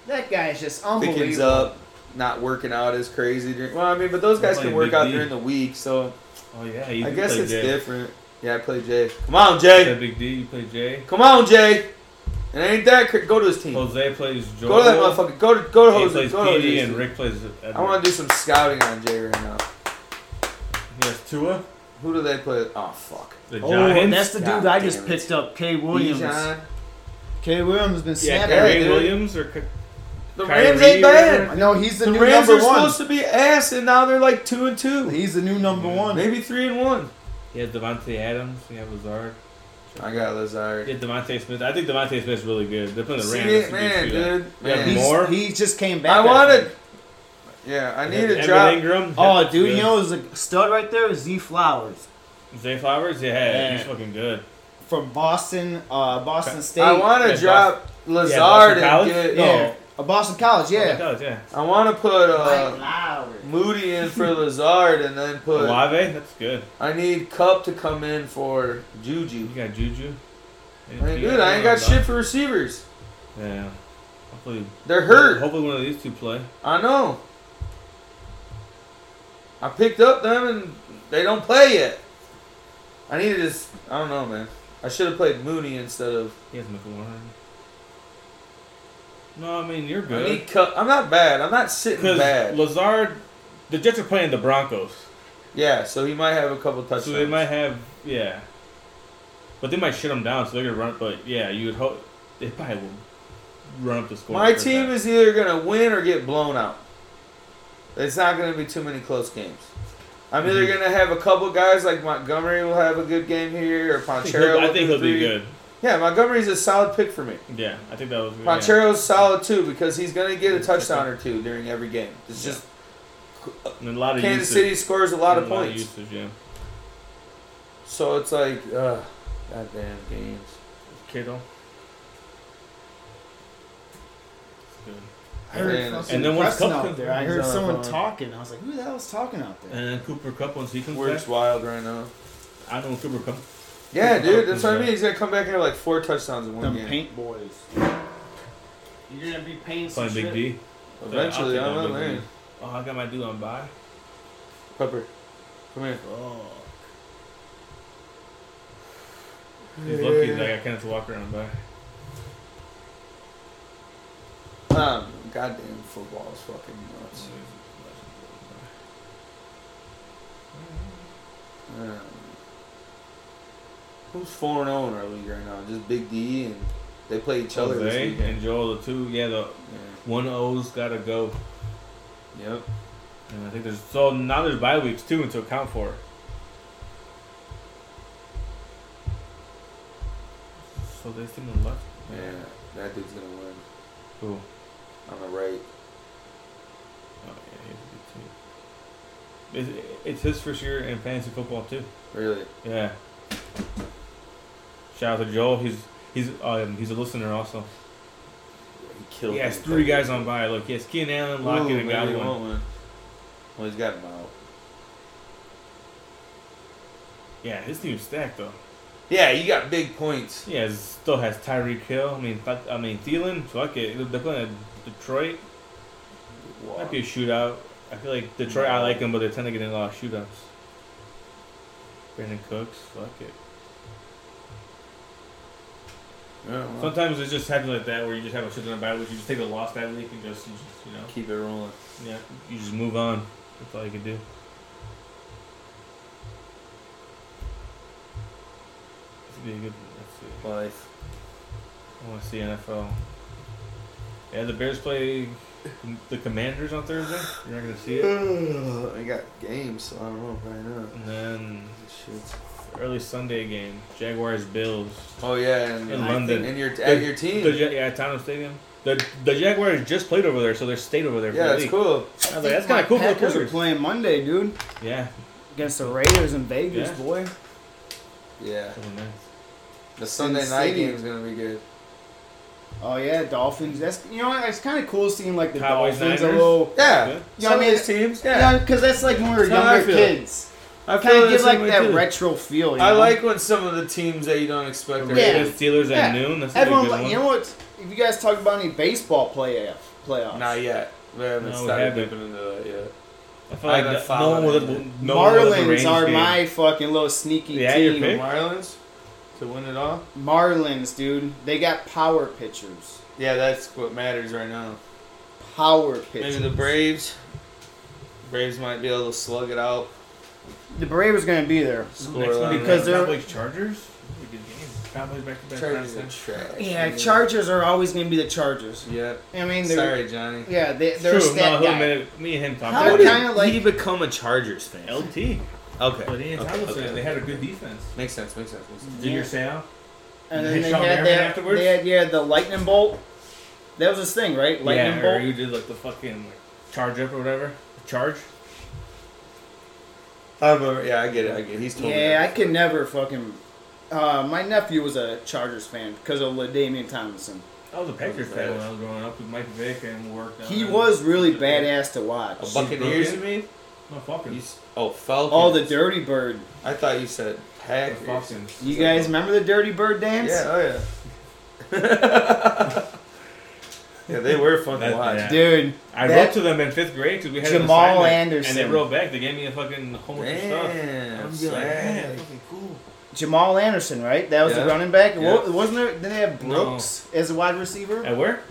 that guy's just Thickens unbelievable. up, not working out as crazy. During, well, I mean, but those guys Playing can work Big out D. during the week, so Oh yeah, you I do guess play it's Jay. different. Yeah, I play Jay. Come on, You play Jay. Big D, you play Jay. Come on, Jay. And ain't that cr- go to his team? Jose plays Joel. Go to that motherfucker. Go to go to He Jose. plays Go to PD Jose. and Rick plays. uh, Edward. I want to do some scouting on Jay right now. He has Tua. Who do they play? Oh fuck. The Oh, and Giants. that's the dude God I damn just it. picked up, K. Williams. Bijan. K. Williams has been yeah, snapping. Gary- Kyrie dude. Williams or Ky- The Kyrie Rams ain't or bad. whatever. no, he's the, The new Rams are number one. supposed to be ass, and now they're like two and two, He's the new number one. maybe three and one. He has Devontae Adams. He has Lazard. I got Lazard. He has Devontae Smith. I think Devontae Smith's really good. They're playing the See Rams. it, That's man, a good shootout. dude. Yeah, Man. He's- More? He just came back. I after. wanted. Yeah, I need Evan to drop. Ingram. Oh, That's dude, good. you know, there's a stud right there is Z Flowers Zay Flowers. Yeah, Yeah. he's fucking good. Oh from Boston, uh, Boston State. I want Yeah, to drop Lazard Boston and College? get. yeah, Oh. uh, Boston College. Yeah, Yeah, college, yeah. I want to put Mike uh, Lowry. Moody in for Lazard, and then put. Olave. That's good. I need Cup to come in for You Juju. got Juju. I mean, dude, I ain't got shit for receivers. Yeah. Hopefully, They're hurt. Hopefully, one of these two play. I know. I picked up them and they don't play yet. I need to just. I don't know, man. I should have played Mooney instead of. He has McLaurin. No, I mean you're I good. need Cup. I'm not bad. I'm not sitting Because bad. Lazard, the Jets are playing the Broncos, yeah, so he might have a couple touchdowns. so they might have yeah, but they might shit them down, so they're gonna run. But yeah, you would hope they probably will run up the score. My team is either gonna win or get blown out. It's not gonna be too many close games. I'm either Mm-hmm. gonna have a couple guys like Montgomery will have a good game here, or [laughs] I think Ponchero. he'll, I think will do he'll be three. good. Yeah, Montgomery's a solid pick for me. Yeah, I think that was. yeah. Ponchero's solid too because he's gonna get a touchdown or two during every game. It's Yeah. just And a lot of Kansas usage. City scores a lot of And a points, usage, yeah. so it's like, uh, goddamn games. Kittle. Good. I heard And fucking then once Preston Cup out comes- there. I he's heard on the someone phone. talking. I was like, who the hell is talking out there? And then Cooper Cup once he comes Works back. wild right now. I don't know Cooper Cup. [laughs] Yeah, Yeah, dude, that's what I yeah. mean. He's gonna come back and have like four touchdowns in one Them game. paint boys. You're gonna be paying some Playing Big shit. D. Eventually, Yeah, I'll I'm take that not Big laying. D. Oh, I got my dude on bye. Pepper, come here. Oh. He's lucky that I got Kenneth Walker on bye. Um, goddamn football is fucking nuts. Um, who's four and zero in our league right now? Just Big D and they play each other this Jose weekend. and Joel, the two, yeah, the one O's gotta go. Yeah. Yep. And I think there's so now there's bye weeks too, and to account for. So they seem on the left. Oh, Yeah, that dude's gonna win Cool. on the right. Oh yeah, he's a good too. It's, it's his first year in fantasy football too. Really? Yeah. Shout out to Joel. He's he's um, he's a listener also. He killed. He has me. three guys on by. Look, he has Keenan Allen, Lockett, Ooh, and maybe he Godwin. won't win. Well, he's got him out. Yeah, his team's stacked though. Yeah, you got big points. He has still has Tyreek Hill. I mean, fuck- I mean Thielen. Fuck it. They're playing Detroit. Might be a shootout. I feel like Detroit. I like them, but they tend to get in a lot of shootouts. Brandon Cooks. Fuck it. Yeah, well, Sometimes it's just happens like that where you just have a shit on a bad week. You just take the loss that week and just you, just, you know. keep it rolling. Yeah, you just move on. That's all you can do. This would be a good. Let's see. Life. I want to see NFL. Yeah, the Bears play the Commanders on Thursday. You're not gonna see it. I got games, so I don't know right now. And then Shit. early Sunday game, Jaguars Bills. Oh yeah, and In I London. think- and your The- at your team. The Ja- yeah, Tottenham Stadium. The the Jaguars just played over there, so they're stayed over there. yeah, for that's the week. cool. I was like, that's kind of cool for the Packers are Cougars. playing Monday, dude, Yeah. against the Raiders in Vegas, Yeah. boy. Yeah, Oh, nice. the Sunday the night stadium. game's gonna be good. Oh yeah, Dolphins. That's you know what, it's kind of cool seeing like the Cowboys, Dolphins a Niners. little. Yeah, Good. You know what I mean? Sunday's teams. Yeah, Yeah, because that's like when we were That's how I younger feel. kids. I Kind of the give same like way, that too. retro feel. You I know? like when some of the teams that you don't expect. Are Yeah. good. Raiders, Steelers Yeah. at noon. That's a everyone. good Like, one. you know what? If you guys talk about any baseball play uh, playoffs, Not yet. We haven't No, we started haven't. dipping into that yet. I feel I like that- haven't no one followed with it a yet. no one with a Rams Marlins are game. my fucking little sneaky Yeah, your team. pick? Marlins to win it all. Marlins, dude. They got power pitchers. Yeah, that's what matters right now. Power pitchers. Maybe the Braves. Braves might be able to slug it out. The Braves are gonna be there. Score Next one on because they're- Cowboys Chargers. Pretty good game. Cowboys back to back. that. Chargers are Cowboys. trash. Yeah, Chargers are always gonna be the Chargers. Yeah. I mean, they're Sorry, Johnny. yeah, they, True. they're No, a stat wait a guy. minute. Me and him talked How about did it. kinda like- he become a Chargers fan? LT. Okay. But Ian Okay, Thomas okay. they had a good defense. Makes sense. Makes sense. Makes sense. Did your sale? And They [laughs] then they shot had Merriman that. afterwards? They had yeah the lightning bolt. That was his thing, right? Lightning yeah, or bolt. you did like the fucking like, charge up or whatever. Charge. I remember. Uh, Yeah, I get it. I get it. He's totally. Yeah, I could never fucking. Uh, my nephew was a Chargers fan because of Ladainian Thomason. I was a Patriots bad. fan when I was growing up with Mike Vick and worked. He was really badass to watch. A Buccaneers, you mean? No You, fucking. s- oh, Falcons. Oh, the Dirty Bird. I thought you said The Packers. oh, Falcons. You guys remember the Dirty Bird dance? Yeah. Oh yeah. Yeah, they were fun to That- watch. yeah. Dude, I That- wrote to them in fifth grade because we had Jamal an assignment, Anderson. and they wrote back. They gave me a fucking homework and stuff. Damn, I'm like, man, Swag. fucking cool. Jamal Anderson, right? That was Yeah. the running back. Yeah. Wa- Wasn't there? Did they have Brooks as a wide receiver? At where?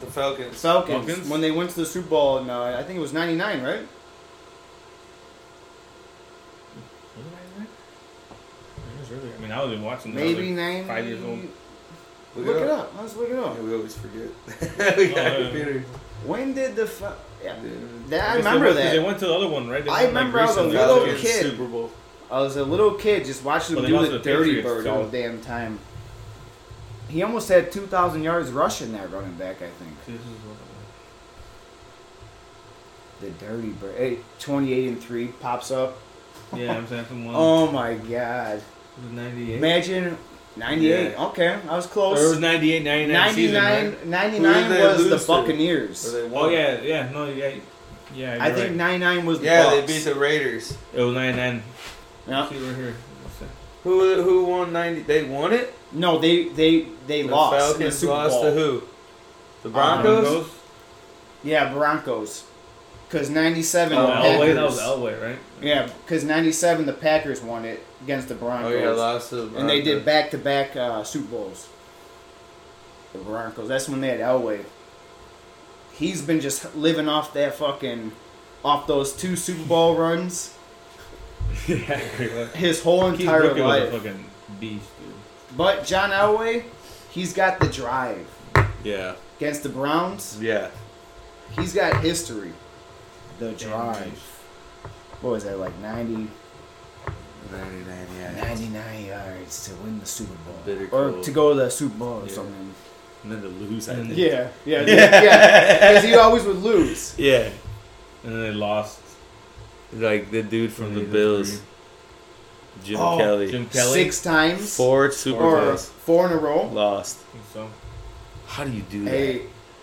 the Falcons. Falcons, Falcons? when they went to the Super Bowl, in, uh, I think it was '99, right? I mean, I was watching. that. I was Maybe like '90. five years old. Look, Look it it up. up. Let's look it up. Yeah, we always forget. [laughs] we got Oh, a yeah. computer. When did the? Fa- yeah, Dude. that, I guess they remember went- 'cause They that. went to the other one, right? They I went, remember I was a recently. little Falcons, kid. Super Bowl. I was a little kid just watching Well, him they lost do the to the dirty Patriots, bird too. all damn time. He almost had 2,000 yards rushing that running back, I think. This is what- The dirty bird. Hey, 28 and 3 pops up. Yeah, I'm saying from one. Oh my god. it was 98. Imagine 98. Yeah. Okay, I was Or it close. was 98, 99 season, 99, right? 99 Who did they was lose the to? Buccaneers. Or they Oh won. yeah, yeah, no, yeah, yeah. I you're think 99 was the Yeah, they Bucks. beat the Raiders. right. it was 99. Yeah. See right here. Who who won ninety? They won it. No, they they they The lost in the Falcons Super lost Bowl. to who? The Broncos. Yeah, Broncos. Cuz 97 Oh, the Elway. Packers. That was Elway, right? Yeah, because '97 the Packers won it against the oh Broncos, yeah, lost to. The and they did Broncos. back to back Super Bowls. The Broncos. That's when they had Elway. He's been just living off that fucking, off those two Super Bowl runs [laughs] yeah. his whole Keith entire Brooker was a life. fucking beast, dude. But John Elway, he's got the drive Yeah. against the Browns. Yeah. He's got history. The drive. nice. What was that like 90, Ninety nine. Yeah. 99 yards to win the Super Bowl, Bitter or cold. to go to the Super Bowl or Yeah. something. And then to lose. I And- think. Yeah, yeah, [laughs] yeah. Because he always would lose. Yeah. And then they lost. Like the dude from the Maybe the Bills, three. Jim Oh, Kelly. Jim Kelly. Six times Four Super or Bowls. four in a row. Lost. I think So. How do you do that? Hey,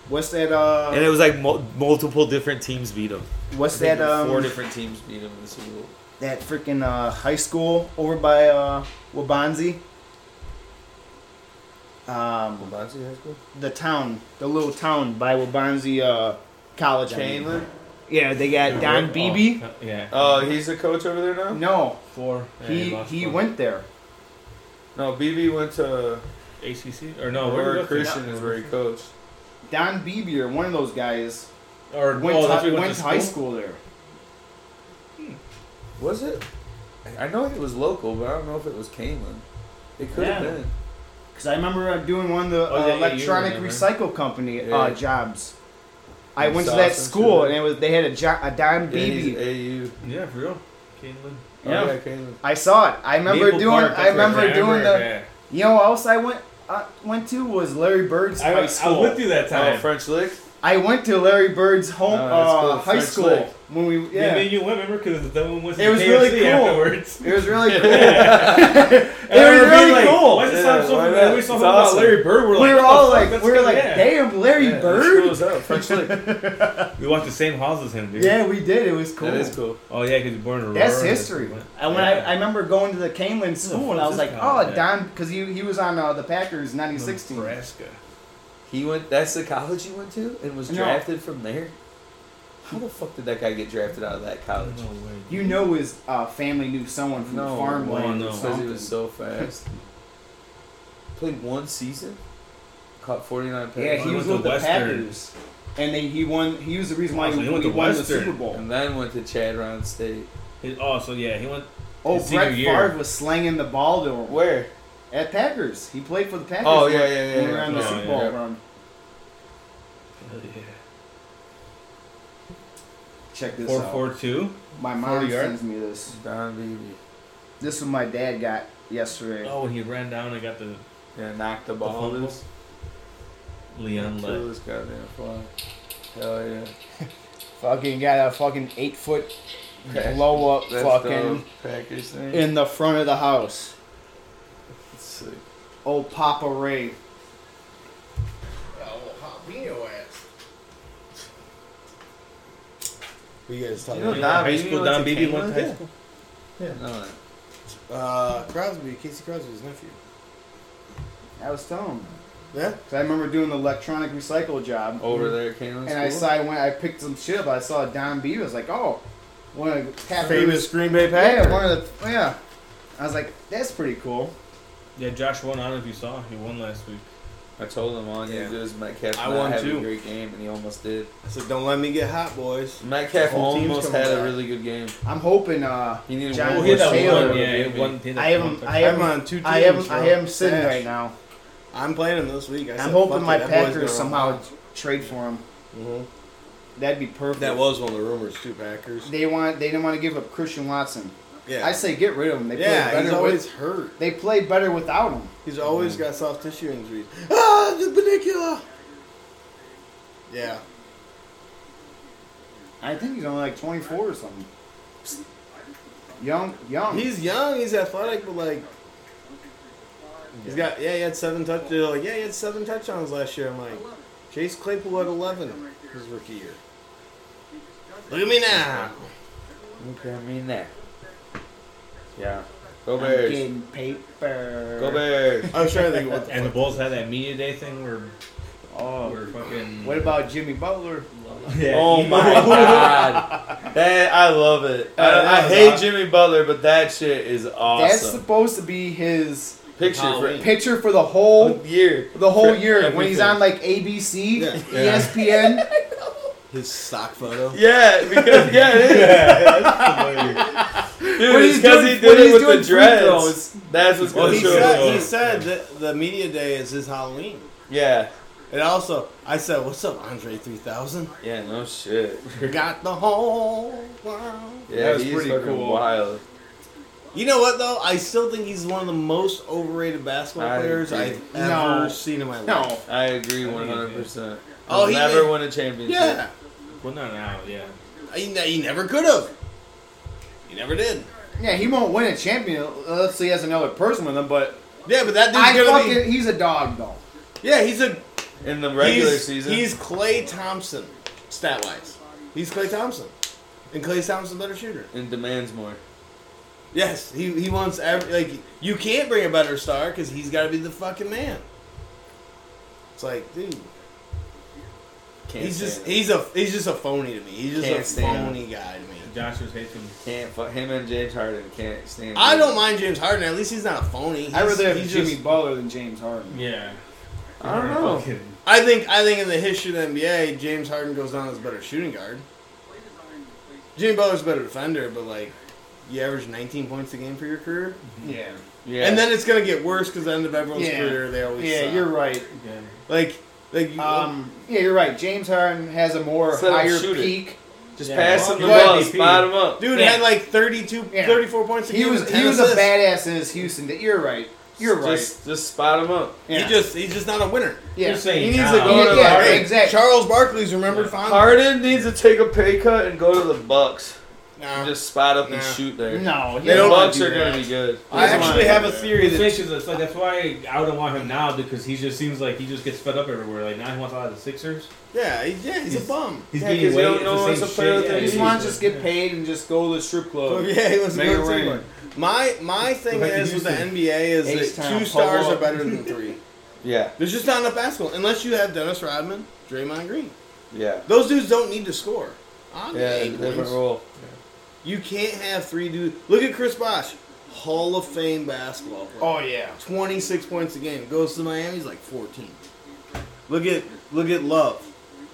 what's that? Uh, And it was like mul- multiple different teams beat him. what's that? four Um, different teams beat him in the Super Bowl. that freaking uh, high school over by uh, Wabanzi. Um, the town, the little town by Wabanzi uh, College. I mean. Chamberlain? Yeah, they got Don Oh, Beebe. yeah. Oh, he's the coach over there now. No, Four. Oh, Yeah, he lost he one. went there. No, BB went to ACC or no? where did he Oh, where go to? Christian is where he coached. Don Beebe or one of those guys Or went, oh, to, that's where he went, went to high school there. Was it? I know it was local, but I don't know if it was Kalen. It could have Yeah. been. Because I remember uh, doing one of the Oh, yeah, uh, yeah, you electronic remember. recycle company Yeah. uh, jobs. I You went to saw that some school shit. and it was they had a, jo- a dime Yeah, he's BB. AU. Yeah, for real. Caitlin. Oh, Yeah. yeah, Kalen. I saw it. I remember Maple doing. I Park, that's where remember it's at. doing the. Yeah. You know what else I went uh, went to was Larry Bird's I, high was- I school. was with you that Oh, time. French Lick. I went to Larry Bird's home Oh, that's uh, cool. high French school Lick. when we Yeah. yeah. me and you went, remember? Because then we went to It the was KFC really cool. afterwards. it was really cool. [laughs] And I was remember [laughs] really like, cool. Why does it Yeah, sound so why familiar? not? We saw It's something about awesome. Larry Bird. We're like, we were what all the fuck? like, That's we were good, like, yeah. damn, Larry Yeah, Bird. this goes up. [laughs] French Lick. We watched the same house as him, dude. Yeah, we did. It was cool. That is cool. Oh yeah, because you born in Aurora. That's history. what- And when I, I remember going to the Canelan school, and I was like, fuck is oh, this guy? Don, because he, he was on uh, the Packers 96 team. Nebraska. He went. That's the college you went to, and was No. drafted from there. How the fuck did that guy get drafted out of that college? No way. You know his uh, family knew someone from the farmland. no. or Because he was something. so fast. Played one season, caught 49 passes. Yeah, he He was with went to the Western. Packers. And then he won. He was the reason why Oh, so he, he went he to won the Western. Super Bowl. and then went to Chadron State. His, oh, so yeah, he went. Oh, his senior Brett year. Favre was slanging the ball to him Where? at Packers. He played for the Packers. Oh, when- yeah, yeah, yeah, When we yeah. were on the Oh, Super yeah. Bowl Yeah. run. Hell yeah. Check this Four out. four two. My 40 mom yards. sends me this. Don Beebe. This is what my dad got yesterday. Oh, when he ran down and got the Yeah, knocked the ball fumble? loose. Leon Threw left. this goddamn fly. Hell yeah. Fucking got a fucking eight foot Crash. blow up That's fucking. the Packers thing. in the front of the house. It's sick. Oh, Papa Ray. You guys talking You know, about Don high Beebe school. went Don to Beebe went to Kalen? high Yeah. school. No, uh, Crosby, Casey Crosby's nephew. I was telling him. Yeah. 'Cause I remember doing the electronic recycle job over there at Canaan and I School? saw I went. I picked some shit up. I saw Don B. I was like, oh, one of the Packers- Famous Green Bay Packers. Yeah, one of the yeah. I was like, that's pretty cool. Yeah, Josh won. I don't know if you saw. He won last week. I told him on Yeah. you just Metcalf I not won having too. a great game, and he almost did. I said, don't let me get hot, boys. Metcalf Whole team's almost coming had a back. really good game. I'm hoping. Uh, He needed John- one. Well, Well, he he had had that Taylor, that one, one. yeah, Yeah, he won. I am. I I'm am. on two teams. I am. bro. I am sitting Trash. right now. I'm playing him this week. I I'm said, hoping fuck my it, that boy's gonna Packers run somehow wild. trade for him. Mhm. That'd be perfect. That was one of the rumors too. Packers. They want. They didn't want to give up Christian Watson. Yeah. I say get rid of him. They play yeah. better He's with- Mm. always hurt. They play better without him. He's always got soft tissue injuries. Ah, the panicula. Yeah. I think he's only like 24 or something. Young, young. He's young. He's athletic, but like, he's got yeah. He had seven touch. They're like, yeah, he had seven touchdowns last year. I'm like, Chase Claypool had eleven his rookie year. Look at me now. Look at me now. Yeah. Go I'm Bears. getting paper. Go Bears. I was trying to think [laughs] what the And the fuck. Bulls had that media day thing where, Oh, where fucking. what about Jimmy Butler? Yeah, Oh [laughs] he- my god. That I love it. Uh, I, I that was hate awesome. Jimmy Butler, but that shit is That's awesome. supposed to be his Picture for Halloween. picture for the whole a year. the whole For year when he's everything. on like ABC, Yeah. Yeah. [laughs] ESPN. His sock photo. Yeah, because yeah, it is. Dude, When it's he's because doing- he when did it he's with the doing free dreads. throws. That's what's Well, gonna he show. said he us. said that the media day is his Halloween. Yeah, And also, I said, "What's up, Andre 3000? yeah, no shit. Got the whole world." Yeah, was he's pretty fucking cool. wild. You know what though? I still think he's one of the most overrated basketball I players agree. I've No. ever seen in my life. No, I agree one hundred percent. Oh, Oh, he he never made- won a championship. Yeah. Well, not now. Yeah. He, ne- he never could have. He never did. yeah, he won't win a champion unless he has another person with him. But Yeah, but that dude's I gonna fucking he's a dog though. be. Yeah, he's a in the regular he's, season. He's Clay Thompson, stat wise. He's Clay Thompson, and Clay Thompson's a better shooter. and demands more. Yes, he he wants every like you can't bring a better star because he's got to be the fucking man. It's like, dude, Can't he's just stand him. he's a he's just a phony to me. He's just Can't a stand phony guy to me. Josh was hating. can't fuck him and James Harden can't stand. I him. don't mind James Harden. At least he's not a phony. He's, I'd rather have he's Jimmy just- Butler than James Harden. Yeah. I don't know. I think I think in the history of the NBA, James Harden goes down as a better shooting guard. Jimmy Butler's a better defender, but like you average 19 points a game for your career, Yeah, Yeah, and then it's gonna get worse because the end of everyone's Mm-hmm. Yeah. career they always yeah, suck. you're right. Yeah. like like you- Um, yeah, you're right. James Harden has a more Set up higher shooter. peak. just Yeah. pass him the He's ball, MVP. spot him up. dude had like 32, Yeah. 34 points a He game. was and 10 he was a assists. badass in his Houston. day. You're right. You're right. Just, just spot him up. yeah. He just he's just not a winner. yeah. You're saying He needs now. to go to Yeah, like, hey, exactly. Charles Barkley's remembered finally. Harden needs to take a pay cut and go to the Bucks. No. Just spot up and Nah. shoot there. No, he They The don't don't Bucks do are that. going to be good. I Here's actually my- have a theory It's that like, it's like that's why I wouldn't want him now because he just seems like he just gets fed up everywhere. Like now he wants out of the Sixers. yeah, he- yeah, he's a [laughs] bum. He's Yeah, getting 'cause they way don't it's know the what's same a shit. player Yeah, that He he just he's wants just- to just get yeah. paid and just go to the strip club. yeah, he was a Make it good rain. team. My my thing Like is with the Houston. NBA is that H-Town, two stars Polo. are better [laughs] than three. Yeah, There's just not enough basketball unless you have Dennis Rodman, Draymond Green. yeah. Those dudes don't need to score. I'm Yeah, eight different points. role. You can't have three dudes. Look at Chris Bosh, Hall of Fame basketball player. Oh yeah. 26 points a game. Goes to Miami, he's like 14. Look at look at Love.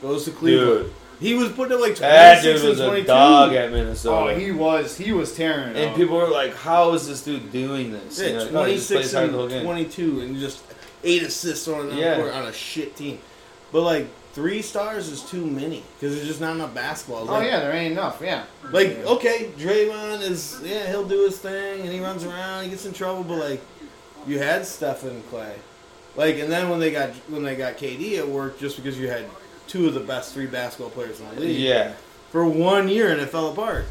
Goes to Cleveland. Dude, He was putting up like 26 that dude was and a 22. dog at Oh, Minnesota. he was he was tearing it and up. people were like, how is this dude doing this? You Um, Yeah, know, oh, he 26 just plays hard the whole and game. 22 and just eight assists on, Yeah. yeah. on a shit team. But like three stars is too many because there's just not enough basketball. Oh Like, yeah, there ain't enough. Yeah. Like okay, Draymond is yeah he'll do his thing and he runs around he gets in trouble. But like you had Steph and Clay, like and then when they got when they got KD it worked just because you had two of the best three basketball players in the league Yeah, for one year and it fell apart.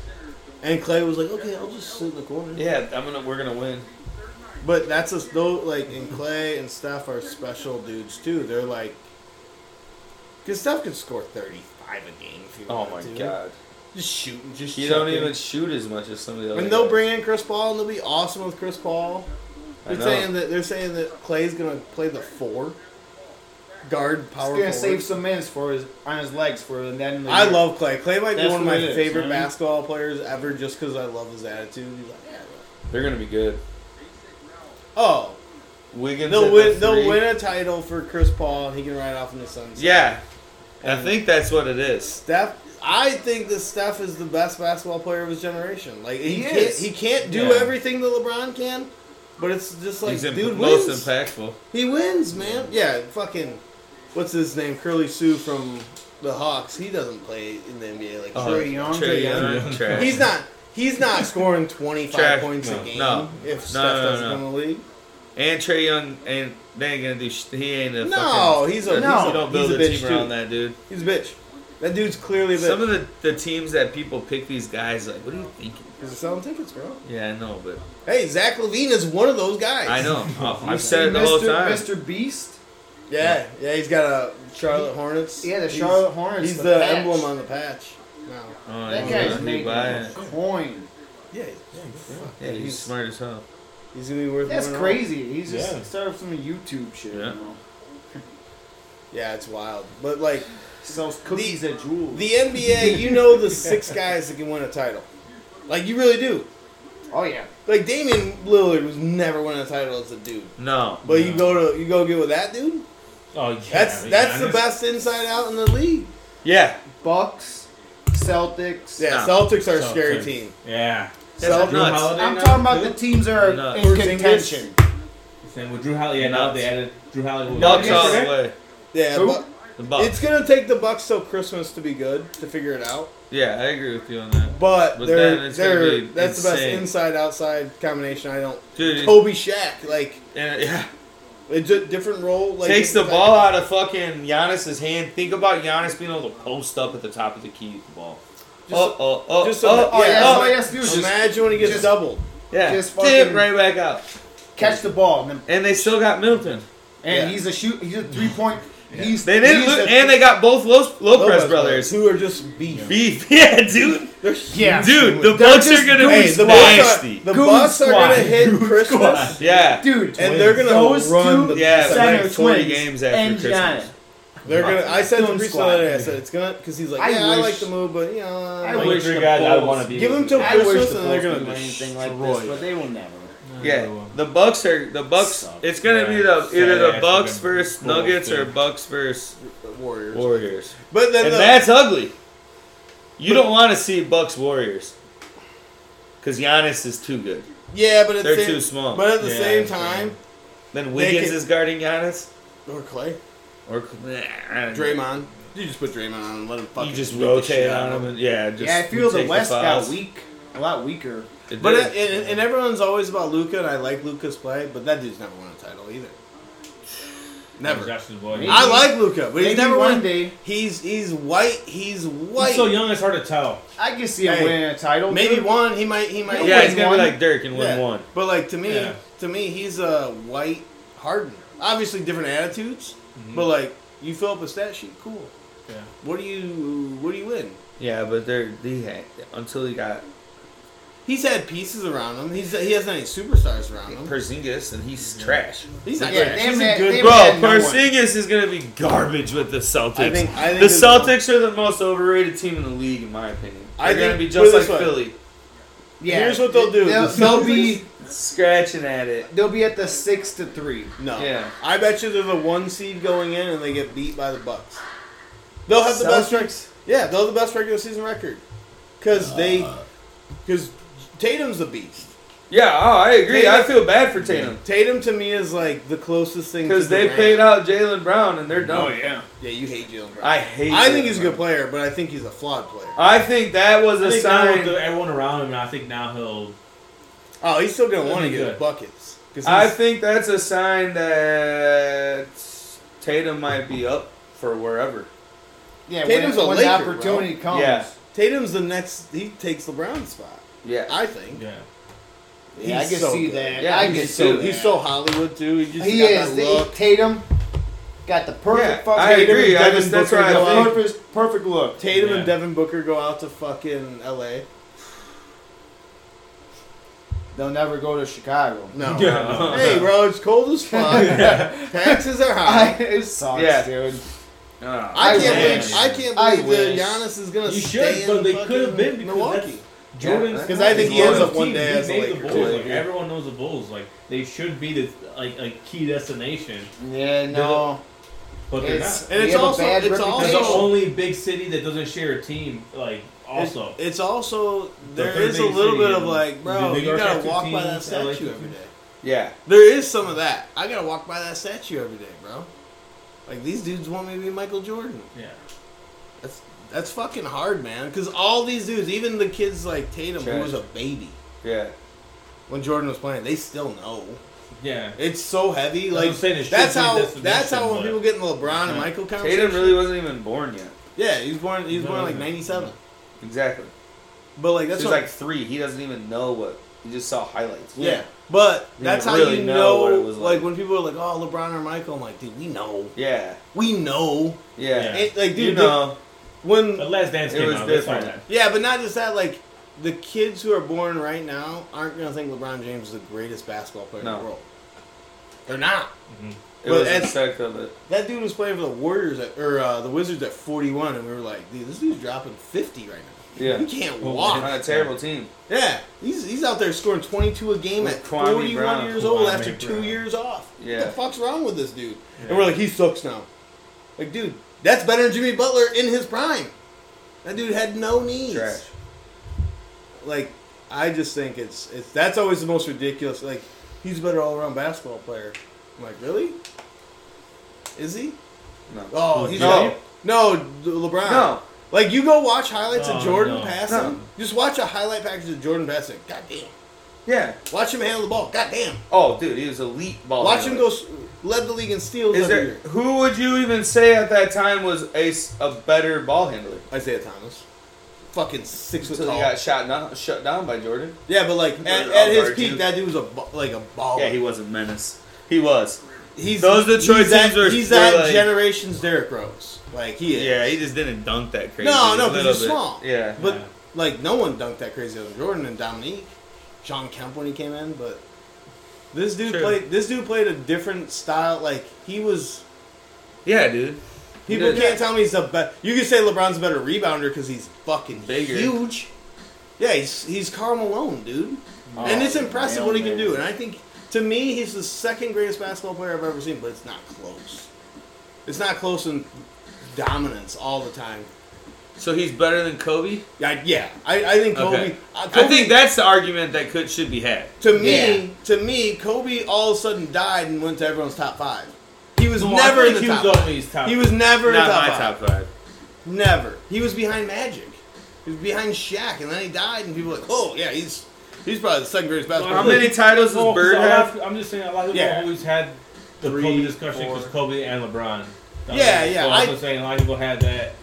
And Clay was like, okay, I'll just sit in the corner. yeah. I'm gonna, we're gonna win. But that's us though. Like, and Clay and Steph are special dudes too. They're like, because Steph could score thirty-five a game if you Oh want my to. god, Just shooting, just you don't chucking. even shoot as much as some of the other. And they'll guys. bring in Chris Paul, and they'll be awesome with Chris Paul. I They're know. saying that they're saying that Clay's gonna play the four. guard power He's forward. gonna save some minutes for his on his legs for and then. the- I love Clay. Clay might be That's one of what my it is, favorite you know? basketball players ever, just because I love his attitude. He's like, yeah, bro. They're gonna be good. oh, Wiggins. they'll at win. the They'll three. win a title for Chris Paul, and he can ride off in the sunset. Yeah, I think that's what it is. Steph. I think that Steph is the best basketball player of his generation. Like he, He can't, is. he can't do Yeah. everything that LeBron can, but it's just like He's imp- dude most wins. impactful. He wins, man. Yeah, fucking. What's his name? Curly Sue from the Hawks. He doesn't play in the NBA like Uh-huh. Curry. Young, Trae Young. Young, trash. He's not. He's not scoring twenty five Trash. points No. a game No. if No, Steph no, no, doesn't no. come in the league. And Trey Young ain't they ain't gonna do. Sh- he ain't a No, Fucking, he's a- you no, don't he's build a a, bitch, team too. around that dude. He's a bitch. That dude's clearly a bitch. Some of the, the teams that people pick these guys like, what are you thinking? He's selling tickets, bro. Yeah, I know, but Hey, Zach Levine is one of those guys. I know. I- I've See, said it the whole Mr. time. Mr. Beast. Yeah, yeah, he's got a Charlotte Hornets. Yeah, the He's- Charlotte Hornets. He's the, patch. emblem on the patch. Now. Oh, That he's guy's gonna be making buying a it. coin. Yeah, Yeah, he's, he's- smart as hell. he's gonna be worth. That's more than crazy. He's just Yeah. started from YouTube shit. Yeah. You know? all. Yeah, it's wild. But like Sells cookies at Jewel. the NBA, you know the [laughs] six guys that can win a title. Like you really do. oh yeah. Like Damian Lillard was never winning a title as a dude. No, But you go to you go get with that dude. Oh, yeah. That's I mean, that's the Giannis- best inside out in the league. yeah, Bucks, Celtics. Yeah, No. Celtics are a scary Celtics. team. Yeah. That's So- nuts. Drew Holiday I'm now, talking about too? the teams that are No. in Porzingis. contention. Same with Drew Holiday. Yeah, now Nuts. they added Drew Holiday. Bucks all the yesterday? way. Yeah, Who? but The Bucks. it's gonna take the Bucks till Christmas to be good to figure it out. yeah, I agree with you on that, But, But then they're, it's gonna they're be that's the best insane. inside outside combination. I don't. dude. it- Kobe Shaq, like and- yeah, a di- different role. Like takes the different- ball out of fucking Giannis's hand. Think about Giannis being able to post up at the top of the key with the ball. Just- oh, oh, oh, just oh, so- oh, yeah, yeah, That's oh, all he has to do is [laughs] just Imagine when he gets just- doubled. yeah. just Dip fucking- right back out. catch the ball and then And they still got Middleton. And Yeah. he's a shoot. He's a three point. He's They didn't he's lose, a- and they got both Lopez, Lopez Lopez brothers. who are just beef. Beef, [laughs] yeah, dude, yeah, dude. The Bucks are gonna Hey, be the Bucks, are, nasty. the Goon Bucks are gonna squad. hit Christmas, yeah, dude. and they're gonna Those run. two- The, yeah, Center like forty twins games after and Christmas. Giannis. They're gonna. I said to Goon Priest the squad. other day, I said it's gonna because he's like, I yeah, I wish- like the move, but you know, I like, wish- Like, three guys I want to be. give them with. till I wish Christmas, the and they're Bulls gonna could do anything like this, destroy but they will never. Yeah, the Bucks are the Bucks. Suck. It's gonna Yeah, be the either sad the ass Bucks fucking versus Bulls, Nuggets or dude. Bucks versus the Warriors. Warriors. But then and the, that's ugly. You don't want to see Bucks Warriors because Giannis is too good. yeah, but at They're the same, too small. But at the Yeah, same yeah. time, Then They Wiggins can- is guarding Giannis, or Clay, or Draymond, you just put Draymond on and let him fucking You just beat the shit rotate out on of him, and yeah. Just yeah, I feel take the West fouls. got weak, a lot weaker. It But did. it, and, and everyone's always about Luca, and I like Luca's play, but that dude's never won a title either. Never. Josh's boy. Maybe- I like Luca, but he's Maybe never one won. day He's he's white. He's white. He's so young, it's hard to tell. I can see him Hey, winning a title. Maybe dude. one. He might. He might. yeah, win he's gonna one. be like Dirk and Yeah. win one. But like to me, Yeah. to me, he's a white Harden. Obviously, different attitudes, but like you fill up a stat sheet, cool. Yeah. What do you What do you win? Yeah, but they're they had until he got He's had pieces around him. He's he hasn't any superstars around him. Porzingis, and he's trash. He's not Yeah, trash. damn He's a that- good damn Bro, had no one. Porzingis is gonna be garbage with the Celtics. I think- I think the it's- Celtics are the most overrated team in the league, in my opinion. They're I gonna think- be put it just like this way. Philly, Yeah, Here's what they'll do. They'll, they'll be scratching at it. they'll be at the six to three. No. Yeah. I bet you they're the one seed going in and they get beat by the Bucks. They'll have the best Celtics? rec- Yeah, they'll have the best regular season record. Cuz they cuz Tatum's a beast. Yeah, oh, I agree. Tatum- I feel bad for Tatum Tatum to me is like the closest thing because to they Durant. paid out Jalen Brown and they're done. yeah. Yeah, you hate Jalen Brown. I hate. I Jaylen think he's a Brown. good player, but I think he's a flawed player. I think that was I a think now with the- sign. everyone around him, and I think now he'll. Oh, he's still going to That'd want to be get good. buckets. 'Cause I he's- think that's a sign that Tatum might be up for wherever. Yeah, Tatum's when, a when Laker, the opportunity comes. Yeah. Tatum's the next he takes LeBron's spot. Yeah, I think. Yeah. Yeah, I He's can so see good. that. Yeah, I he's can He's see so, that. he's so Hollywood too. He, just He got is. That look. They, Tatum got the perfect Yeah, fucking. I agree. I Devin just- that's Booker what I go think. out. Perfect, perfect look. Tatum Yeah. and Devin Booker go out to fucking L.A. They'll never go to Chicago. No. Yeah. Hey, bro, it's cold as [laughs] fuck. Taxes are [laughs] I, high. it sucks, Yeah. dude. Uh, I, I can't wish. believe I can't I believe wish. that Giannis is gonna. You stay should, in but they fucking could have been because Milwaukee. that's Jordan's. Because I think he Jordan's ends up one team. day he as a made the Laker. Bulls. too. Like, everyone knows the Bulls. Like they should be the like a key destination, Yeah, no. but they're It's, not. And we it's have a also- bad it's also- They're the reputation. only big city that doesn't share a team. Like also, It- it's also there third is a biggest little city bit in of like, bro, the New you York gotta Active walk by Team, that LA statue Clippers. every day. Yeah. There is some of that. I gotta walk by that statue every day, bro. Like these dudes want me to be Michael Jordan. yeah. That's that's fucking hard, man. Because all these dudes, even the kids like Tatum, who was a baby Yeah. when Jordan was playing, they still know. Yeah. It's so heavy. what Like I'm saying, it should that's be how destination, that's how when but- people get in LeBron and Michael Tatum conversation. really wasn't even born yet. yeah, he was born. He was No, born like no. '97. Exactly. But like that's She's what, like three. He doesn't even know what. He just saw highlights. yeah. But Didn't that's how really you know know. what it was like. like. when people are like, "Oh, LeBron or Michael," I'm like, "Dude, we know. Yeah. We know." Yeah. Yeah. It- like, dude, you know. when The last dance It came was out. different. That's all Yeah, but not just that. Like the kids who are born right now aren't gonna think LeBron James is the greatest basketball player in No. the world. They're not. It But was the that's- effect of it. That dude was playing for the Warriors at, or uh, the Wizards at 41, and we were like, dude, this dude's dropping 50 right now. [laughs] Yeah. He can't Well, walk. On a terrible team. Yeah, he's, he's out there scoring 22 a game With at Kwame 41 Brown. years old Kwame after two Brown. years off. Yeah. What the fuck's wrong with this dude? Yeah. And we're like, he sucks now. Like, dude, that's better than Jimmy Butler in his prime. That dude had no knees. Trash. Like, I just think it's it's that's always the most ridiculous. Like, he's a better all around basketball player. I'm like, really? Is he? No. Oh, he's No. no Le- LeBron. No. Like you go watch highlights of Oh, Jordan no. passing. No. Just watch a highlight package of Jordan passing. God damn. Yeah. Watch him handle the ball. God damn. Oh, dude, he was elite ball. Watch him handler. go s- led the league in steals Is every there year. who would you even say at that time was a, s- a better ball handler? Isaiah Thomas. Fucking six foot Until tall. he got shot down, shut down by Jordan. Yeah, but like at, I'll at his guard peak, you. that dude was a bu- like a baller. Yeah, he was a menace. He was. he's Those Detroit he's that- teams are- he's were that like- generation's Derrick Rose. Like he is. he just didn't dunk that crazy. No, no, A 'cause little he's bit. small. Yeah, But Yeah. like no one dunked that crazy other than Jordan and Dominique, John Kemp when he came in. But this dude True. played. This dude played a different style. Like he was. yeah, dude. People did. can't tell me he's the best. You can say LeBron's a better rebounder because he's fucking Bigger. huge. Yeah, he's he's Karl Malone, dude, and it's impressive what he can do. And I think to me, he's the second greatest basketball player I've ever seen. But it's not close. It's not close in dominance all the time. So he's better than Kobe. I, yeah, I, I think Kobe. Okay. uh, I Kobe- think that's the argument that could should be had. To me, to me, Kobe all of a sudden died and went to everyone's top five. He was No, I never in the think he was top. five. always top He was never in Not the top my five. top five. Never. He was behind Magic. He was behind Shaq, and then he died, and people were like, oh yeah, he's he's probably the second greatest basketball. How Well, player. many titles does No, 'cause Bird a lot have? of- Oh, I'm just saying a lot of people Yeah. always had the Three, Kobe discussion because four. Kobe and LeBron. Yeah, yeah, So I'm I- just saying a lot of people had that.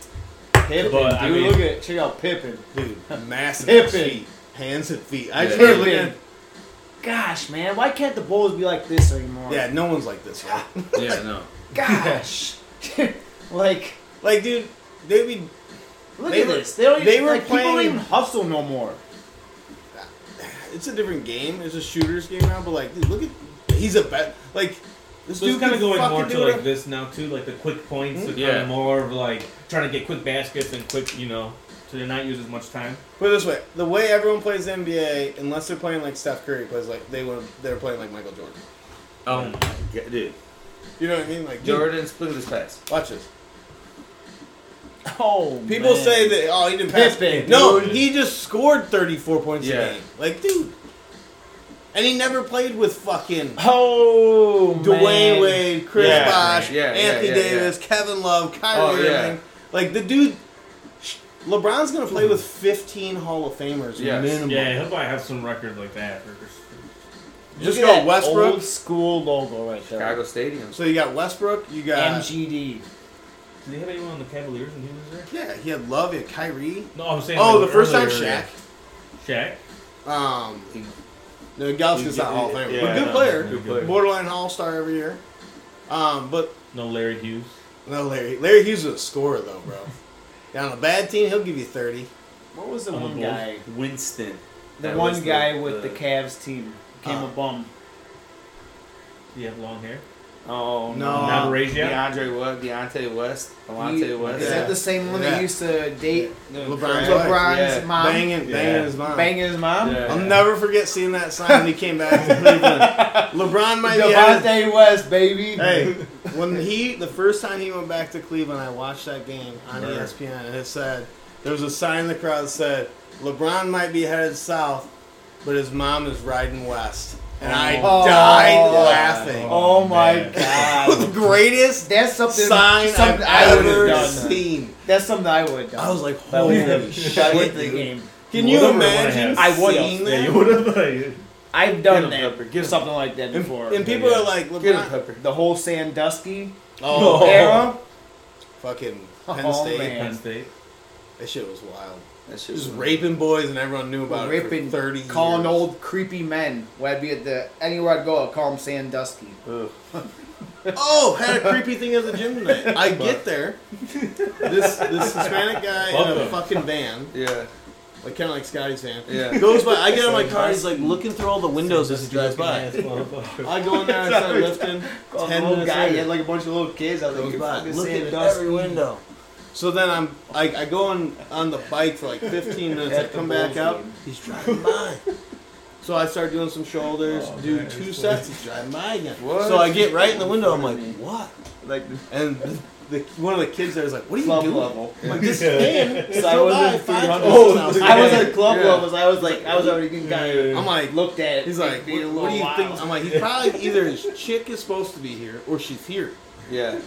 Pippen, But, dude, I mean- look at check out Pippen. [laughs] Dude, massive Pippen. feet, hands and feet. I Yeah. can't look at. Gosh, man, why can't the Bulls be like this anymore? Yeah, no one's like this. Right? Yeah, [laughs] no. [laughs] [laughs] Gosh. like, like, dude, they be look They at were- this. They don't even, they were like, people don't playing- even hustle no more. it's a different game. It's a shooters game now, but like, dude, look at he's a bet. Like, this So it's dude kind of going more to to like this now too, like the quick points. It's kind Yeah. of more of like trying to get quick baskets and quick, you know, so they're not using as much time. Put it this way: the way everyone plays the NBA, unless they're playing like Steph Curry plays, like they were they're playing like Michael Jordan. Oh my god, dude. You know what I mean? Like dude, Jordan split his pass. watch this. Oh, People man. say that oh he didn't pass. Pippen, no, dude. he just scored thirty four points Yeah. a game. Like dude, and he never played with fucking Oh, Dwayne man. Wade, Chris Yeah. Bosh, Yeah, yeah, Anthony yeah, yeah. Davis, Kevin Love, Kyrie Oh, yeah. Irving. Like the dude, LeBron's gonna play with fifteen Hall of Famers Yes. minimum. Yeah, he'll probably have some record like that. Or just, Just Look at go that Westbrook. Old school logo right there. Chicago Stadium. So you got Westbrook, you got MGD. did they have anyone on the Cavaliers when he was there? Yeah, he had Love, he had Kyrie. No, I'm saying. Oh, like, the first time earlier. Shaq. Shaq. Um, no, Gallagher's not Hall of Famer, but Yeah. good player. Good player. Borderline All Star every year. Um, but No, Larry Hughes. no, Larry. Larry Hughes is a scorer though, bro. Yeah, on a bad team, he'll give you thirty. What was the On the one Bulls. guy? Winston. The That was one the- guy with the- the Cavs team became Ah. a bum. You have long hair. Oh No. Not raised yet? DeAndre what? Deontay West. He- Alante West. Is that the same one that Yeah. used to date the LeBron's LeBron's wife. mom? Banging, banging Yeah. his mom. Banging his mom? Yeah. [laughs] I'll never forget seeing that sign when he came back to [laughs] Cleveland. LeBron might be out of- Devontae West, baby. Hey, when he the first time he went back to Cleveland, I watched that game on E Sure. ESPN, and it said there was a sign in the crowd that said LeBron might be headed south, but his mom is riding west, and I Oh. died Oh. laughing. Oh my man. god. [laughs] The greatest That's something, sign I've something I would have ever done. seen. That's something I would have done. I was like, That was holy the- shit! that was the game. Can you Whatever imagine? would've had. I would've. seeing Yeah, that? you would have. Like, I've Get him, done Pepper, that. get him. something like that And, before. and people Yeah. are like, Get him, LeBron. Pepper. the whole Sandusky Oh, No. era. [laughs] fucking Penn Oh, State. man. Penn State. That shit was wild. That shit Just was raping boys and everyone knew about it Ripping, for 30 calling years. old creepy men. Where I'd be at the anywhere I'd go, I'd call them Sandusky. [laughs] Uh, Oh, had a creepy thing at the gym [laughs] tonight. I get there. This this Hispanic guy in a Welcome. fucking van, Yeah. like kind of like Scotty's van, Yeah. goes by. I get out of my car. He's like looking through all the windows as he drives by. I go in there. I [laughs] start lifting. Called Ten a little minutes guy, he later, had like a bunch of little kids. I was like, goes "You're by, fucking looking at Sandusky." every window. So then I'm I, I go on on the bike for like [laughs] 15 minutes. I At the come back Bulls out. game. He's driving by. So I start doing some shoulders, Oh, do two sets. He's driving by again. What? So I get right in the window. I'm [laughs] like, what? Like And the, the, one of the kids there was like, "What are you club doing?" level. I'm like, "This man is [laughs] So I still was alive." Oh, at Five 300. thousand I was dollars. at club Yeah. levels. I was like, I was already getting guy. I'm like, Looked at it. he's like, being a "What, little what do you wild. think?" I'm like, "He's probably either his chick is supposed to be here or she's here." Yeah.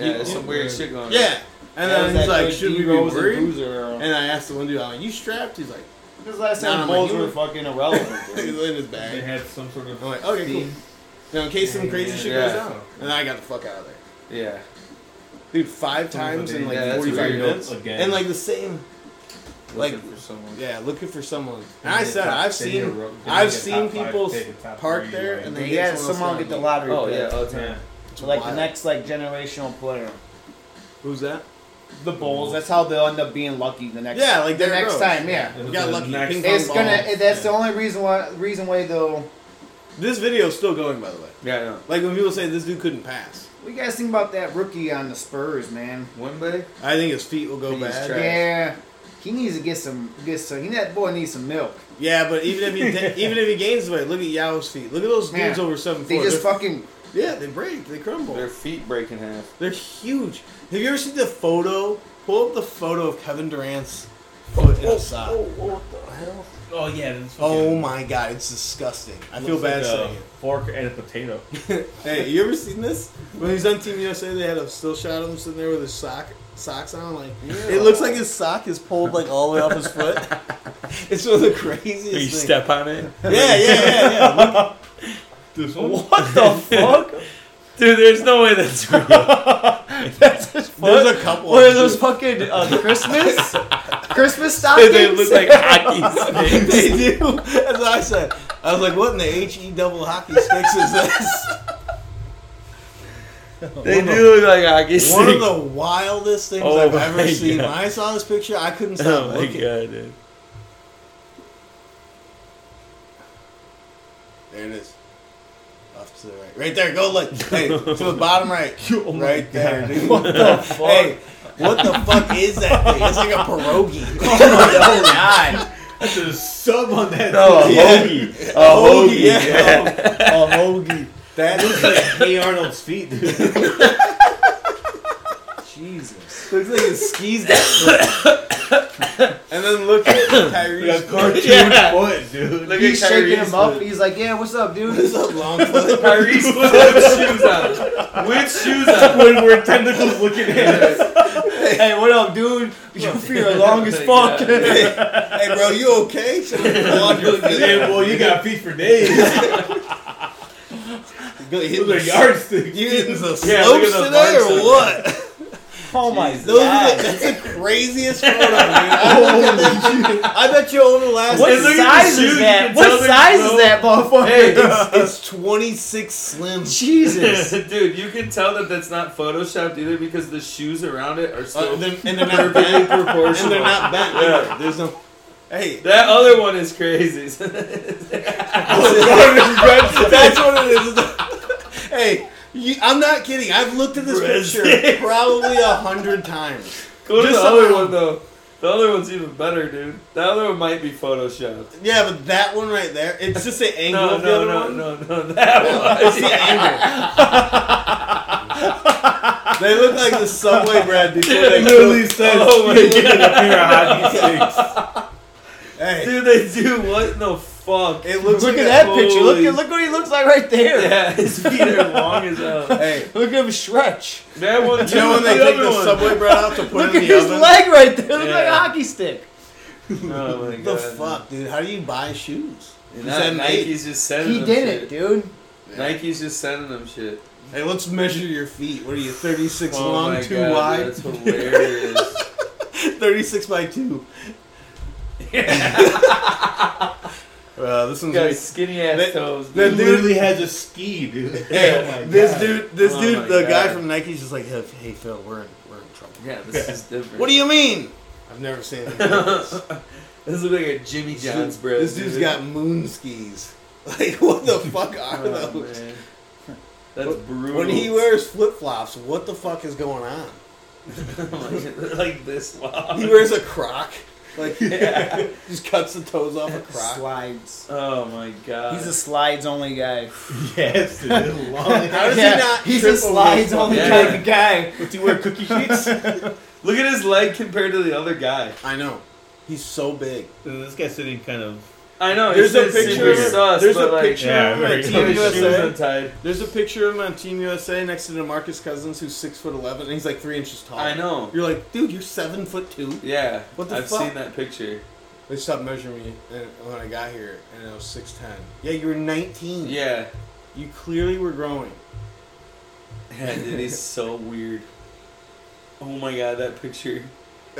Yeah, there's some weird shit going on. Yeah, and That then was he's that like, good "Should we be D-Rose and worried?" Boozer era. And I asked the one dude, "I'm like, you strapped?" He's like, This last Nah, time I'm balls like, were you- fucking [laughs] "He's irrelevant. in his They bag." had some sort of. I'm like, "Okay, cool." You know, in case some crazy shit goes Yeah. down, and I got the fuck out of there, Yeah. dude. Five times in like Yeah, that's 45 weird. minutes, Again. and like the same, like Looking for someone. Yeah, looking for someone. And Then I they said top- I've then they seen ro- then I've they get seen top five people pick and top park three, there like- and then They gotta someone else somehow down. get the lottery. Oh pick. yeah, all the time. Yeah. It's like the wild. next like generational player. Who's that? The Bulls. That's how they'll end up being lucky the next. Yeah, like the Derrick next Rose. time. Yeah. It was We got the lucky. next- Ping pong It's gonna. ball. That's the only reason why. Reason why they'll. This video's still going by the way. Yeah, I know. Like when people say this dude couldn't pass, What you guys think about that rookie on the Spurs, man? Wembley? I think his feet will go He's bad. trash. Yeah. He needs to get some. Get some. He that boy needs some milk. Yeah, but even if [laughs] he did- even if he gains weight, look at Yao's feet. Look at those dudes Yeah. over seven They foot. just They're- fucking. [laughs] yeah, they break, they crumble. Their They're, feet break in half. huge. Have you ever seen the photo? Pull up the photo of Kevin Durant's foot in a sock. what the hell? Oh yeah. that's Oh fucking- my god, it's disgusting. I looks feel bad like saying a Fork and a [laughs] potato. it. Hey, you ever seen this? When he's on Team USA, they had a still shot of him sitting there with his sock socks on. Like it looks like his sock is pulled like all the way off his [laughs] foot. It's one of the craziest. You things. step on it? Yeah, yeah, yeah, yeah. Look- [laughs] This one. What the fuck? [laughs] Dude, there's no way that's [laughs] real. that's his There's a couple. What of are those them. fucking uh, Christmas? Christmas they stockings. they look like [laughs] hockey sticks. They do. [laughs] That's what I said. I was like, "What in the H E double hockey sticks is this?" They do look like hockey [laughs] sticks. One of the wildest things Oh I've my ever seen. God. When I saw this picture, I couldn't stop oh my looking. god, dude. There it is. Off to the right. Right there, go look. Hey, to the bottom right. right there, dude. What the fuck? Hey, what the fuck is that thing? It's like a pierogi. oh [laughs] God. That's a sub on that. No, a [laughs] Yeah. hoagie. A Oh, hoagie. Oh, yeah. Yeah. A hoagie. That is like Hey Arnold's [laughs] feet, dude. Jesus. looks like it skis [laughs] that And then look at [coughs] Like a Tyrese. cartoon Yeah. foot, dude. Look He's at shaking Kyrie's him up. He's like, "Yeah, what's up, dude?" It's a long foot. Kyrie's [laughs] foot with shoes on. With shoes [laughs] on. When we're tentacles looking at it. hey, what up, dude? You feel long as fuck. Hey, bro, you okay? Should I vlog your feet? Man, boy, you [laughs] got feet for days. Go hit Those are the- yardsticks. You hitting the slopes [laughs] Yeah, look at the today biceps. or what? Oh my Those God. are the, that's [laughs] the craziest photo, dude. I, look at that- I bet you over the last What And look at the size shoes, is you that? can tell What they're size is grown. that, motherfucker? Hey, it's, it's 26 slim. Jesus. Dude, you can tell that that's not photoshopped either because the shoes around it are still Uh, and, they're, and they're not perfectly bent. proportional. And they're not bent. Yeah. There's no. Hey, That other one is [laughs] crazy. [laughs] that's what it is. [laughs] hey, you, I'm not kidding. I've looked at this picture Breadsticks. probably a hundred times. Go to Just the other somehow- one though. The other one's even better, dude. The other one might be photoshopped. Yeah, but that one right there, it's just the angle [laughs] No, of the no, other no, one. no, no. [laughs] That one. It's the angle. they look like the [laughs] subway bread before they literally cook. says Oh my she looked at a pair of hockey sticks. Hey, Dude, they do what in the fuck? it looks Look like a- at that picture. Look Holy- at look what he looks like right there. Yeah, his feet are long [laughs] as hell. [laughs] Hey, Look at him stretch. That one. you know when they the take other the one. subway bread out [laughs] to put Look it at in the his oven? leg right there. Look like a Yeah. hockey stick. Oh my god. the fuck, dude? How do you buy shoes? And Is that- that made? Nike's just sending He them did shit. it, dude. Nike's just sending them shit. Hey, let's measure your feet. What are you, 36 Oh my long, 2 God, wide? [laughs] That's hilarious. 36 by [laughs] 2. Uh, this one's You got skinny ass That- toes. that dude. It literally has a ski, dude. [laughs] Hey, this dude, this Oh my dude, the guy God. from Nike's just like, hey, hey, Phil, we're in, we're in trouble. Yeah, this [laughs] is different. What do you mean? I've never [laughs] seen anything like this. This looks like a Jimmy This John's dude- bread. This dude's dude. got moon skis. [laughs] Like, what the fuck are Oh, those? man. That's brutal. When he wears flip flops, what the fuck is going on? [laughs] like, [laughs] like this long. He wears a croc. Like, [laughs] just cuts the toes off [laughs] a croc. Slides. Oh my god. He's a slides only guy. Yes, dude. How does Yeah, he not? He's trip a over slides fucking- only Yeah. type of guy. Does he wear cookie sheets? Look at his leg compared to the other guy. I know. He's so big. [laughs] this guy's sitting kind of. I know. There's a it's just picture- super Sus, there's but a like, picture Yeah, of him very on his good. Team He was shoes USA. untied. There's a picture of him on Team USA next to DeMarcus Cousins, who's six foot eleven, and he's like three inches tall. I know. You're like, dude, you're seven foot two. Yeah. What the I've fuck? seen that picture. They stopped measuring me and- when I got here, and I was six ten. Yeah, you were nineteen. Yeah. you clearly were growing. Yeah, dude, he's so weird. Oh my god, that picture.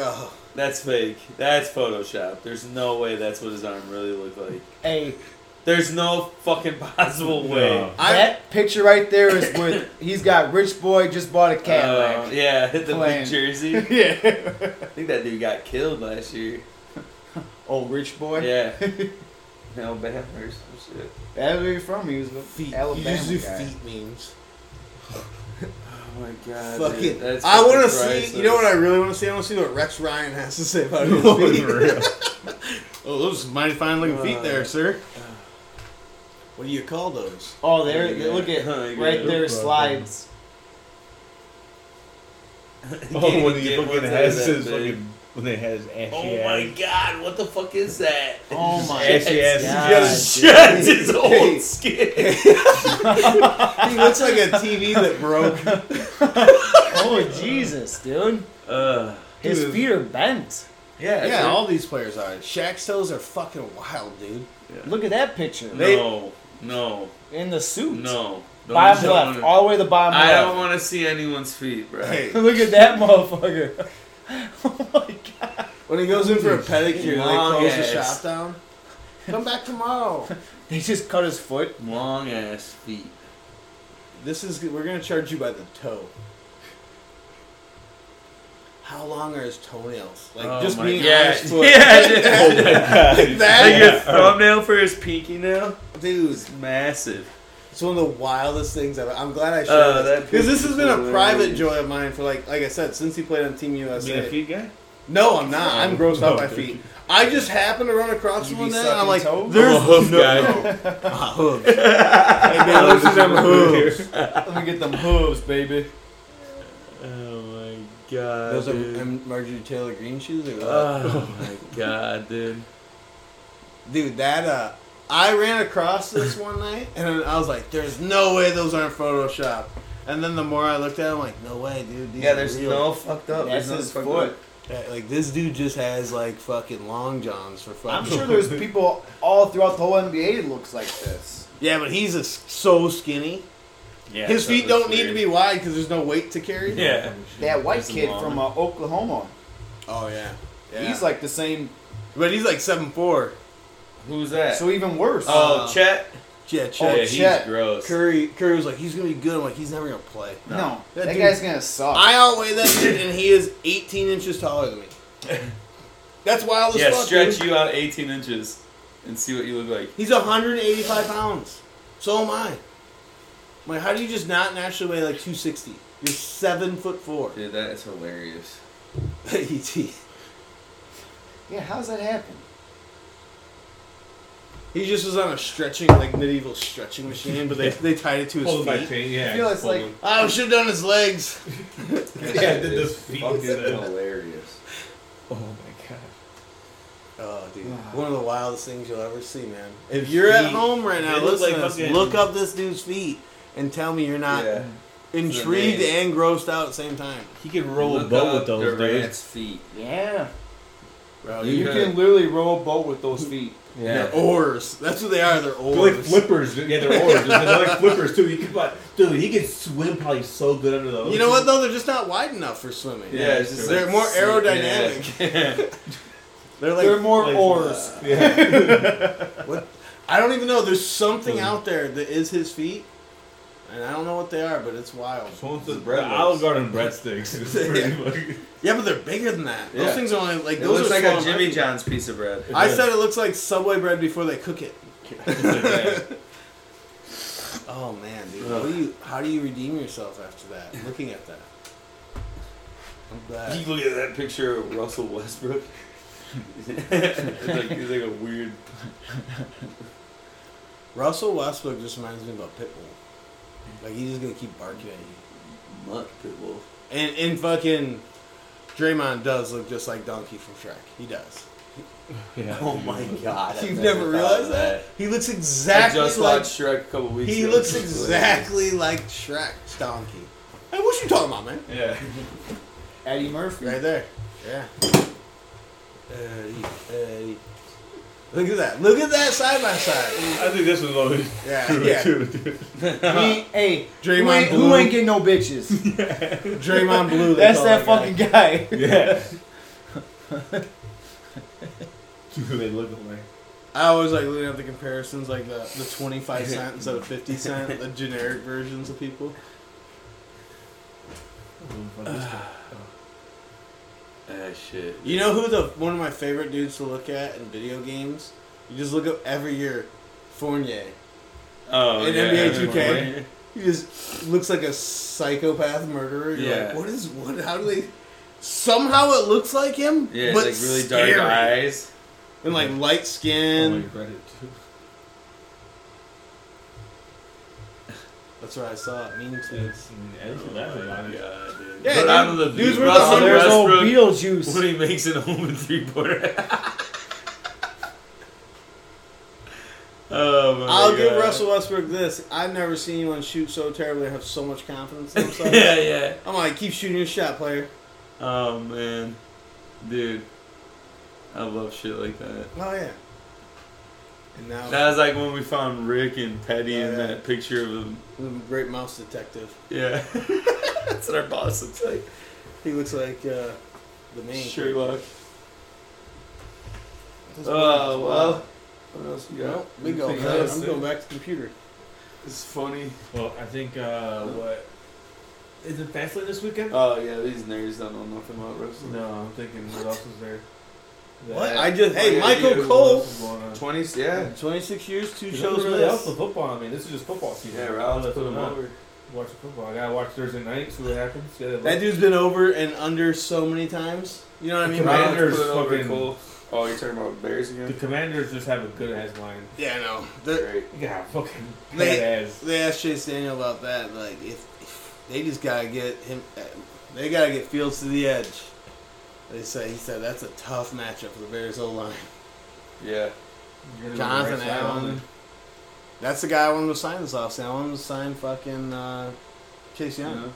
Ugh. That's fake. That's Photoshop. There's no way that's what his arm really looked like. [laughs] Hey, There's no fucking possible way. No. I- that picture right there is with he's got rich boy just bought a Uh, Cadillac. yeah, [laughs] hit the Plain. big jersey. I yeah. Uh, [laughs] think that dude got killed last year. Old Oh, rich boy. Yeah. Alabama or some shit. That's where he's from. He was a feet. Alabama you just do guy. feet memes. Oh my god. Fuck dude, it. that's I want to fucking see. You priceless. know what I really want to see? I want to see what Rex Ryan has to say [laughs] about his feet. oh, those are mighty fine looking feet there, sir. uh, What do you call [laughs] those? Oh, there. Yeah. Look at Oh, yeah. right there. Slides. [laughs] Oh, when Can't he get fucking one has that big. his fucking. When they had his ashy Oh my ass. god, what the fuck is that? [laughs] Oh my Ashy ass. God. Yes. That's his old skin. [laughs] He looks like a TV that broke. Oh Jesus, dude. Uh, His Dude. feet are bent. yeah. Yeah, dude. all these players are. Shaq's toes are fucking wild, dude. Look at that picture. no, no, In the suit. no. Don't- Bottom don't left, wanna- all the way to the bottom I left. don't want to see anyone's feet, bro. Hey, [laughs] Look at that motherfucker. [laughs] oh my god. when he goes in for a pedicure, they Long close the ass. shop down. Come back tomorrow. They just cut his foot. Long ass feet. This is we're gonna charge you by the toe. How long are his toenails? Like Oh just my- being yeah, [laughs] honest with- [laughs] yeah, Oh dude. Like [laughs] Like that, your thumbnail for his pinky nail? dude. It's massive. It's one of the wildest things ever. I'm glad I shared Oh, this that because this has been a picture's private hilarious. joy of mine for like like I said since he played on Team USA. Being a feet guy? No, I'm not. I'm grossed out No, by dude. feet. I just happened to run across You one be day, and I'm sucking like, toes? there's I'm a Oh, Oh, hoof no- guy. no. [laughs] Ah, [laughs] hooves. Hey, man, look at them hooves. Let me get them [laughs] hooves, baby. Oh my god. Those are dude. um, Marjorie Taylor Green shoes. Or what? [laughs] Oh my god, dude. Dude, that uh, I ran across this [laughs] one night, and I was like, "There's no way those aren't Photoshop." And then the more I looked at, it, I'm like, "No way, dude." These Yeah, are there's real." no fucked up. That's there's no his fucked foot. up. Yeah, like this dude just has like fucking long johns for fucking. [laughs] I'm sure there's people all throughout the whole NBA that looks like this. Yeah, but he's a, so skinny. Yeah, His that feet was don't need to weird. be wide because there's no weight to carry. Yeah. That white There's a kid mom. from uh, Oklahoma. Oh yeah. yeah. He's like the same. but he's like seven four. Who's that? So even worse. oh, uh, Chet. Yeah, Oh, yeah, Chet. he's Chet. gross. Curry. Curry was like, he's gonna be good. I'm like, he's never gonna play. no, That that, dude- guy's gonna suck. [laughs] I outweigh that dude, and he is 18 inches taller than me. That's wild as Yeah, fuck. stretch dude. you out 18 inches and see what you look like. He's 185 pounds. So am I. I'm like, how do you just not naturally weigh like 260? You're seven foot four. Dude, that [laughs] is hilarious. Et. Yeah, how's that happen? He just was on a stretching, like medieval stretching machine, [laughs] but they, they tied it to his Pulled by feet. pain, yeah. I feel it's pulled like- him. Oh, should have done his [laughs] legs. [laughs] yeah, I did the feet. Fucking did that. hilarious. Oh my god. Oh, dude, one of the wildest things you'll ever see, man. If you're at Feet. home right now, They look listen, like to this, fucking- look up this dude's feet and tell me you're not Yeah. intrigued They're and grossed out at the same time, He could roll a Look boat up with those dudes. Durant's feet. Yeah. bro. You You got- can literally roll a boat with those feet. Yeah. They're oars. That's what they are. They're They're like oars. flippers, dude. [laughs] yeah, they're oars. They're like flippers too. You could, but dude, he could swim probably so good under those. You know what though? They're just not wide enough for swimming. Yeah, it's just They're like- more aerodynamic. Yeah. [laughs] They're like They're more like, oars. [laughs] Yeah. I don't even know. There's Hmm. something out there that is his feet, and I don't know what they are, but it's wild. Someone The said bread the loaves. Olive Garden breadsticks. It's pretty much- Yeah, but they're bigger than that. Yeah. Those things are only like It those looks are like small a in Jimmy my- John's piece of bread. I said it looks like Subway bread before they cook it. [laughs] Oh man, dude, how do you how do you redeem yourself after that? Looking at that, I'm You glad. look at that picture of Russell Westbrook. it's like he's like a weird. Russell Westbrook just reminds me about Pitbull. Mm-hmm. Like he's just gonna keep barking at you. Muck pit wolf. And and fucking Draymond does look just like Donkey from Shrek. He does. yeah. Oh my god! I've You've never thought of realized that? He looks I exactly just like watched Shrek a couple weeks he ago. [laughs] looks exactly like Shrek's donkey. Hey, what you talking about, man? Mm-hmm. Yeah. Eddie [laughs] Murphy. Right there. Yeah. Eddie, Eddie. Look at that. Look at that side by side. [laughs] I think this was always Yeah, yeah. He ain't- hey, who, Draymond ain't, who Blue. ain't getting no bitches? Draymond Blue. they That's call that fucking guy. guy. Yeah. Dude, they look alike. I always like looking at the comparisons, like the, the 25 cent instead of 50 cent, [laughs] the generic versions of people. [sighs] Ah shit. You know who the one of my favorite dudes to look at in video games? You just look up every year, Fournier. Oh In yeah. NBA 2K. He just looks like a psychopath murderer. You're Yeah. like, what is what? How do they? Somehow it looks like him. Yeah, but it's like really scary. dark eyes. and like light Oh, skin. like Reddit too. That's where I saw it. Mean tweets. It's- I mean, Oh at least that's a lot of- Yeah, But dude, out of the dudes view, were the Russell Oh, there's hundred. old [laughs] Westbrook. Beetlejuice. When he makes it home in three pointer. oh my I'll give God. Russell Westbrook this. I've never seen anyone shoot so terribly and have so much confidence in themselves. [laughs] yeah, yeah. I'm like, keep shooting your shot, player. Oh man, dude, I love shit like that. Oh yeah. And now That was like when we found Rick and Petty Yeah, in Oh, yeah. that picture of him. the great mouse detective. Yeah, [laughs] that's what our boss looks like. He looks like uh, the main. [laughs] Sherlock. This Oh boy- well. What else you got? Well, we go. Anything I'm else? going back to computer. It's funny. Well, I think uh, what is it Fastlane this weekend? Oh yeah, these nerds don't know nothing about wrestling. no, I'm thinking what, else is there? What? That- I just hey Yeah, Michael you- Cole. Twenties, yeah. Twenty six years, two Shows shows really else the missed. football. I mean, this is just football season. Yeah, I'll Ralph put them over. Watch the football. I gotta watch Thursday night. See what happens. Yeah, That dude's been over and under so many times. You know what I mean? Right. Right. Commanders Put it over fucking- Cole. Oh, you're talking about Bears the again? Commanders just have a good ass line. [laughs] Yeah, no. The, Great. Yeah, fucking good They- ass. they asked Chase Daniel about that. Like, if, if they just gotta get him, they gotta get Fields to the edge. They say he said that's a tough matchup for the Bears O line. Yeah. Jonathan Allen. That's the guy I wanted to sign this offseason. I wanted to sign fucking uh, Chase Young. Mhm.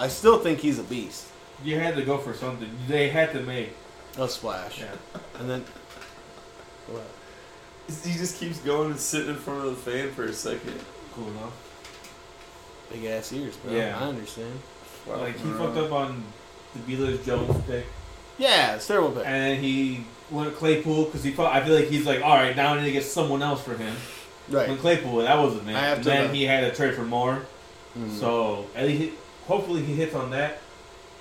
I still think he's a beast. You had to go for something. They had to make. A splash. Yeah. And then He just keeps going and sitting in front of the fan for a second. Cool enough. big ass ears, bro. Yeah. I understand. Like he fucked Mm. up on the Bealers Jones pick. Yeah, it's terrible pick. And then he went to Claypool because he thought I feel like he's like, all right, now I need to get someone else for him. When Right. Claypool, that wasn't it. I have and to then know. Mm-hmm. he had a trade for more. So at least, he, hopefully, he hits on that.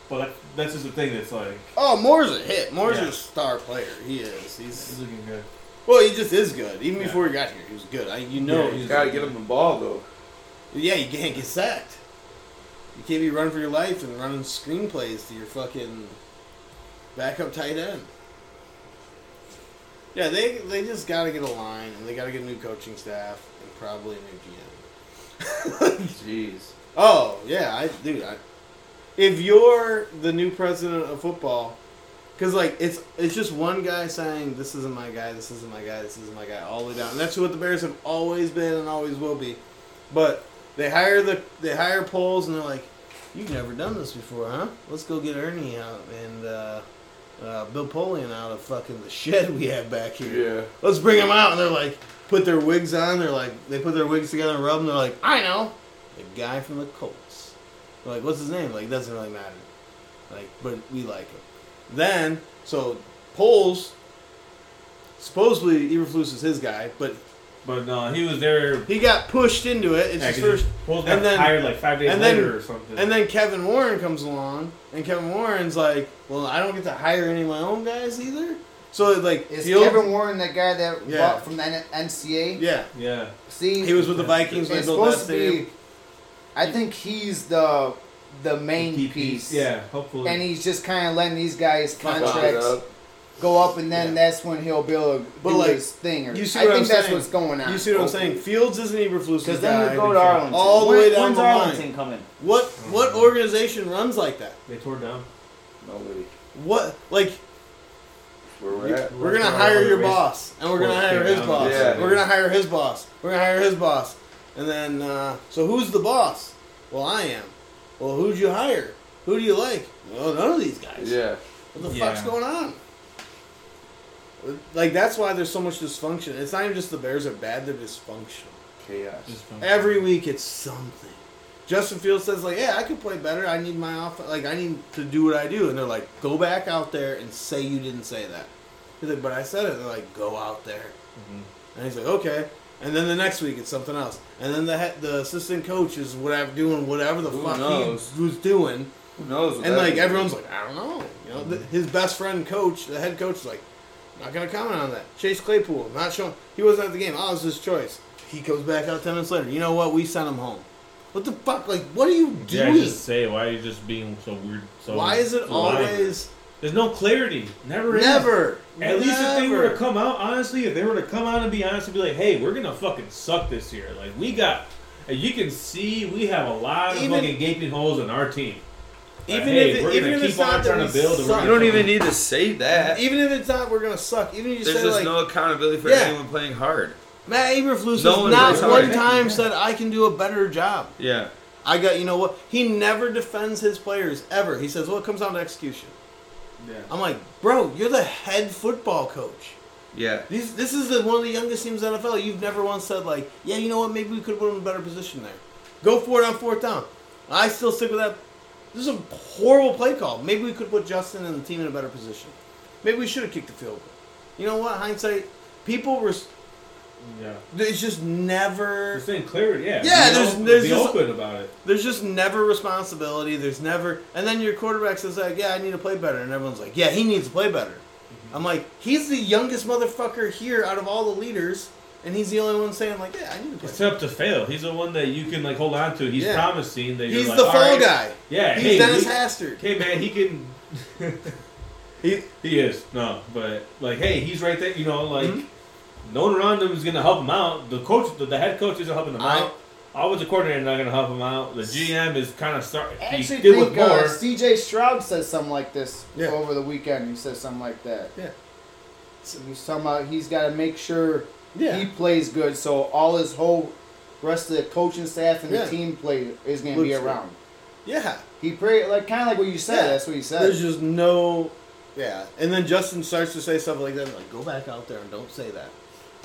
Well, that, that's just the thing that's like Oh, Moore's a hit. Moore's Yeah. a star player. He is. He's he's looking good. well, he just is good. Even Yeah. before he got here, he was good. I, you know, Yeah, he You was- gotta get him the ball though. Yeah, you can't get sacked. You can't be running for your life and running screenplays to your fucking backup tight end. Yeah, they they just got to get a line and they got to get a new coaching staff and probably a new GM. Jeez. oh yeah, I dude. I, if you're the new president of football, because like it's it's just one guy saying this isn't my guy, this isn't my guy, this isn't my guy all the way down. And that's what the Bears have always been and always will be. But they hire the they hire polls and they're like, "You've never done this before, huh? Let's go get Ernie out and uh, uh, Bill Polian out of fucking the shed we have back here. Yeah. Let's bring them out." And they're like, put their wigs on. They're like, they put their wigs together and rub. them. They're like, "I know, the guy from the Colts." They're like, what's his name? Like, doesn't really matter. Like, but we like him. Then, so polls. Supposedly, Eberflus is his guy, but But no, he was there. he got pushed into it. It's Yeah, his 'cause first. he- Foles got and then- hired like five days and then- later or something. And then Kevin Warren comes along, and Kevin Warren's like, "Well, I don't get to hire any of my own guys either." So like, Is the old- Kevin Warren that guy that Yeah. bought from the N- NCA? yeah, yeah, See, he was with the Vikings when they It's built that supposed to stadium. be. I think he's the the main Key piece. Yeah, hopefully. And he's just kind of letting these guys Fuck it contracts up. go up, and then that's when he'll be able to But, do like, his thing. Or, you see I what think I'm that's saying? what's going on. You see what I'm saying? Fields isn't Eberflus' Because guy. then we go to Arlington. All the way down When's the line. Arlington coming? What what organization runs like that? they tore down. Nobody. What like Where we're at. We're gonna hire your boss, and we're gonna Well, hire his yeah. boss. Yeah. We're gonna hire his boss. We're gonna hire his boss, and then uh, so who's the boss? Well, I am. Well, who'd you hire? Who do you like? Well, none of these guys. Yeah. What the Yeah. fuck's going on? Like that's why there's so much dysfunction. It's not even just the Bears are bad; they're dysfunctional. Chaos. Just from- Every week it's something. Justin Fields says like, "Yeah, I could play better. I need my off. Like, I need to do what I do." And they're like, "Go back out there and say you didn't say that." He's like, "But I said it." And they're like, "Go out there." Mm-hmm. And he's like, "Okay." And then the next week it's something else. And then the he- the assistant coach is whatever doing whatever the Who fuck knows? he was doing. Who knows? what And that like is? everyone's like, "I don't know." You know, th- his best friend coach, the head coach, is like, "Not gonna comment on that." Chase Claypool not showing. He wasn't at the game. Oh, it was his choice. He comes back out ten minutes later. You know what? We sent him home. What the fuck? Like, what are you Yeah, I doing? just say why are you just being so weird? So Why is it so loud? always There's no clarity. Never. is. never? At least if they were never. to come out, honestly, if they were to come out and be honest and be like, "Hey, we're gonna fucking suck this year. Like we got, and you can see we have a lot of Even- fucking gaping holes in our team. Like, Even hey, if it- we're even gonna if keep it's on not that trying to we build, and we're suck. gonna You don't come even out. need to say that. even if it's not, we're gonna suck. Even if you There's say just like no accountability for Yeah. anyone playing hard. Matt Eberflus No has one not is one hard. time said I can do a better job. Yeah. I got you know what? He never defends his players ever. He says, "Well, it comes down to execution." Yeah. I'm like, bro, you're the head football coach. Yeah. These, this is the, one of the youngest teams in the NFL. You've never once said like, yeah, you know what? Maybe we could have put them in a better position there. Go for it on fourth down. I still stick with that. This is a horrible play call. Maybe we could put Justin and the team in a better position. Maybe we should have kicked the field goal. You know what? Hindsight, people were. Yeah, It's just never. We're saying clarity. Yeah, Yeah, Be there's- open- there's be just- open about it. There's just never responsibility. There's never, and then your quarterback says like, "Yeah, I need to play better," and everyone's like, "Yeah, he needs to play better." I'm like, he's the youngest motherfucker here out of all the leaders, and he's the only one saying like, "Yeah, I need to play." It's better." up to fail. He's the one that you can like hold on to. He's Yeah. promising that you're He's like, the "All fall right, guy. Yeah, He's hey, Dennis we- Hastert. [laughs] Hey man, he [laughs] can. he he is no, but like hey, he's right there. You know, like Mm-hmm. no one around him is gonna help him out. The coach, the, the head coach, isn't helping him I- out. Always the coordinator not gonna help him out. The GM is kind of starting. I He's actually still with think more. uh, C.J. Stroud says something like this Yeah. over the weekend. He says something like that. Yeah. So he's talking about he's got to make sure Yeah. he plays good, so all his whole rest of the coaching staff and Yeah. the team play is going to Looks be good. around. Yeah, He pray like kind of like what you said. Yeah. That's what he said. there's just no. Yeah, and then Justin starts to say stuff like that. Like, go back out there and don't say that.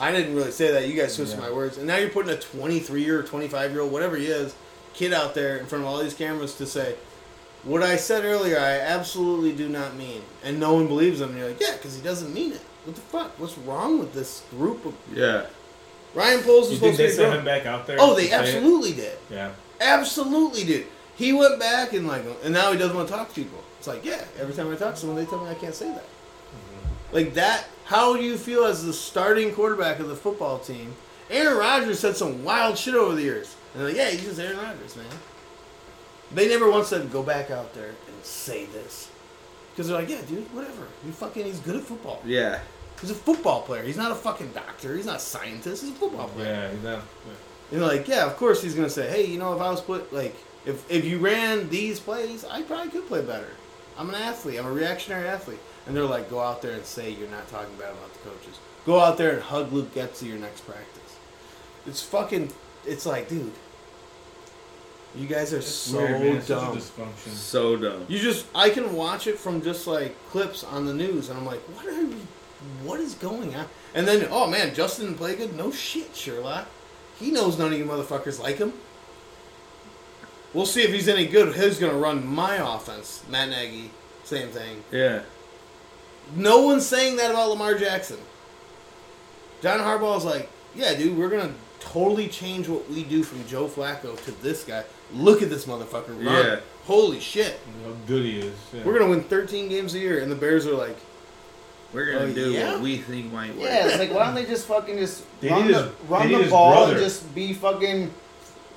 I didn't really say that. You guys twisted my words, and now you're putting a 23 or 25 year old, whatever he is, kid out there in front of all these cameras to say, "What I said earlier, I absolutely do not mean," and no one believes him. And you're like, "Yeah, because he doesn't mean it. What the fuck? What's wrong with this group of Yeah. Ryan Poles You was think supposed to they be sent grown- him back out there? Oh, to they say it? absolutely did. Yeah. Absolutely, dude. He went back and like, and now he doesn't want to talk to people. It's like, yeah, every time I talk to someone, they tell me I can't say that. Like that. How do you feel as the starting quarterback of the football team? Aaron Rodgers said some wild shit over the years, and they're like, yeah, he's just Aaron Rodgers, man. They never once said go back out there and say this, because they're like, yeah, dude, whatever. You fucking, he's good at football. Yeah. He's a football player. He's not a fucking doctor. He's not a scientist. He's a football player. Yeah, exactly. And like, yeah, of course he's gonna say, hey, you know, if I was put like, if if you ran these plays, I probably could play better. I'm an athlete. I'm a reactionary athlete. And they're like, go out there and say you're not talking bad about the coaches. Go out there and hug Luke Getz at your next practice. It's fucking. It's like, dude, you guys are so Weird, man. It's such a dumb. dysfunction. So dumb. You just, I can watch it from just like clips on the news, and I'm like, what are we, what is going on? And then, oh man, Justin play good. No shit, Sherlock. He knows none of you motherfuckers like him. We'll see if he's any good. He's gonna run my offense. Matt Nagy, same thing. Yeah. No one's saying that about Lamar Jackson. John Harbaugh's like, yeah, dude, we're gonna totally change what we do from Joe Flacco to this guy. Look at this motherfucker run. Yeah. Holy shit. How good he is. Yeah. We're gonna win 13 games a year, and the Bears are like, We're gonna Oh, do yeah? what we think might work. Yeah, it's like why don't they just fucking just They run need the, his- run they need the his ball and brother. just be fucking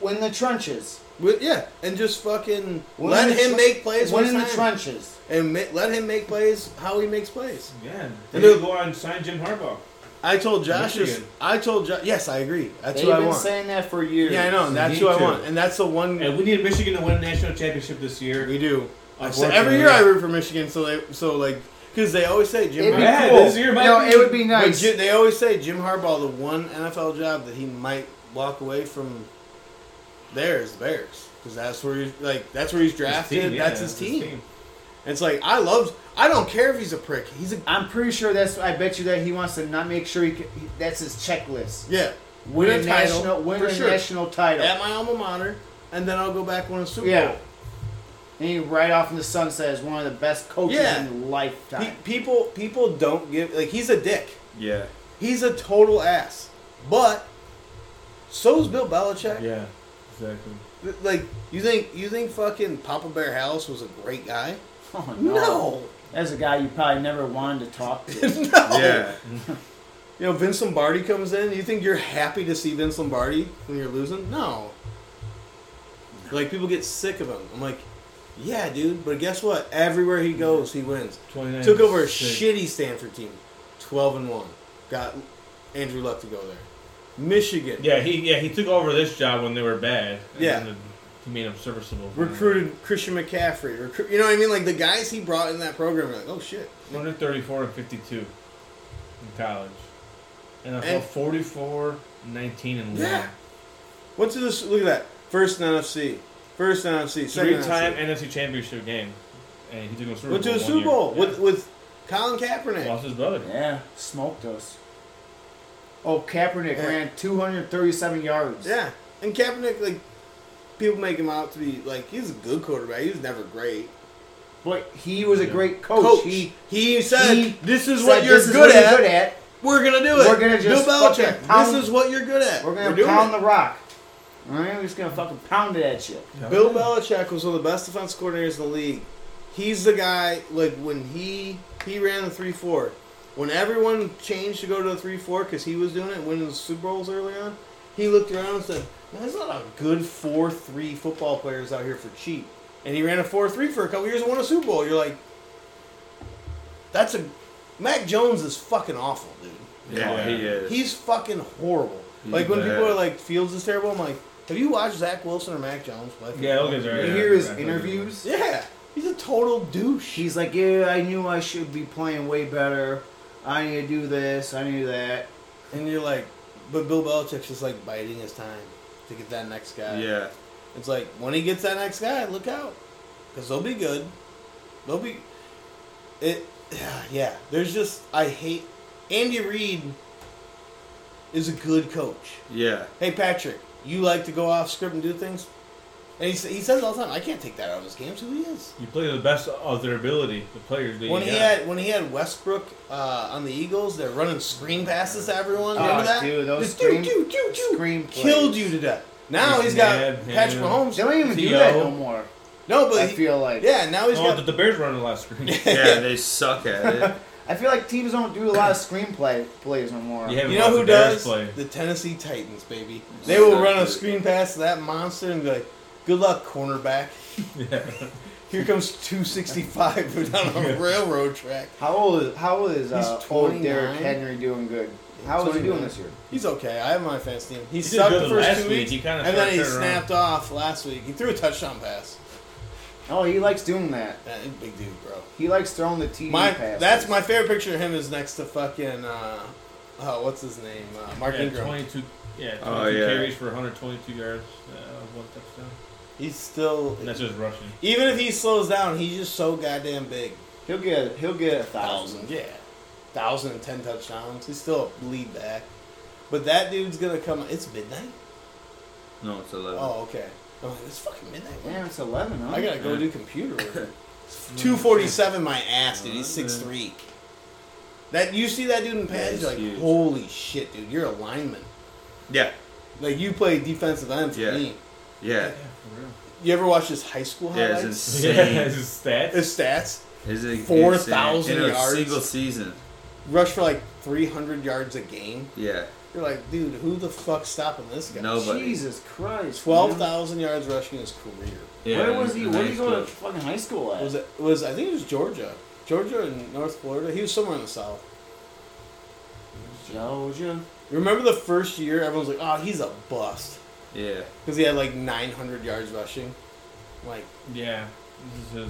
win the trenches. "Well, yeah, and just fucking Win let the him tren- make plays. Win when in the time. trenches. and ma- let him make plays how he makes plays. yeah. They And need to they're- go out and sign Jim Harbaugh. I told Josh. Michigan. This, I told Josh. Yes, I agree. That's They've what I been want. saying that for years. yeah, I know. and That's Me who I too. want, and that's the one And we need Michigan to win a national championship this year. we do. I say, Unfortunately. every year I root for Michigan, so they so like because they always say Jim. It'd be Harbaugh. Yeah, cool. this year might no, be- it would be But nice. Jim, they always say Jim Harbaugh the one NFL job that he might walk away from. There is the Bears because that's where he's like that's where he's drafted. His team, yeah, that's his it's team. And it's like I love. I don't care if he's a prick. He's a I'm pretty sure that's. I bet you that he wants to not make sure he. Can, he- that's his checklist. yeah. Win Win a a title, national, win for a sure. national title. at my alma mater, and then I'll go back when it's Super Yeah. And he right off in the sunset as one of the best coaches Yeah. in your Bowl. lifetime. Pe- people people don't give like he's a dick. Yeah. He's a total ass. But so's Bill Belichick. Yeah, exactly. Th- Like you think you think fucking Papa Bear House was a great guy? oh, no. No. That's a guy you probably never wanted to talk [laughs] to. Yeah. You know Vince Lombardi comes in. You think you're happy to see Vince Lombardi when you're losing? No. Like people get sick of him. I'm like, yeah, dude. But guess what? Everywhere he goes, he wins. 29 Took over a six. shitty Stanford team, twelve and one. Got Andrew Luck to go there. Michigan Yeah, he yeah he took over this job when they were bad. and Yeah. then he made them serviceable. recruited Christian McCaffrey. Recruit, you know what I mean? Like the guys he brought in that program, are like oh shit. 134 and 52 in college. NFL And- 44, 19 and Yeah. 1. What's this? Look at that. First in NFC. First in NFC. Second in Three-time NFC. NFC Championship game, and he took him to the Super Bowl. Went to the one Super year. Bowl Yeah. with with Colin Kaepernick. lost his brother. yeah, smoked us. Oh, Kaepernick Yeah. ran 237 yards. Yeah, and Kaepernick like people make him out to be like he's a good quarterback. He was never great. But he was a Yeah. great coach. Coach, Oh, He he, said he this is said, what you're "This is good what you're at. good at. We're gonna do it. We're gonna just Bill fucking Belichick. pound- this is what you're good at. We're gonna doing pound it." the rock. All right, we're just gonna fucking pound it at you. Bill Belichick was one of the best defense coordinators in the league. He's the guy like when he he ran the three four, when everyone changed to go to the three four because he was doing it, winning the Super Bowls early on. He looked around and said, "Man, there's a lot of good four three football players out here for cheap." And he ran a four three for a couple years and won a Super Bowl. You're like, that's a Mac Jones is fucking awful, dude. Yeah, he is. He's fucking horrible. Like when people are like Fields is terrible, I'm like, have you watched Zach Wilson or Mac Jones play? Yeah, those guys are. You yeah, hear his exactly. interviews. Yeah, he's a total douche. He's like, yeah, I knew I should be playing way better. I need to do this. I need that. And you're like, but Bill Belichick's just like biding his time to get that next guy. Yeah. It's like when he gets that next guy, look out, because they'll be good. They'll be it. [sighs] Yeah, there's just I hate Andy Reid is a good coach. Yeah. Hey Patrick, you like to go off script and do things, and he, s- he says all the time, I can't take that out of his games. Who he is? You play to the best of their ability, the players. that you When he got. had when he had Westbrook uh, on the Eagles, they're running screen passes to everyone. Oh, Remember that? dude, those Just screen- do, do, do, do. screen killed plays. you to death. Now he's He's got mad, yeah. Patrick Mahomes. They don't even do T.O. that no more. No, I but he, feel like yeah, now he's Oh, got the, the Bears running [laughs] last screen. yeah, they suck at it. I feel like teams don't do a lot of screenplay plays no more. haven't You know watched who the Bears does? play. The Tennessee Titans, baby. They will run a screen pass to that monster and be like, good luck, [laughs] cornerback. [laughs] Here comes 265 [laughs] down on a railroad track. How old is how old is He's uh, old 29. Derrick Henry doing good? How is he 29. doing this year? He's okay. I have my fantasy team. He, did sucked good the first last two week. weeks, He kinda and then he turned it around. snapped off last week. He threw a touchdown pass. Oh, he likes doing that. Yeah, he's a big dude, bro. He likes throwing the TD My passes. that's my favorite picture of him is next to fucking uh, oh, what's his name? Uh, Mark Yeah, Ingram. 22, yeah, 22 Oh, yeah. carries for 122 yards, uh, one touchdown. He's still And that's just rushing. [laughs] even if he slows down, he's just so goddamn big. He'll get he'll get a thousand. Yeah. Thousand and ten touchdowns. He's still a lead back. But that dude's gonna come it's midnight? No, it's eleven. Oh, okay. I'm like, it's fucking midnight. man. Damn, it's eleven, huh? I gotta go do computer work. Two forty seven my ass, dude. He's six three. That you see that dude in pads, he's you're like, huge. holy shit, dude, you're a lineman. Yeah, Like you play defensive end for Yeah. me. yeah, You ever watch his high school yeah. It's [laughs] highlights? Yeah, insane. his stats. His stats It's insane. 4,000 in a yards. single season. rush for like three hundred yards a game. Yeah, You're like, dude, who the fuck's stopping this guy? nobody. Jesus Christ. Twelve man. thousand yards rushing his career. Yeah, Where was he? in Where high did he go to school. fucking high school at? Was it was I think it was Georgia, Georgia and North Florida. He was somewhere in the south. Georgia. Remember the first year, everyone's like, "Oh, he's a bust," Yeah, because he had like 900 yards rushing, like yeah, this is his.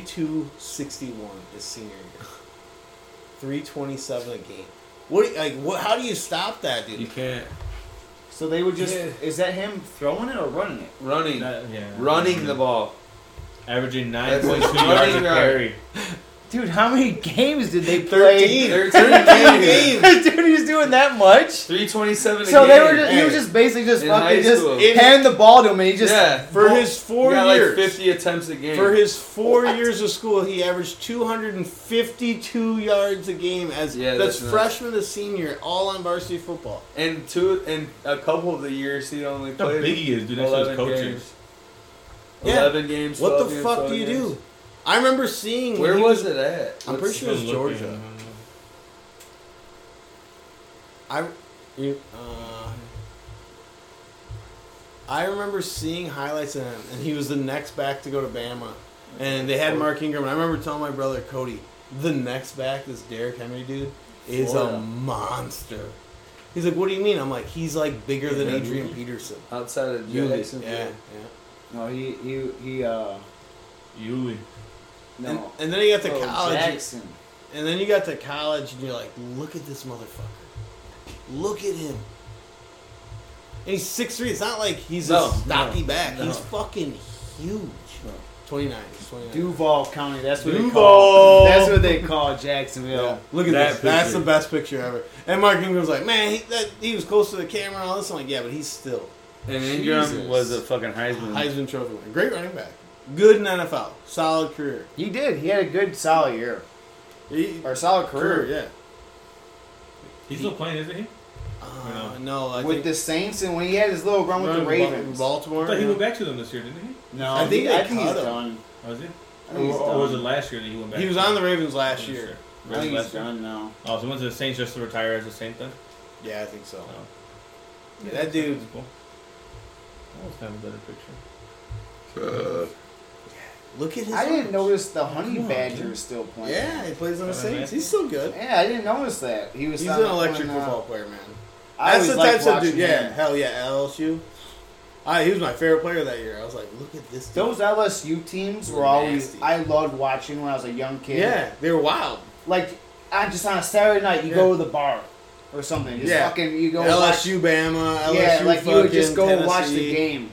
4261 his senior year, 327 a game. What do- like what? How do you stop that you dude? can't So they would just Yeah. is that him throwing it or running it? running, That, Uh, yeah. running the ball. Averaging That's 9.2 running yards a yard. carry. Dude, how many [laughs] games did they play? 13. They're turning [laughs] game. [laughs] Dude, he's doing that much. Three twenty-seven. So a they game. were just, he was just basically just In high fucking just school. hand the ball to him and he just yeah. For his You four got years, like fifty attempts a game. for his four years of school, he averaged 252 yards a game as Yeah, that's, that's nuts. freshman to senior, all on varsity football. and two and a couple of the years he only How played. big he is, dude. That's his Eleven coaching. games. Yeah. Eleven games. What 12 the games, fuck 12 do you games. do? I remember seeing Where he was it at? I'm pretty sure it was Georgia. I, you- uh, I remember seeing highlights of him, and he was the next back to go to Bama, and they had Mark Ingram. And I remember telling my brother Cody, the next back, this Derrick Henry dude, is Florida. a monster. He's like, what do you mean? I'm like, he's like bigger than Yeah. Adrian Peterson. Outside of Yeah, Jacksonville. yeah. No, he he he uh Yuli. no. And, and then you got to Oh, college, Jackson. and then you got to college, and you're like, look at this motherfucker, look at him. And he's six three. It's not like he's No, a stocky back. no. He's fucking huge. Twenty nine. Twenty nine. Duval County. That's what they Duval. call. That's what they call Jacksonville. Look at That that. That's picture. the best picture ever. And Mark Ingram's like, man, he, that, he was close to the camera and all this. I'm like, yeah, but he's still And Ingram Jesus. was a fucking Mm-hmm. Heisman. Heisman Trophy winner. Great running back. Good in NFL. Solid career. He did. He had a good solid year He- or solid career. career, He's still playing, isn't he? yeah. Uh, no, I With think the Saints and when he had his little run with the Ba- Ravens. I Baltimore. thought he yeah. went back to them this year, didn't he? No, I think he- they I think cut he's him. done. Was he? I Or, think he's or done. was it last year that he went back? He was to on them? the Ravens last Last year. I think he's Last year? done now. Oh, so went to the Saints just to retire as a Saint then? Yeah, I think so. Oh. Yeah, that dude. That's cool. I was having a better picture. Look at his. I didn't arms. notice the Honey Come on, Badger dude. is still playing. Yeah, he plays on the Yeah, Saints. man. He's still good. Yeah, I didn't notice that. He was. He's on- an electric on, uh, football player, man. I That's the always liked types of dude. watching Yeah, him. hell yeah, LSU. I, Ah, he was my favorite player that year. I was like, look at this. Dude. Those LSU teams were Were always nasty. I loved watching when I was a young kid. yeah, they were wild. Like I just on a Saturday night you Yeah. go to the bar or something. Just Yeah. fucking you go watch- LSU, Bama, LSU, yeah, like you would just go fucking watch Tennessee. the game.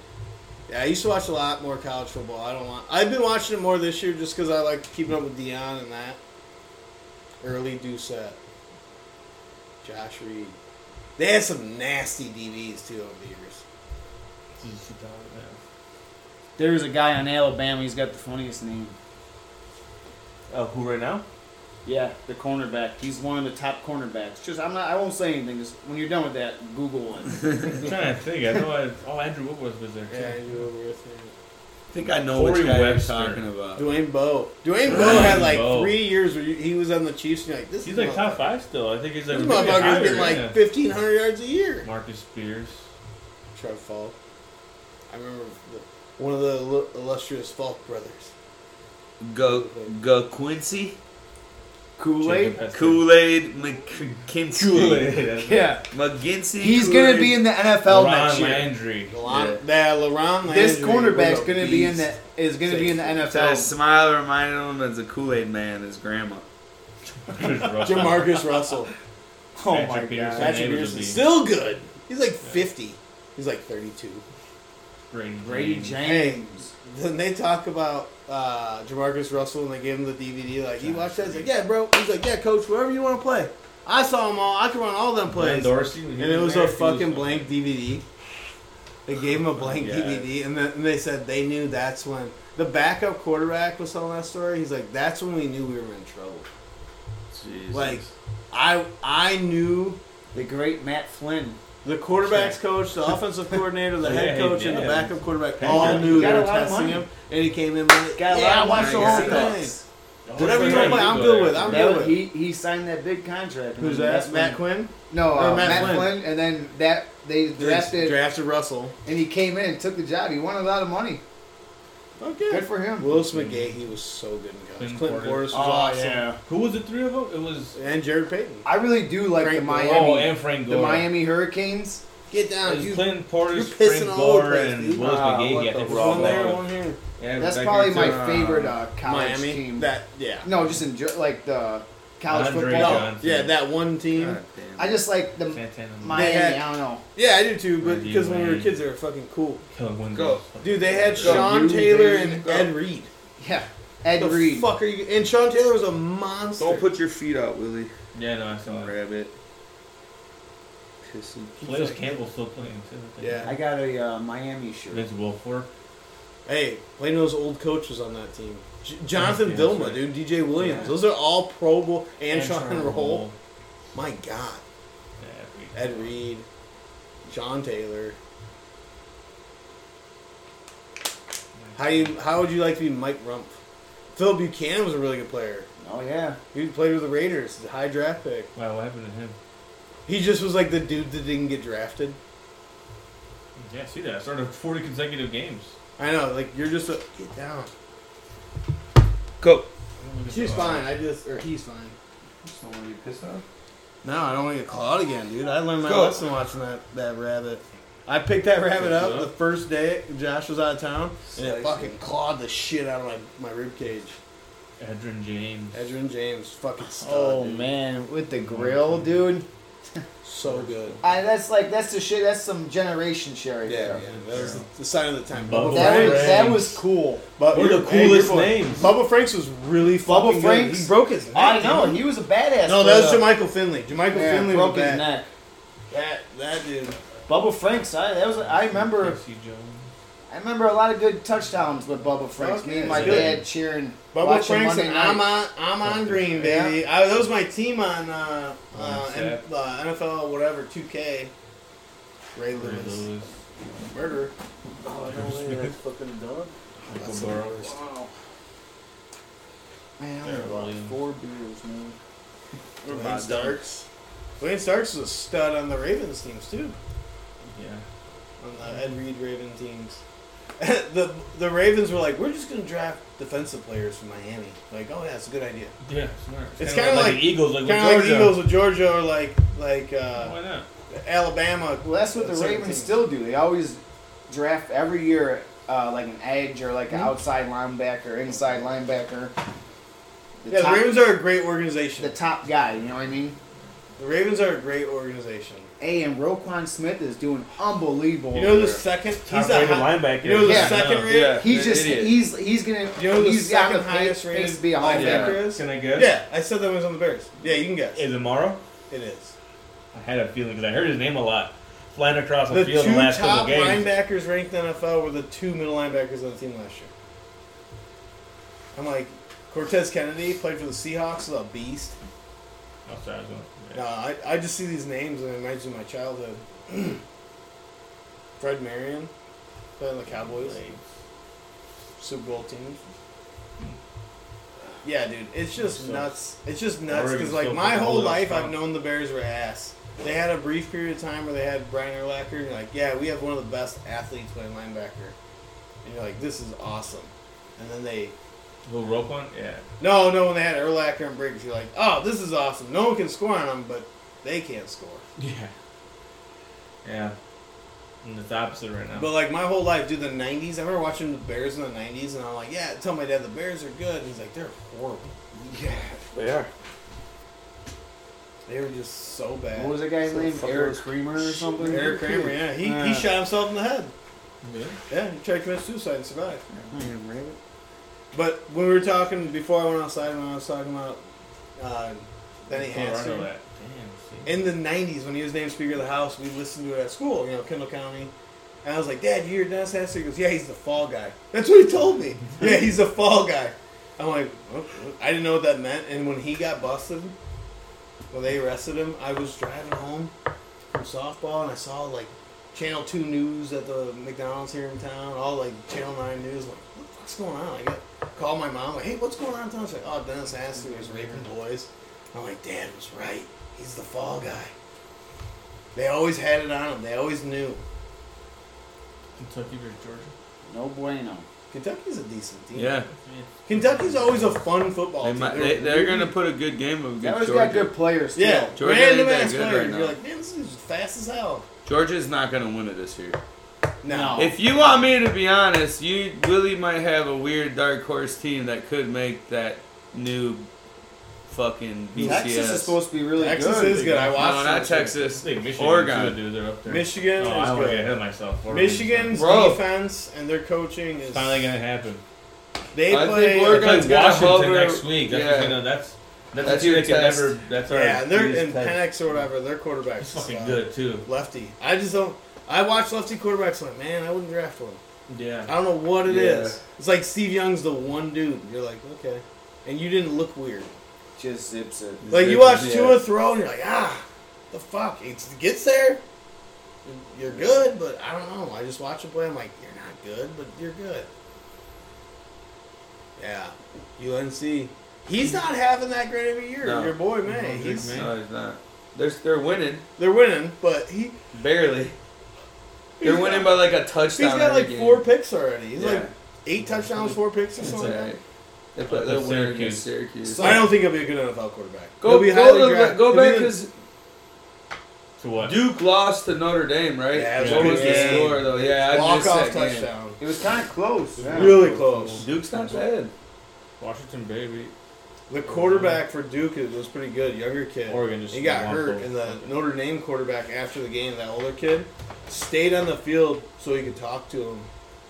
Yeah, I used to watch a lot more college football. I don't want. I've been watching it more this year just because I like keeping up with Dion and that. Early Doucette, Josh Reed. They had some nasty DBs too over the years. There's a guy on Alabama. He's got the funniest name. Oh, Uh, who right now? Yeah, the cornerback. He's one of the top cornerbacks. Just I'm not. I won't say anything. Just when you're done with that, Google [laughs] it. [laughs] I'm trying to think. I know I, oh Andrew Woodworth was there. Too. I think I know Corey which guy Webster. you're talking about. Dwayne Bowe. Dwayne Bowe had like Bowe. three years where you- he was on the Chiefs. And you're like, this He's is like motherfucker- top five still. I think he's like This really higher, motherfucker's getting like yeah. 1,500 yards a year. Marcus Spears. Trev Falk. I remember the, one of the illu- illustrious Falk brothers. Go Go Quincy. Kool Aid. Jacob Hester. Kool Aid McKinsey. [laughs] Kool-Aid. Yeah, McGinsey. he's gonna be in the NFL Ron next [laughs] year. Landry. Lon, yeah. LaRon Landry. This cornerback's was a gonna be beast. in [laughs] the is gonna be in the That NFL. smile reminded him as a Kool Aid man, his grandma. Jamarcus [laughs] Russell. Oh Patrick my Peterson. god. That's Patrick a Peterson. beast. Still good. He's like 50. He's like 32. Brady, Brady James. James. Then they talk about uh, Jamarcus Russell and they gave him the DVD. Like, you watch that? He's like, yeah, bro. He's like, yeah, coach, wherever you want to play. I saw them all. I can run all them Glenn plays. Dorsey. when he And it was there, a he fucking blank DVD. They gave him a blank Yeah. DVD, and then and they said they knew that's when the backup quarterback was telling that story. He's like, "That's when we knew we were in trouble." Jesus. Like, I I knew The great Matt Flynn. the quarterbacks coach, [laughs] the offensive coordinator, the head Yeah, he coach, and the did. backup quarterback He all got- knew they he got were a lot of testing money. him, and he came in. With, Got a yeah, lot I of watched the money. whole Six thing. bucks. Whatever you want to play, I'm go good there. with. I'm That good was- with. he he signed that big contract. Who's And that? that's Matt when- Quinn. No, uh, Or Matt Matt, Flynn. Flynn. and then that they drafted, drafted Russell. and he came in and took the job. He won a lot of money. Good for him. Willis McGay, he was so good in college. Clint Clinton Portis. Portis was Oh, awesome. Who was the three of them? It was. And Jared Payton. I really do like Frank the Gore. Miami, Oh, and Frank the Gore. Miami Hurricanes. Get It down. was you- [laughs] Clinton Portis, you're pissing Frank all over the Gore, place, and dude. Willis Ah, McGahee. I what think the were all one there, there. one here. Yeah, That's back probably into, my uh, favorite uh, college Miami. team. That yeah. no, just enjoy like the college Andre football. Johnson. Yeah, that one team. God damn. I just like the Santana. Miami. had- I don't know. Yeah, I do too. But Reggie because when we were Wayne. kids, they were fucking cool. Killing Windows. Go. Dude, they had Go, Sean you, Taylor baby, and go. Ed Reed. Yeah, Ed The Reed. fuck are you? And Sean Taylor was a monster. Don't put your feet out, Willie. Yeah, no, I saw it. Grab it. Pissy. Blaze Campbell still playing too. I think. Yeah. I got a uh, Miami shirt. Vince Wilfork. Hey, Plano's old coach was on that team. J- Jonathan Yeah, that's Vilma, right. dude, DJ Williams. Those are all Pro Bowl and, Sean Roll. My God, Yeah, we- Ed Reed, Sean Taylor. How you? How would you like to be Mike Rump? Phil Buchanan was a really good player. Oh yeah, He played with the Raiders, he's a high draft pick. Wow, what happened to him? He just was like the dude that didn't get drafted. Yeah, see that. I started 40 consecutive games. I know, like you're just a get down. Go. She's fine. I just or he's fine. Someone you pissed off? No, I don't want to get clawed again, dude. I learned my Go. lesson watching that, that rabbit. I picked that rabbit up the first day Josh was out of town, and it Slice fucking clawed the shit out of my, my rib cage. Edrin James. Edrin James, fucking stud, Oh dude. man, with the grill, dude. so good. I, that's like that's the shit. That's some generation shit right Yeah, there. yeah, that was the, the sign of the time. Bubba That was, Franks. that was cool. But One of the coolest names. Bubba Franks was really fucking Bubba good. Franks. He broke his neck. I know didn't he? he was a badass. No, but, that was uh, Jermichael Finley. Jermichael yeah, Finley broke was his bad. neck. That that dude. Bubba Franks. I that was. I remember. Casey Jones. I remember a lot of good touchdowns with Bubba Franks. Me Okay, and my good. dad cheering. Bubba watching Franks Monday and night. I'm on, Uh, I'm on green, baby. I, that was my team on uh, Oh, uh, Yeah. N- uh, NFL whatever 2K. Ray Ray Lewis, Lewis. murder. Michael Burrows. Wow. Man, I Sarah only bought Williams. four beers, man. Wayne Starks. Wayne Starks was a stud on the Ravens teams too, Yeah. on the Ed Reed Raven teams. the the Ravens were like, we're just gonna draft defensive players from Miami. Like, oh yeah, it's a good idea. Yeah, It's kinda kinda like- the Eagles. Kind Like, with of like Georgia. the Eagles with Georgia or like like uh, Why not? Alabama. Well, that's what the Certain Ravens teams. still do. They always draft every year uh, like an edge or like an outside linebacker, inside linebacker. The Yeah, the top, Ravens are a great organization. the top guy. You know what I mean? The Ravens are a great organization. Hey, and Roquan Smith is doing unbelievable. You know over the there. second Top he's a rated high, linebacker. you know the Yeah. second rate. Yeah. He's an just idiot. he's he's gonna You know the he's second on the highest face, face rated to be a Hall of linebacker Famer. is. Can I guess? Yeah, I said that when I was on the Bears. Yeah, you can guess. Is it Morrow? it is. I had a feeling because I heard his name a lot flying across the, The [laughs] field two in the last couple top games. linebackers ranked in the NFL were the two middle linebackers on the team last year. I'm like, Cortez Kennedy played for the Seahawks, the beast. I'm Oh, sorry, I was gonna- No, I, I just see these names and it reminds me of my childhood. [clears throat] Fred Marion played on the Cowboys. Super Bowl teams. Yeah, dude, it's just So- nuts. It's just nuts Oregon's because like still my putting whole all that life I've stuff. known the Bears were ass. They had a brief period of time where they had Brian Urlacher, and you're like, yeah, we have one of the best athletes playing linebacker, and you're like, this is awesome. And then they Who rope one? Yeah. no, no, when they had Urlacher and Briggs, you're like, oh, this is awesome. No one can score on them, but they can't score. Yeah. Yeah. And it's opposite right now. But like my whole life, dude, the '90s. I remember watching the Bears in the '90s, and I'm like, yeah, tell my dad the Bears are good, and he's like, they're horrible. Yeah, They are. they were just so bad. What was that guy's name? fuck Eric was- Kramer or something? Eric Kramer, yeah, he, Yeah. he shot himself in the head. yeah. Oh, Yeah, he tried to commit suicide and survived. Damn, really? But when we were talking before I went outside, when I was talking about uh, Benny Colorado Hansen that. Damn. see. in the '90s when he was named Speaker of the House, we listened to it at school, you know, Kendall County. And I was like, Dad, you hear Dennis Hansen? He goes, Yeah, he's the fall guy. That's what he told [laughs] me. yeah, he's the fall guy. I'm like, "Okay." I didn't know what that meant. And when he got busted, when they arrested him, I was driving home from softball and I saw like Channel Two News at the McDonald's here in town, all like Channel Nine News. Like, what the fuck's going on? I got called my mom. Like, hey, what's going on in town? She's like, oh, Dennis Astor was raping boys. I'm like, Dad was right. He's the fall guy. They always had it on him. They always knew. Kentucky versus Georgia. No bueno. Kentucky's a decent team. Yeah, Kentucky's always a fun football they team. might, they, they're gonna put a good game of That good was Georgia. got good players too. yeah, Georgia ain't random that ass good right players. You're now. like, man, this is fast as hell. Georgia's not gonna win it this year. No. If you want me to be honest, you really might have a weird dark horse team that could make that new fucking BCS. Texas is supposed to be really Texas good. is good. I no, watched them not this year. Texas. I think Michigan Oregon. too, dude. They're up there. Michigan Oh, is I want good. to get ahead of myself. Oregon's Michigan's Bro. defense and their coaching is finally gonna happen. They I play. think They play Oregon- Oregon's gonna Washington hover- next week. That's what's yeah. gonna. That's that's, That's a team your that can test. never. That's our. yeah, and they're biggest in test. Penix or whatever. Their quarterback uh, He's fucking good too. Lefty. I just don't. I watch lefty quarterbacks. Like, man, I wouldn't draft one. I Yeah. don't know what it Yeah. is. It's like Steve Young's the one dude. You're like, okay, and you didn't look weird. Just zips it. Like you Yeah. watch Tua throw, and you're like, ah, the fuck. It gets there. You're good, but I don't know. I just watch him play. I'm like, you're not good, but you're good. Yeah, UNC. He's not having that great of a year. No. Your boy May. He's, No, he's not. They're, they're winning They're winning, but he barely. They're He's winning by like a touchdown. he's got every like game. four picks already. He's Yeah. like eight touchdowns, four picks or It's something. alright. They play, Like they're the winning against Syracuse. So I don't think he'll be a good NFL quarterback. go He'll be highly go, to, drafted. go He'll be back the- because To what? Duke lost to Notre Dame, right? Yeah, it was what a was good the game. score though? Yeah, I walk missed off that game. touchdown. It was kind of close. Yeah. Really close. Duke's not bad. Washington, baby. The quarterback for Duke is- was pretty good, younger kid. Oregon just he got won hurt, both. and the Notre Dame quarterback after the game, that older kid, stayed on the field so he could talk to him.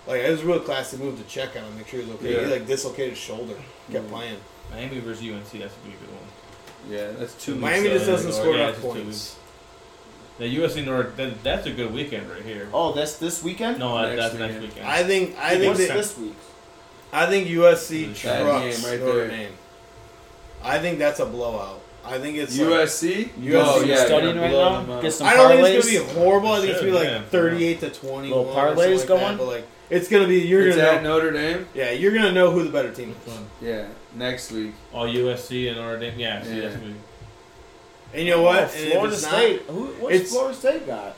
Like it was a real classy move to check on him, make sure he was okay. Yeah. He like dislocated his shoulder, kept playing. Miami versus UNC. That's a pretty good one. Yeah, that's two. Miami weeks, just uh, doesn't or- score yeah, enough just two points. The USC North. That, that's a good weekend right here. Oh, that's this weekend. No, that- Next that's next weekend. weekend. I think I think What's they, this week? I think USC It's a bad trucks game right Notre there. Dame. I think that's a blowout. I think it's like- USC. You oh yeah, studying they're right blow them now. up. Get some I don't think parlays. it's gonna be horrible. I think it's gonna be Yeah, yeah. like thirty-eight to twenty. Little or something parlays like going? that, but like it's gonna be you're It's gonna at know, Notre Dame. yeah you're gonna know who the better team is. Yeah, next week. All USC and Notre Dame. Yeah. See, Yeah. that's what we- And you know what? Oh, And if Florida it's not- State. Who? What's it's- Florida State got?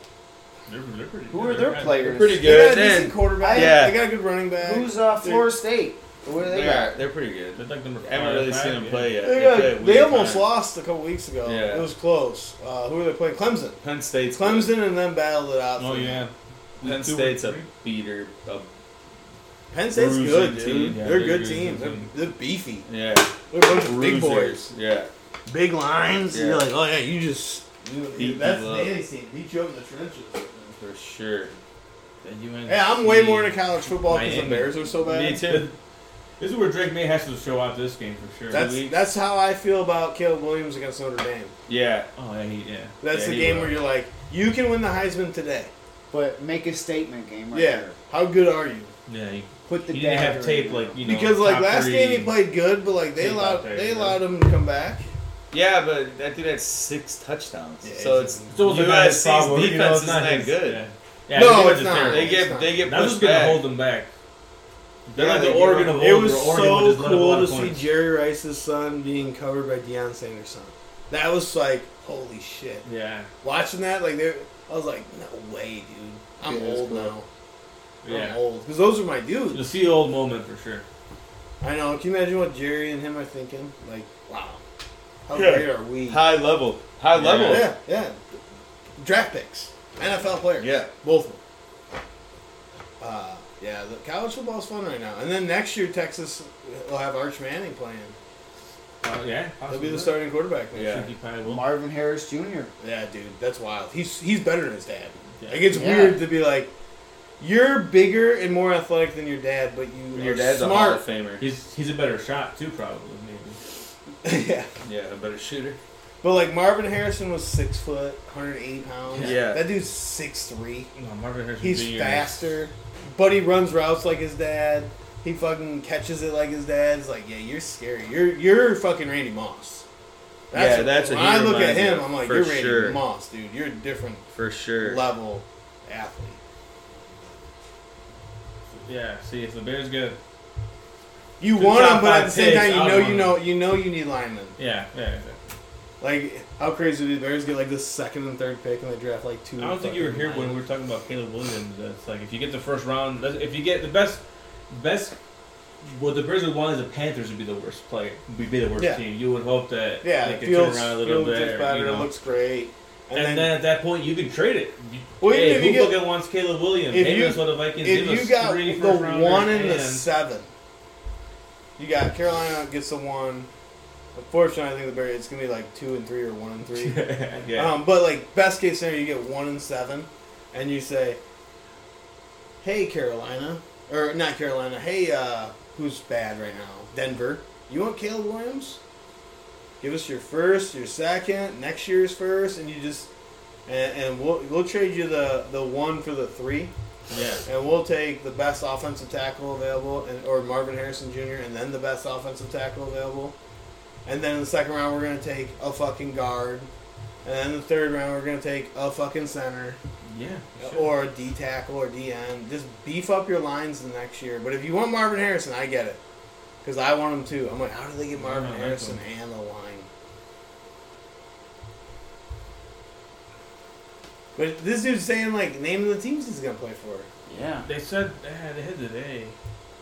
They're, they're pretty Who good. are They're their kinda- players? Pretty they got a good. decent And quarterback. Yeah. They got a good running back. Who's uh, Florida State? What do they they got? are. They're pretty good. They're like number I haven't really five, seen them yeah. play yet. they, got- play they weird almost time. lost a couple weeks ago. Yeah. It was close. Uh, who were they playing? Clemson. Penn State's Clemson and them battled it out. Oh for- yeah. Penn Two or State's a three. beater. A, Penn State's Bruising good, dude. team. they're Yeah, they're good bruising team. They're, team. they're beefy. yeah, They're a bunch of big bruisers. boys. Yeah, Big lines. Yeah. You're like, oh yeah, you just Beat that's people up. Danny's team. Beat you up in the trenches. for sure. The UNC. Yeah, I'm way more into college football because the Miami. Bears are so bad. Me too. This is where Drake May has to show out this game for sure. That's We- that's how I feel about Caleb Williams against Notre Dame. Yeah, oh yeah, he, yeah. That's Yeah, the he game will. where you're like, you can win the Heisman today. But make a statement game right yeah. there. How good are you? Yeah, you, Put the you didn't have dagger tape in. like you know. Because like top last three. game he played good, but like they Tape allowed out there, they yeah. allowed him to come back. Yeah, but that dude had six touchdowns. Yeah, so it's- it's, Still was the guy's USC's problem, you know, defense it's not isn't that his- good. Yeah, yeah No, defense it's is not. terrible. They It's get not. they get That's pushed what's gonna back. hold them back. They're Yeah, like the they Oregon give up- of old. It was where Oregon would so just let up a cool lot to of see points. Jerry Rice's son being covered by Deion Sanders' son. That was like holy shit. Yeah, Watching that, like there, I was like, no way, dude. I'm Yeah, it's old cool. now. I'm yeah. old because those are my dudes. You'll see old moment for sure. I know. Can you imagine what Jerry and him are thinking? Like, wow, how Yeah. great are we? High level, high Yeah. level. Yeah, yeah. Draft picks, NFL players. Yeah. both of them. Uh, yeah, the college football's fun right now. And then next year, Texas will have Arch Manning playing. Uh, He'll yeah, be possibly. the starting quarterback next Yeah. year. He probably will. Marvin Harris Jr. Yeah, dude, that's wild. He's he's better than his dad. Yeah. Like it's Yeah. weird to be like, you're bigger and more athletic than your dad, but you Your are dad's a Hall smart. of Famer. He's he's a better shot too, probably maybe. [laughs] yeah, Yeah, a better shooter. but like Marvin Harrison was six foot, 180 pounds. Yeah. that dude's six three. No, Marvin Harrison. He's Jr. faster, but he runs routes like his dad. He fucking catches it like his dad. It's like, yeah, you're scary. You're you're fucking Randy Moss. Yeah, that's what when he I look at reminds me him. of, I'm like, for you're Randy sure. Moss, dude. You're a different For sure. level athlete. Yeah. See if the Bears get. You Two want top them, but at five the same picks, time, you I know want you know you know you need linemen. Yeah. Yeah. yeah. Like, how crazy do the Bears get like the second and third pick, and they draft like two? I don't think you were fucking here when we linemen? were talking about Caleb Williams. That's like if you get the first round, that's- if you get the best, best. What the Bears would want is the Panthers would be the worst player, would be the worst Yeah. team. You would hope that Yeah, they it could feels, turn around a little feels bit, just better. you know. It looks great. and, then, at that point you can trade it. You- Well, even hey, if you who get- fucking wants Caleb Williams? if Hey, you- Minnesota Vikings if give you us got three the first rounders one and the and- seven, you got Carolina gets the one. Unfortunately, I think the Bears it's gonna be like two and three or one and three. [laughs] yeah. Um, but like best case scenario, you get one and seven, and you say, "Hey Carolina, or not Carolina. Hey, uh, who's bad right now? Denver. You want Caleb Williams? Give us your first, your second, next year's first, and you just and, and we'll we'll trade you the the one for the three, yeah. and we'll take the best offensive tackle available, and or Marvin Harrison Jr. and then the best offensive tackle available, and then in the second round we're gonna take a fucking guard, and then the third round we're gonna take a fucking center Yeah. sure. or a D tackle or DN. Just beef up your lines the next year. But if you want Marvin Harrison, I get it, because I want him too. I'm like, how do they get Marvin I like Harrison and the line? But this dude's saying like name of the teams he's gonna play for. Yeah. They said eh, they had today.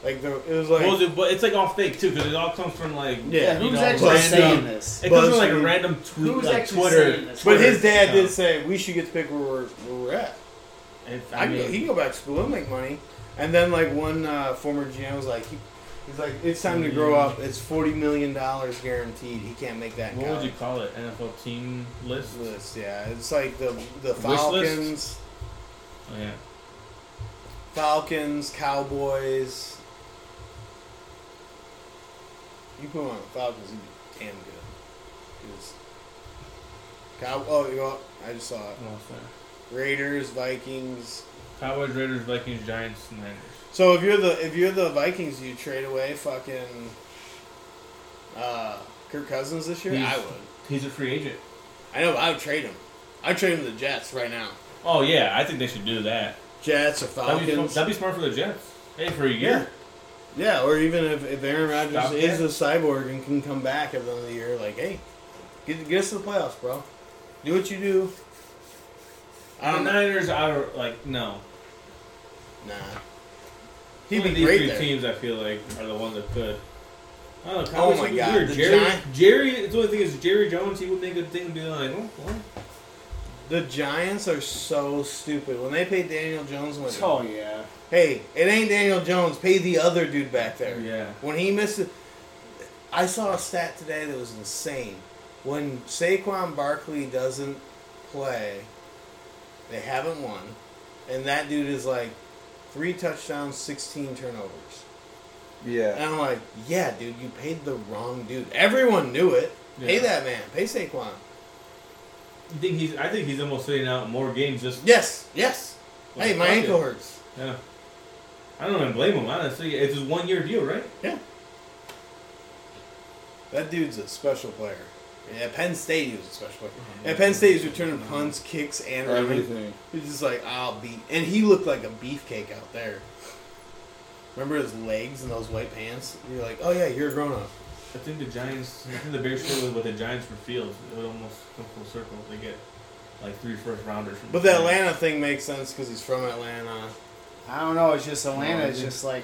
Like the, it was like well, dude, but it's like all fake too, because it all comes from like Yeah, yeah. who's know, actually Buzzed saying up. this? it comes from like a BuzzFeed. random tweet, Who's like actually saying Twitter. this? But his dad Yeah. did say we should get to pick where we're where we're at. If, I, I can go, he mean, can go back to school and make money. And then like one uh, former GM was like, he, he's like, it's time to grow up. It's forty million dollars guaranteed. He can't make that. in what would you college." call it? NFL team list? List, yeah, it's like the the Wish list? Falcons, Oh, yeah. Falcons, Cowboys. You put him on the Falcons, he'd be damn good. 'Cause Cow- oh, you know, what? I just saw it. What's that? Raiders, Vikings, Cowboys, Raiders, Vikings, Giants, Niners. So if you're the if you're the Vikings, you trade away fucking uh, Kirk Cousins this year. I He's- would. He's a free agent. I know. I would trade him. I'd trade him to the Jets right now. Oh yeah, I think they should do that. Jets or That'd be, Falcons. that'd be smart for the Jets. Hey, for a year. Yeah, or even if, if Aaron Rodgers Stop is a cyborg and can come back at the end of the year, like, hey, get, get us to the playoffs, bro. Do what you do. I don't The know. Niners are like no. Nah. He'd be Only these great three there. teams I feel like are the ones that could. I don't know, Oh Cowboys my would be God, weird. the Jerry, Gi- Jerry. The only thing is Jerry Jones. He would make a thing and be like, oh, what? The Giants are so stupid. When they paid Daniel Jones, when Oh yeah. hey, it ain't Daniel Jones. Pay the other dude back there. Yeah. When he misses, I saw a stat today that was insane. When Saquon Barkley doesn't play, they haven't won, and that dude is like three touchdowns, sixteen turnovers. And Yeah. I'm like, yeah, dude, you paid the wrong dude. Everyone knew it. Pay Yeah. that man. Pay Saquon. You think he's? I think he's almost sitting out more games just. Yes, yes. Well, hey, my fuck ankle it. hurts. Yeah. I don't even blame him, honestly. It's his one year deal, right? That dude's a special player. Yeah, Penn State he was a special player. Oh, At Penn State, he was returning punts, kicks, and everything. Everything. He's just like, I'll beat. And he looked like a beefcake out there. Remember his legs and those white pants? You're like, oh yeah, you're a grown up. I think the Giants, I think the Bears struggled with the Giants for Fields. It would almost come full circle. They get like three first rounders. From But the Atlanta thing makes sense because he's from Atlanta. I don't know. It's just Atlanta. It's just like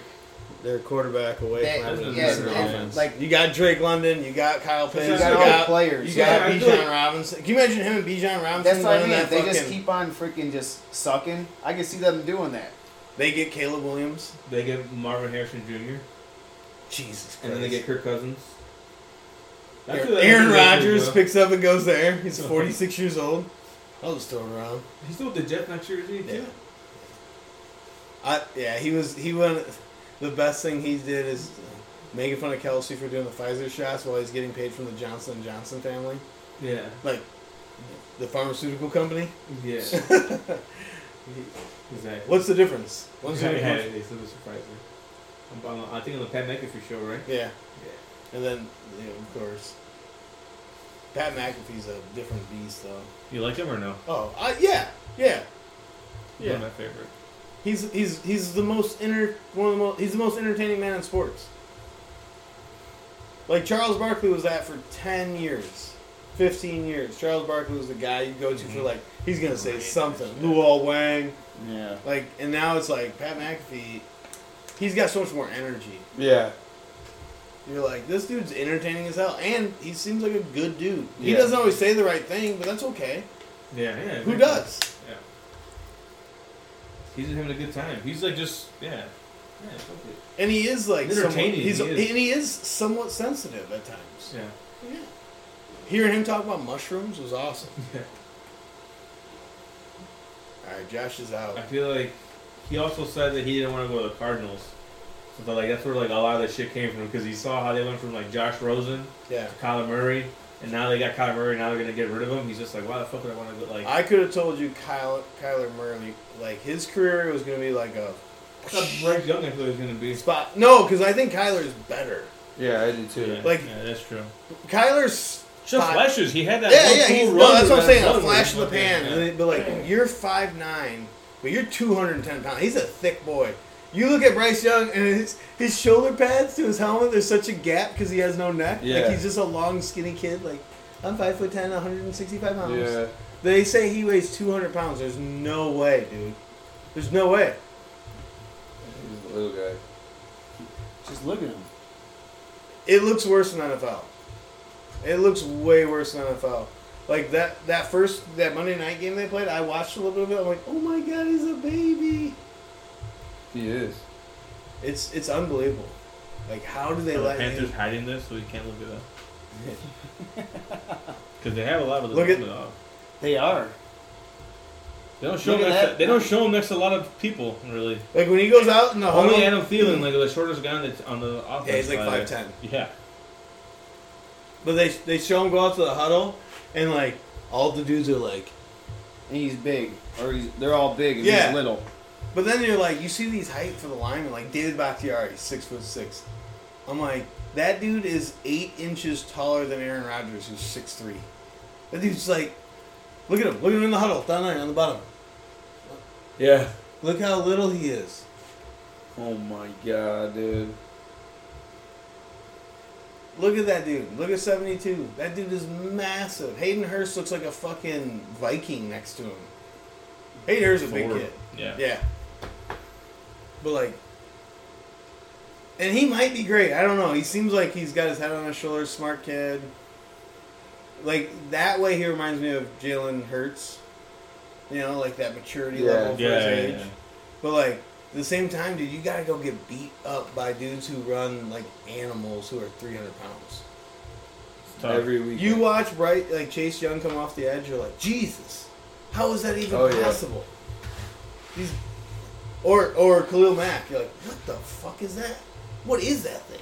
They're a quarterback away They- from having a yeah, better they- offense. like- you got Drake London, you got Kyle Pitts, you you got all the got, players. you Yeah, got I feel Bijan like- Robinson. Can you imagine him and Bijan Robinson? That's what I running mean. that If they just fucking- keep on freaking just sucking, I can see them doing that. They get Caleb Williams. They get Marvin Harrison Jr. Jesus Christ. and then they get Kirk Cousins. That's who- Aaron, that's who they Rodgers do, bro. picks up and goes there. [laughs] He's 46 years old. I was still around. He's still with the Jets next year, isn't he? Yeah. too? I yeah, he was he went. The best thing he did is making fun of Kelsey for doing the Pfizer shots while he's getting paid from the Johnson and Johnson family, Yeah. like the pharmaceutical company. [laughs] Yeah. exactly. What's the difference? One's [laughs] Yeah, gonna be yeah, much- it's a little surprising. I'm buying- I think on the Pat McAfee show, right? yeah. And then you know, of course, Pat McAfee's a different beast though. You like him or no? Oh, I, yeah, yeah, Yeah. yeah. my favorite. He's he's he's the most inter one of the most he's the most entertaining man in sports. Like Charles Barkley was that for ten years, fifteen years. Charles Barkley was the guy you go to Mm-hmm. for like he's gonna say something. Luol Wang, Yeah. like, and now it's like Pat McAfee. He's got so much more energy. Yeah. You're like this dude's entertaining as hell, and he seems like a good dude. He Yeah. doesn't always say the right thing, but that's okay. Yeah, yeah. Who exactly. does? He's having a good time. He's like just yeah. Yeah, fuck it. And he is like somewhat- Entertaining, he's, he is. and he is somewhat sensitive at times. Yeah. Hearing him talk about mushrooms was awesome. [laughs] Yeah. All right, Josh is out. I feel like he also said that he didn't want to go to the Cardinals. So that, like that's where like a lot of this shit came from because he saw how they went from like Josh Rosen Yeah, to Kyler Murray, and now they got Kyler Murray. Now they're gonna get rid of him. He's just like, why the fuck would I want to go? Like, I could have told you Kyle Kyler Murray like his career was gonna be like a that's Bryce Young. I feel like is gonna be. spot. No, because I think Kyler's better. Yeah, I do too. Yeah, Like- yeah, that's true. Kyler's Just five- flashes. He had that. Yeah, one yeah, cool he's, run no, that's what I'm where saying. that A one flash in was the pan. fucking- and yeah. then- But like you're five nine, but you're 210 pounds. He's a thick boy. You look at Bryce Young and his his shoulder pads to his helmet. There's such a gap because he has no neck. Like Yeah. he's just a long, skinny kid. Like I'm five foot ten, 165 pounds. Yeah. They say he weighs 200 pounds. There's no way, dude. There's no way. He's a little guy. Just look at him. It looks worse than NFL. It looks way worse than NFL. Like that that first that Monday night game they played, I watched a little bit of it. I'm like, oh my god, he's a baby. He is. It's it's unbelievable. Like how do they Are let the Panthers him? hiding this, so we can't look it up. [laughs] [laughs] Because they have a lot of the Look at- dog. They are. They don't show Look him at next. that. they don't show him next to a lot of people, really. Like when he goes out in the huddle, Only Adam Thielen, like the shortest guy on the, on the offense. yeah, he's like side. five ten. Yeah, But they they show him go out to the huddle, and like all the dudes are like. And he's big, or he's they're all big and Yeah. he's little. But then you're like, you see these height for the linemen, like David Bakhtiari, six foot six. I'm like, that dude is eight inches taller than Aaron Rodgers, who's six three. That dude's like, look at him, look at him in the huddle down there on the bottom. Yeah. Look how little he is. Oh my god, dude. Look at that dude. Look at 72. That dude is massive. Hayden Hurst looks like a fucking Viking next to him. Hayden Hurst is a big Forward. kid. yeah. Yeah. But like and he might be great. I don't know. He seems like he's got his head on his shoulders, smart kid. Like that way he reminds me of Jalen Hurts. You know, like that maturity Yeah. level for Yeah, his yeah, age. yeah. But like at the same time, dude, you gotta go get beat up by dudes who run like animals who are three hundred pounds. It's tough. Every week. You watch Bright like Chase Young come off the edge, you're like, Jesus, how is that even Oh, yeah. possible? He's or or Khalil Mack, you're like, what the fuck is that? What is that thing?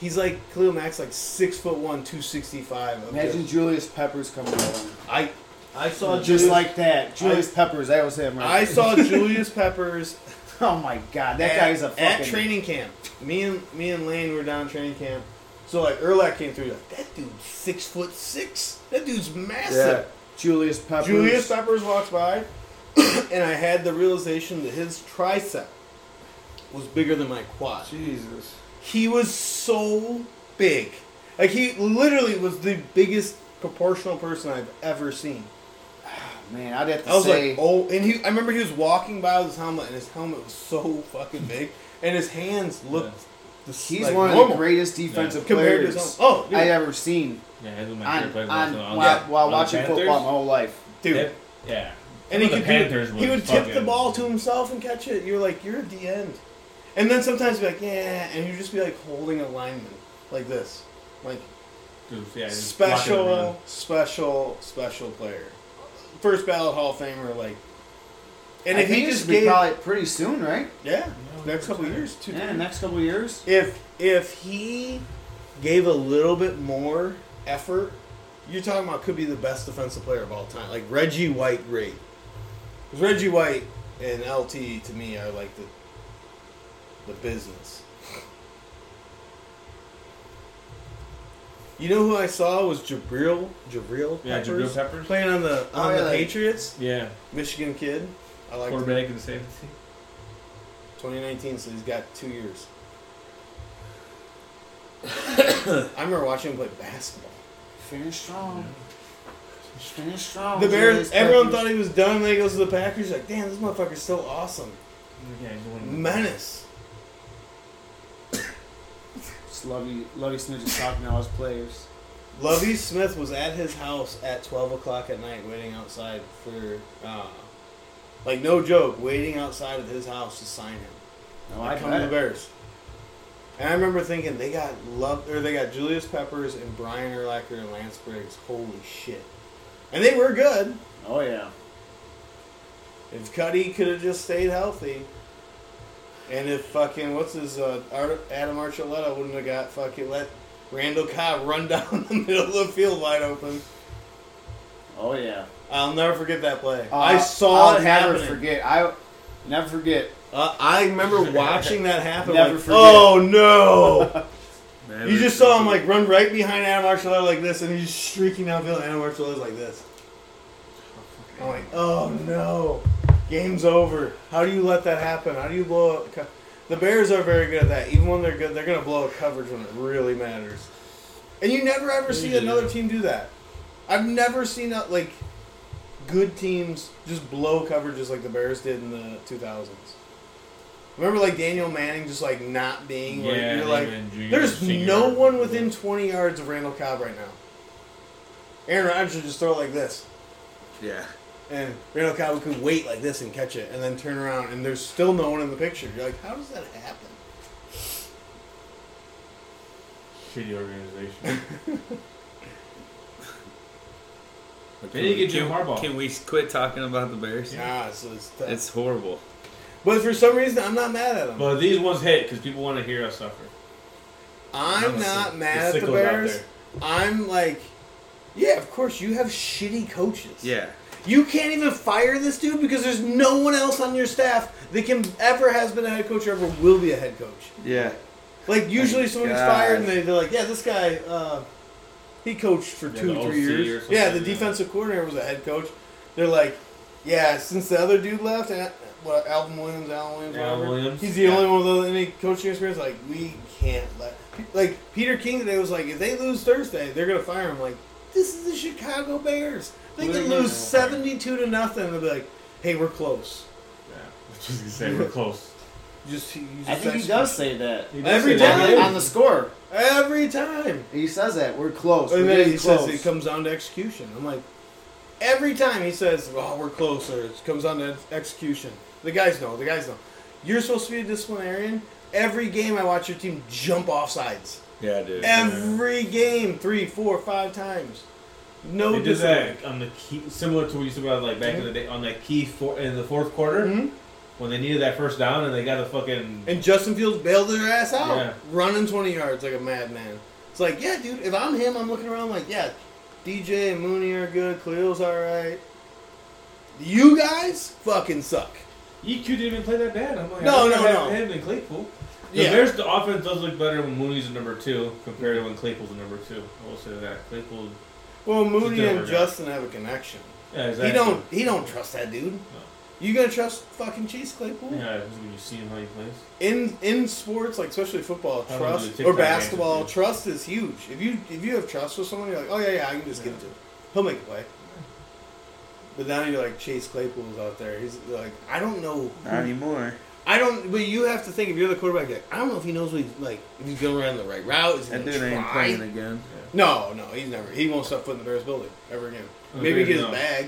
He's like Khalil Mack's like six foot one, two sixty five. Imagine Julius Peppers coming at him. I I saw just Julius, like that. Julius Peppers, that was him, right? I saw Julius Peppers [laughs] Oh my god, [laughs] that at- guy's a fucking. at training camp. Me and me and Lane were down at training camp. So like Erlac came through, like that dude's six foot six. That dude's massive. Julius Peppers. Julius Peppers walks by, [coughs] and I had the realization that his tricep was bigger than my quad. Jesus. He was so big. Like he literally was the biggest proportional person I've ever seen. Man, I'd have to I was say. like, oh, and he. I remember he was walking by with his helmet, and his helmet was so fucking big, and his hands looked. the s- he's like one of normal the greatest defensive compared to players his own. Oh, dude, I uh, ever seen Yeah, that's what my on, favorite player on, was on, while, the- while on the watching Panthers. football my whole life. dude. Yep. Yeah. and he Some could of the do, He was would tip the fucking- ball to himself and catch it. You were like, you're the end. And then sometimes he'd be like, yeah, and he'd just be like holding a lineman like this, like Oof, yeah, just blocking the run. special, uh, special, special player, first ballot Hall of Famer, like. And I if he think just be gave, probably pretty soon, right? yeah, next couple years, two, Yeah, next couple of years. if if he gave a little bit more effort, you're talking about could be the best defensive player of all time, like Reggie White grade. 'Cause Reggie White and LT to me are like the the business. You know who I saw was Jabril Jabril Yeah, Peppers, Jabril Peppers. playing on the on Oh, yeah, the like- Patriots, Yeah, Michigan kid. I like him. quarterback in the safety. 2019, so he's got two years. I remember watching him play basketball. Finish strong. Finish strong. The Julius Bears, everyone Peppers. thought he was done. Then he goes to the Packers, like, damn, this motherfucker's so awesome. Yeah, he's one. Menace. Just love you, love you, snitches talking to us players. Lovey Smith was at his house at 12 o'clock at night, waiting outside for, uh, like, no joke, waiting outside of his house to sign him. No, I I come to the bet. Bears. And I remember thinking they got love or they got Julius Peppers and Brian Urlacher and Lance Briggs. Holy shit. And they were good. Oh yeah. If Cuddy could have just stayed healthy. And if fucking what's his uh, Ar- Adam Archuleta wouldn't have got fucking let Randall Cobb [laughs] run down the middle of the field wide open. Oh yeah. I'll never forget that play. Uh, I saw I'll it never happening. forget. I never forget. Uh, I [laughs] remember watching that happen. Never like, forget. Oh no! Never You just saw him like run right behind Adam Archuleta like this, and he's streaking downfield. Adam Archuleta's like this. I'm like, oh no, game's over. How do you let that happen? How do you blow up? co- The Bears are very good at that. Even when they're good, they're gonna blow a coverage when it really matters. And you never ever see another team do that. I've never seen uh, like good teams just blow coverages like the Bears did in the 2000s. Remember, like Daniel Manning just like not being where Yeah, you're like, even junior, there's senior. no one within 20 yards of Randall Cobb right now. Aaron Rodgers would just throw it like this, Yeah. and Randall Cobb could wait like this and catch it, and then turn around, and there's still no one in the picture. You're like, how does that happen? shitty organization. Can, They didn't can- get Jim Harbaugh. can we quit talking about the Bears? Nah, Ah, so it's tough. It's horrible. but for some reason, I'm not mad at them. but these ones hit because people want to hear us suffer. I'm Honestly, not the mad at the sickles out Bears. there. I'm like, yeah, of course you have shitty coaches. Yeah. You can't even fire this dude because there's no one else on your staff that can ever has been a head coach or ever will be a head coach. Yeah. Like usually someone gets God. fired and they, they're like, yeah, this guy, uh, he coached for Yeah, two, three the OC or years. something, Yeah, the yeah. defensive coordinator was a head coach. They're like, yeah, since the other dude left, and what, Alvin Williams, Alan Williams, Alan whatever, Williams, he's the yeah. only one with any coaching experience. Like we can't let, like Peter King today was like, if they lose Thursday, they're gonna fire him. Like this is the Chicago Bears. They Who could they gonna lose fire? seventy-two to nothing. and They'll be like, hey, we're close. Yeah, [laughs] just gonna say we're close. Just, you just I think he execute. does say that [laughs] Every say time. that. on the score. every time. He says that we're close. And we're then getting he close. says it comes down to execution. I'm like, every time he says, "Oh, we're closer," it comes down to execution. The guys know. The guys know. You're supposed to be a disciplinarian. Every game, I watch your team jump off sides. Yeah, dude. Every game, three, four, five times. No They did discipline. that on the key, similar to what you said about like back in the day on that key four in the fourth quarter Mhm. when they needed that first down and they got a fucking And Justin Fields bailed their ass out, Yeah. running 20 yards like a madman. It's like, yeah, dude. If I'm him, I'm looking around like, yeah, DJ and Mooney are good. Khalil's all right. You guys fucking suck. EQ E didn't even play that bad. I'm like, No, no, I'd rather no. have Him and Claypool. The Yeah. Bears' the offense does look better when Mooney's a number two compared to when Claypool's a number two. I will say that Claypool. Well, Mooney Don't and worry. Justin have a connection. Yeah, exactly. He don't. He don't trust that dude. You gonna trust fucking Chase Claypool? Yeah, it's when you see him how he plays. In in sports, like especially football, I don't do trust TikTok or basketball, dances, trust is huge. If you if you have trust with someone, you're like, oh yeah, yeah, I can just get to it. He'll make a play. But now you're like Chase Claypool's out there. He's like, I don't know. who- Not anymore. I don't. But you have to think if you're the quarterback. Like, I don't know if he knows what he's like. If he's gonna run the right route. Is he That gonna dude ain't try? playing again. No, no, he's never. He won't step foot in the Bears building ever again. Okay, Maybe get his Oh, no. bag.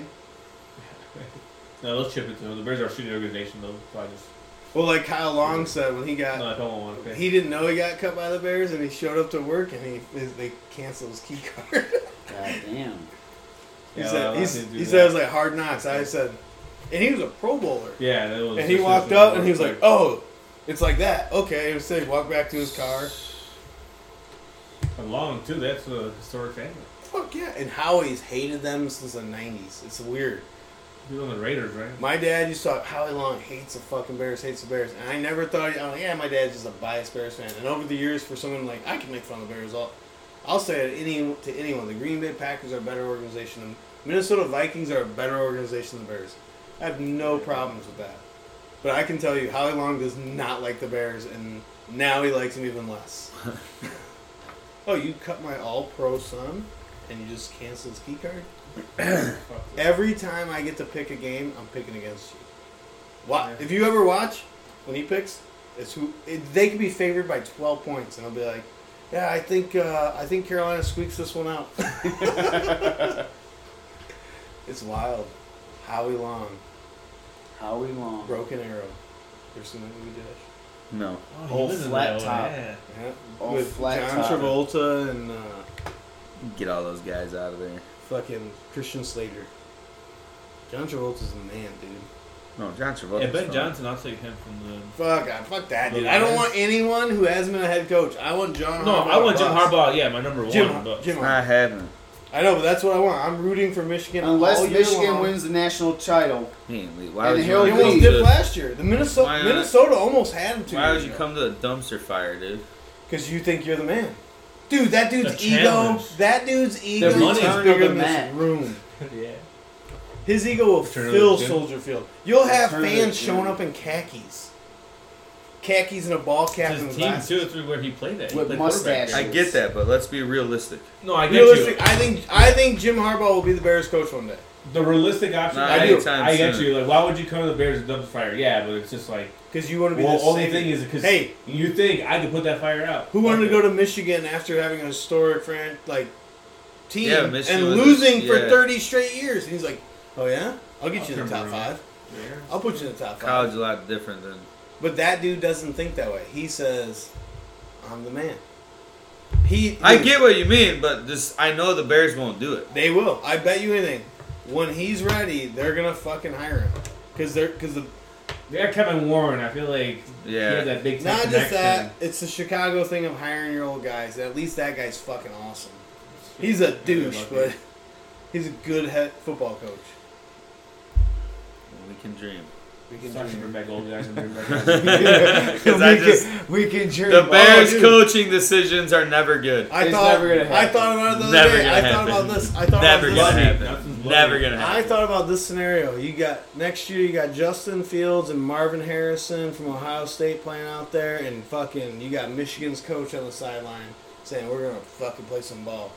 No, let's chip it to him. The Bears are a shooting organization, though. So I just, Well, like Kyle Long said when he got no, I don't want to pay. He didn't know he got cut by the Bears, and he showed up to work, and he his, they canceled his key card. [laughs] God damn. he Yeah, said, well, he's, I did do he that. said it was like hard knocks. I said, and he was a Pro Bowler, yeah, that was. and he this walked was- up, and he was like, "Oh, it's like that, okay." And so he walked back to his car. And Long too. That's a historic family. Fuck yeah! And Howie's hated them since the '90s. It's weird. He was on the Raiders, right? My dad used to talk, Howie Long hates the fucking Bears, hates the Bears. And I never thought, I'm like, yeah, my dad's just a biased Bears fan. And over the years, for someone like, I can make fun of the Bears all. I'll say it any, to anyone, the Green Bay Packers are a better organization. than Minnesota Vikings are a better organization than the Bears. I have no problems with that. But I can tell you, Howie Long does not like the Bears, and now he likes them even less. oh, you cut my all pro son, and you just canceled his key card? Every time I get to pick a game, I'm picking against you. Why? If you ever watch when he picks, it's who it, they could be favored by 12 points, and I'll be like, "Yeah, I think uh, I think Carolina squeaks this one out." it's wild. Howie Long, Howie Long. Broken Arrow. Ever seen that movie, Dash? No. Oh, he lives in flat that one, top. Yeah. Yeah. Oh, With flat John top. Travolta and uh, Get all those guys out of there. fucking Christian Slater. John Travolta's the man, dude. No, John Travolta. Ben Johnson, I'll take him from the Fuck, I, fuck that, dude. I don't want anyone who hasn't been a head coach. I want John. No, Harbaugh I want Jim bust. Harbaugh. Yeah, my number one. Jim, but Jim I haven't. I know, but that's what I want. I'm rooting for Michigan. all Unless year Michigan long. wins the national title. He ain't leave. Why And would you? he'll they wanna almost come leave. did to- last year. The Why Minnesota not? Minnesota almost had him. Two Why would you come to a dumpster fire, dude? Because you think you're the man, dude. That dude's The ego. challenge. That dude's ego is money's bigger bigger than than this [laughs] that. room. yeah, His ego will Turn it fill up, dude. Soldier Field. You'll have Turn it up, fans dude. showing up in khakis, khakis and a ball cap his and team glasses. too. It's where he played at. He With played quarterback mustache. there. I get that, but let's be realistic. No, I get Realistic, you. I think I think Jim Harbaugh will be the Bears coach one day. The realistic option. Not I do. anytime I get soon. you. Like, why would you come to the Bears and dump the fire? Yeah, but it's just like. Because you want to be Well, the only savior. thing is because Hey. you think I could put that fire out. Who wanted to go to Michigan after having a historic fran- like team Yeah, Michigan and was- losing for yeah. thirty straight years? And he's like, "Oh yeah, I'll get I'll you in the turn top around." five. I'll put you in the top five. College a lot different than. But that dude doesn't think that way. He says, "I'm the man." He, I get what you mean, but just I know the Bears won't do it. They will. I bet you anything. When he's ready, they're gonna fucking hire him. Cause they're cause the They got Kevin Warren. I feel like he Yeah. had that big time not just connection. that. It's the Chicago thing of hiring your old guys. At least that guy's fucking awesome. He's a douche, but he's a good head football coach. We can [laughs] dream. We can Sorry, dream. bring back old guys and bring back guys. That's [laughs] [laughs] 'Cause I just- we can dream. the Bears' Oh, dude. coaching decisions are never good. I It's thought never gonna I happen. thought about it the other Never day. gonna I thought happen. about this. I thought Never about gonna this. happen. Nothing's Never bloody. gonna happen. I thought about this scenario. You got next year. You got Justin Fields and Marvin Harrison from Ohio State playing out there, and fucking you got Michigan's coach on the sideline saying we're gonna fucking play some ball.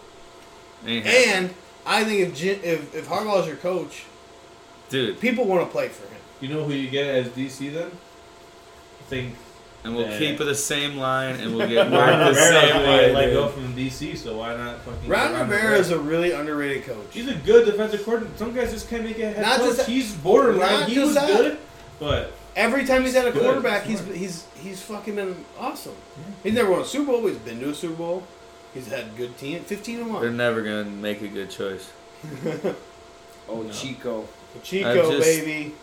Ain't happening. And I think if Jim, if if Harbaugh's your coach, dude, people want to play for him. You know who you get as DC then? I [laughs] think and we'll Yeah. keep it the same line, and we'll [laughs] get Ron marked the same Rivera way. let dude. go from DC, so why not fucking Ron get Rivera is a really underrated coach. He's a good defensive coordinator. Some guys just can't make it head Not coach. just- he's borderline. not He just was that. good, but Every time he's had a Good. quarterback, he's he's he's fucking been awesome. He's never won a Super Bowl. but He's been to a Super Bowl. He's had good team, fifteen and They're one. never gonna make a good choice. Oh, Chico. Chico, just- baby.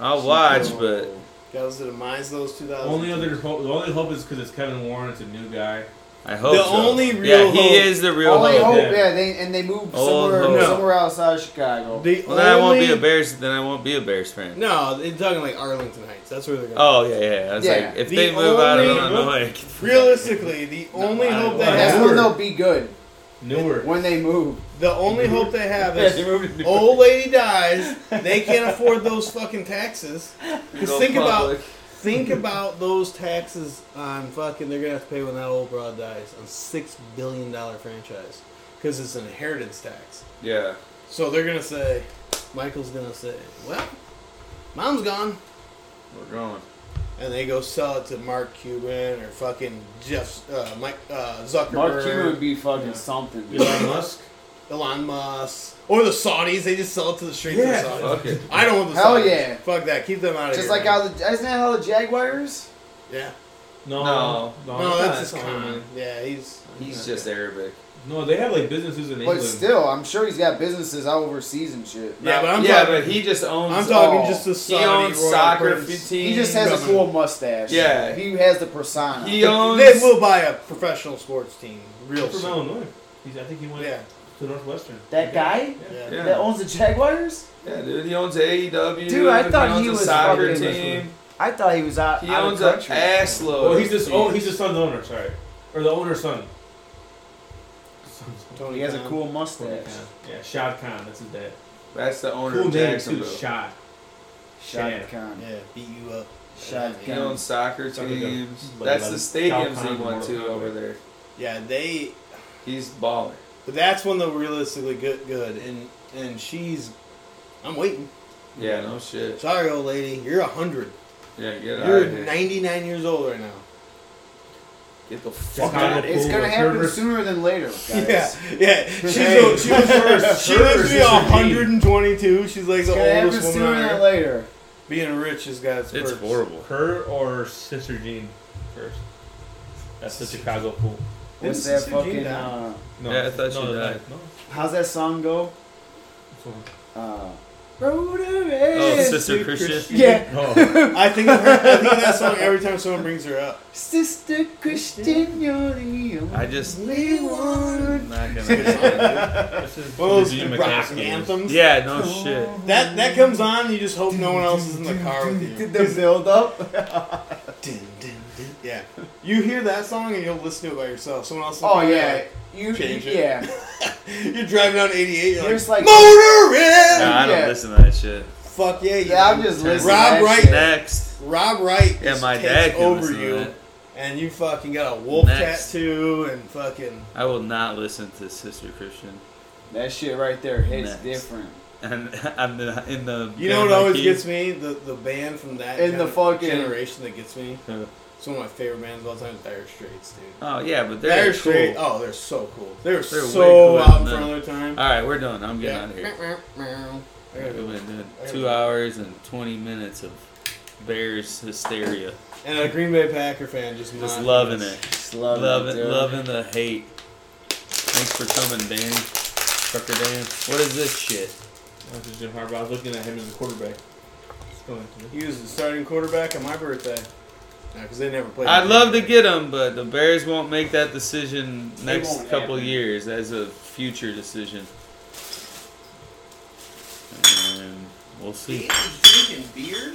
I'll watch, but That was the demise of those 2000. only other hope, the only hope is because it's Kevin Warren. It's a new guy. I hope The so. only yeah, real he hope- Oh, is the real All I hope. hope, yeah. yeah, they, and they moved All somewhere hope. somewhere outside of Chicago. The Well, then I won't only- be a Bears. Then I won't be a Bears fan. No, they're talking like Arlington Heights. That's where they're going. Oh yeah, yeah. I was Yeah. like, if The they move out of only- Illinois, Realistically, the only I hope don't they know. That's have, when they'll be good [laughs] Newark. when they move. the only hope they [laughs] have Yeah, they is [laughs] moved to old lady dies. They can't afford those fucking taxes. Because think about think about those taxes on fucking they're gonna have to pay when that old broad dies on six billion dollar franchise because it's an inheritance tax. Yeah. So they're gonna say, Michael's gonna say, well, mom's gone. we're going. and they go sell it to Mark Cuban or fucking Jeff uh, Mike uh, Zuckerberg, Mark Cuban would be fucking something. Elon Musk. Elon Musk, or the Saudis. They just sell it to the streets of Yeah. the Saudis. Fuck it. I don't want the Hell Saudis. yeah. Fuck that. Keep them out of Just here. like man. how the isn't that how the Jaguars? yeah. No, No. Oh, No, that's it's his not. con. Yeah, he's He's just Arabic. No, they have like businesses in But England. still, I'm sure he's got businesses all overseas and shit. yeah, but I'm yeah, talking. but he just owns. I'm talking all- just the he Saudi owns royal soccer prince. team. He just has a cool mustache. Yeah. he has the persona. He They owns. will buy a professional sports team real He's from soon. Illinois. He's, I think he went Yeah, to Northwestern. that guy yeah. Yeah. that owns the Jaguars. Yeah, dude, he owns AEW. Dude, I thought he owns he a was soccer fucking- team. I thought he was out. He out owns of an country. ass load. Oh, he's just oh, he's the son's owner. Sorry, or the owner's son. Tony He has a Khan. cool mustache. Yeah, Shad Khan. That's his dad. That's the owner Cool of name too. Jacksonville. Shad. Shad Yeah. Khan. Yeah, beat you up. Shad He Khan. owns soccer Something to- teams. like That's eleven- the stadiums he Falcon went to War. over there. Yeah, they He's baller. But that's when they're realistically good, good, and and she's, I'm waiting. Yeah, no shit. Sorry, old lady, you're a hundred. Yeah, get out You're of here. 99 years old right now. Get the fuck Chicago out of here. It's Pool gonna with happen Rivers. sooner [laughs] than later, guys. Yeah, yeah. She's Hey. a, she was Hers- she lives to be hers is her 122. She's like It's the gonna happen oldest sooner woman than on earth. later. Being rich has got its, It's perks. horrible. Her or Sister Jean first. That's the Chicago pool. Didn't What's that Sister Jean fucking? die? Uh, No, Yeah, I thought no, she that's died. not- No, how's that song go? that's one. Uh, Rotary. Oh, Sister Christian. Yeah. No. I think of her, I think of that song every time someone brings her up. Sister Christian, you're the only I just. we want. I'm [laughs] not gonna. This is One of Eugene those rock McCaskey. anthems. yeah, no shit. That that comes on. You just hope no one else is in the car with you. Did the build up? Dun, dun, dun. Yeah. You hear that song and you'll listen to it by yourself. Someone else. Oh yeah, you Change it. yeah. [laughs] You're driving down 88. You're You're like, just like motor in. No, I don't Yeah. listen to that shit. Fuck yeah, yeah. yeah. I'm just listening. Rob to that Wright- shit. Next. Rob Wright Yeah, just my takes dad can over listen to you, that. and you fucking got a wolf Next. tattoo and fucking. I will not listen to Sister Christian. [laughs] That shit right there hits Next. different. And I'm the, in the. You know what always gets me? The the band from that In the gener- fucking- generation that gets me. Huh. It's one of my favorite bands of all time. Dire Straits, dude. Oh yeah, but Dire they're cool. Straits. Oh, they're so cool. They were They're way so cooler out in than front of their time. All right, we're done. I'm getting Yeah. out of here. I gotta go. We've been doing two hours and twenty minutes of Bears hysteria. And a Green Bay Packer fan just Just not- loving it, Just love loving, dude. loving the hate. Thanks for coming, Dan. Trucker Dan. What is this shit? That's just Jim Harbaugh. I was looking at him as a quarterback. It's going to me. He was the starting quarterback on my birthday. No, because they never played. I'd love to get him, but the Bears won't make that decision next won't couple happen. years as a future decision. And we'll see. drinking beer?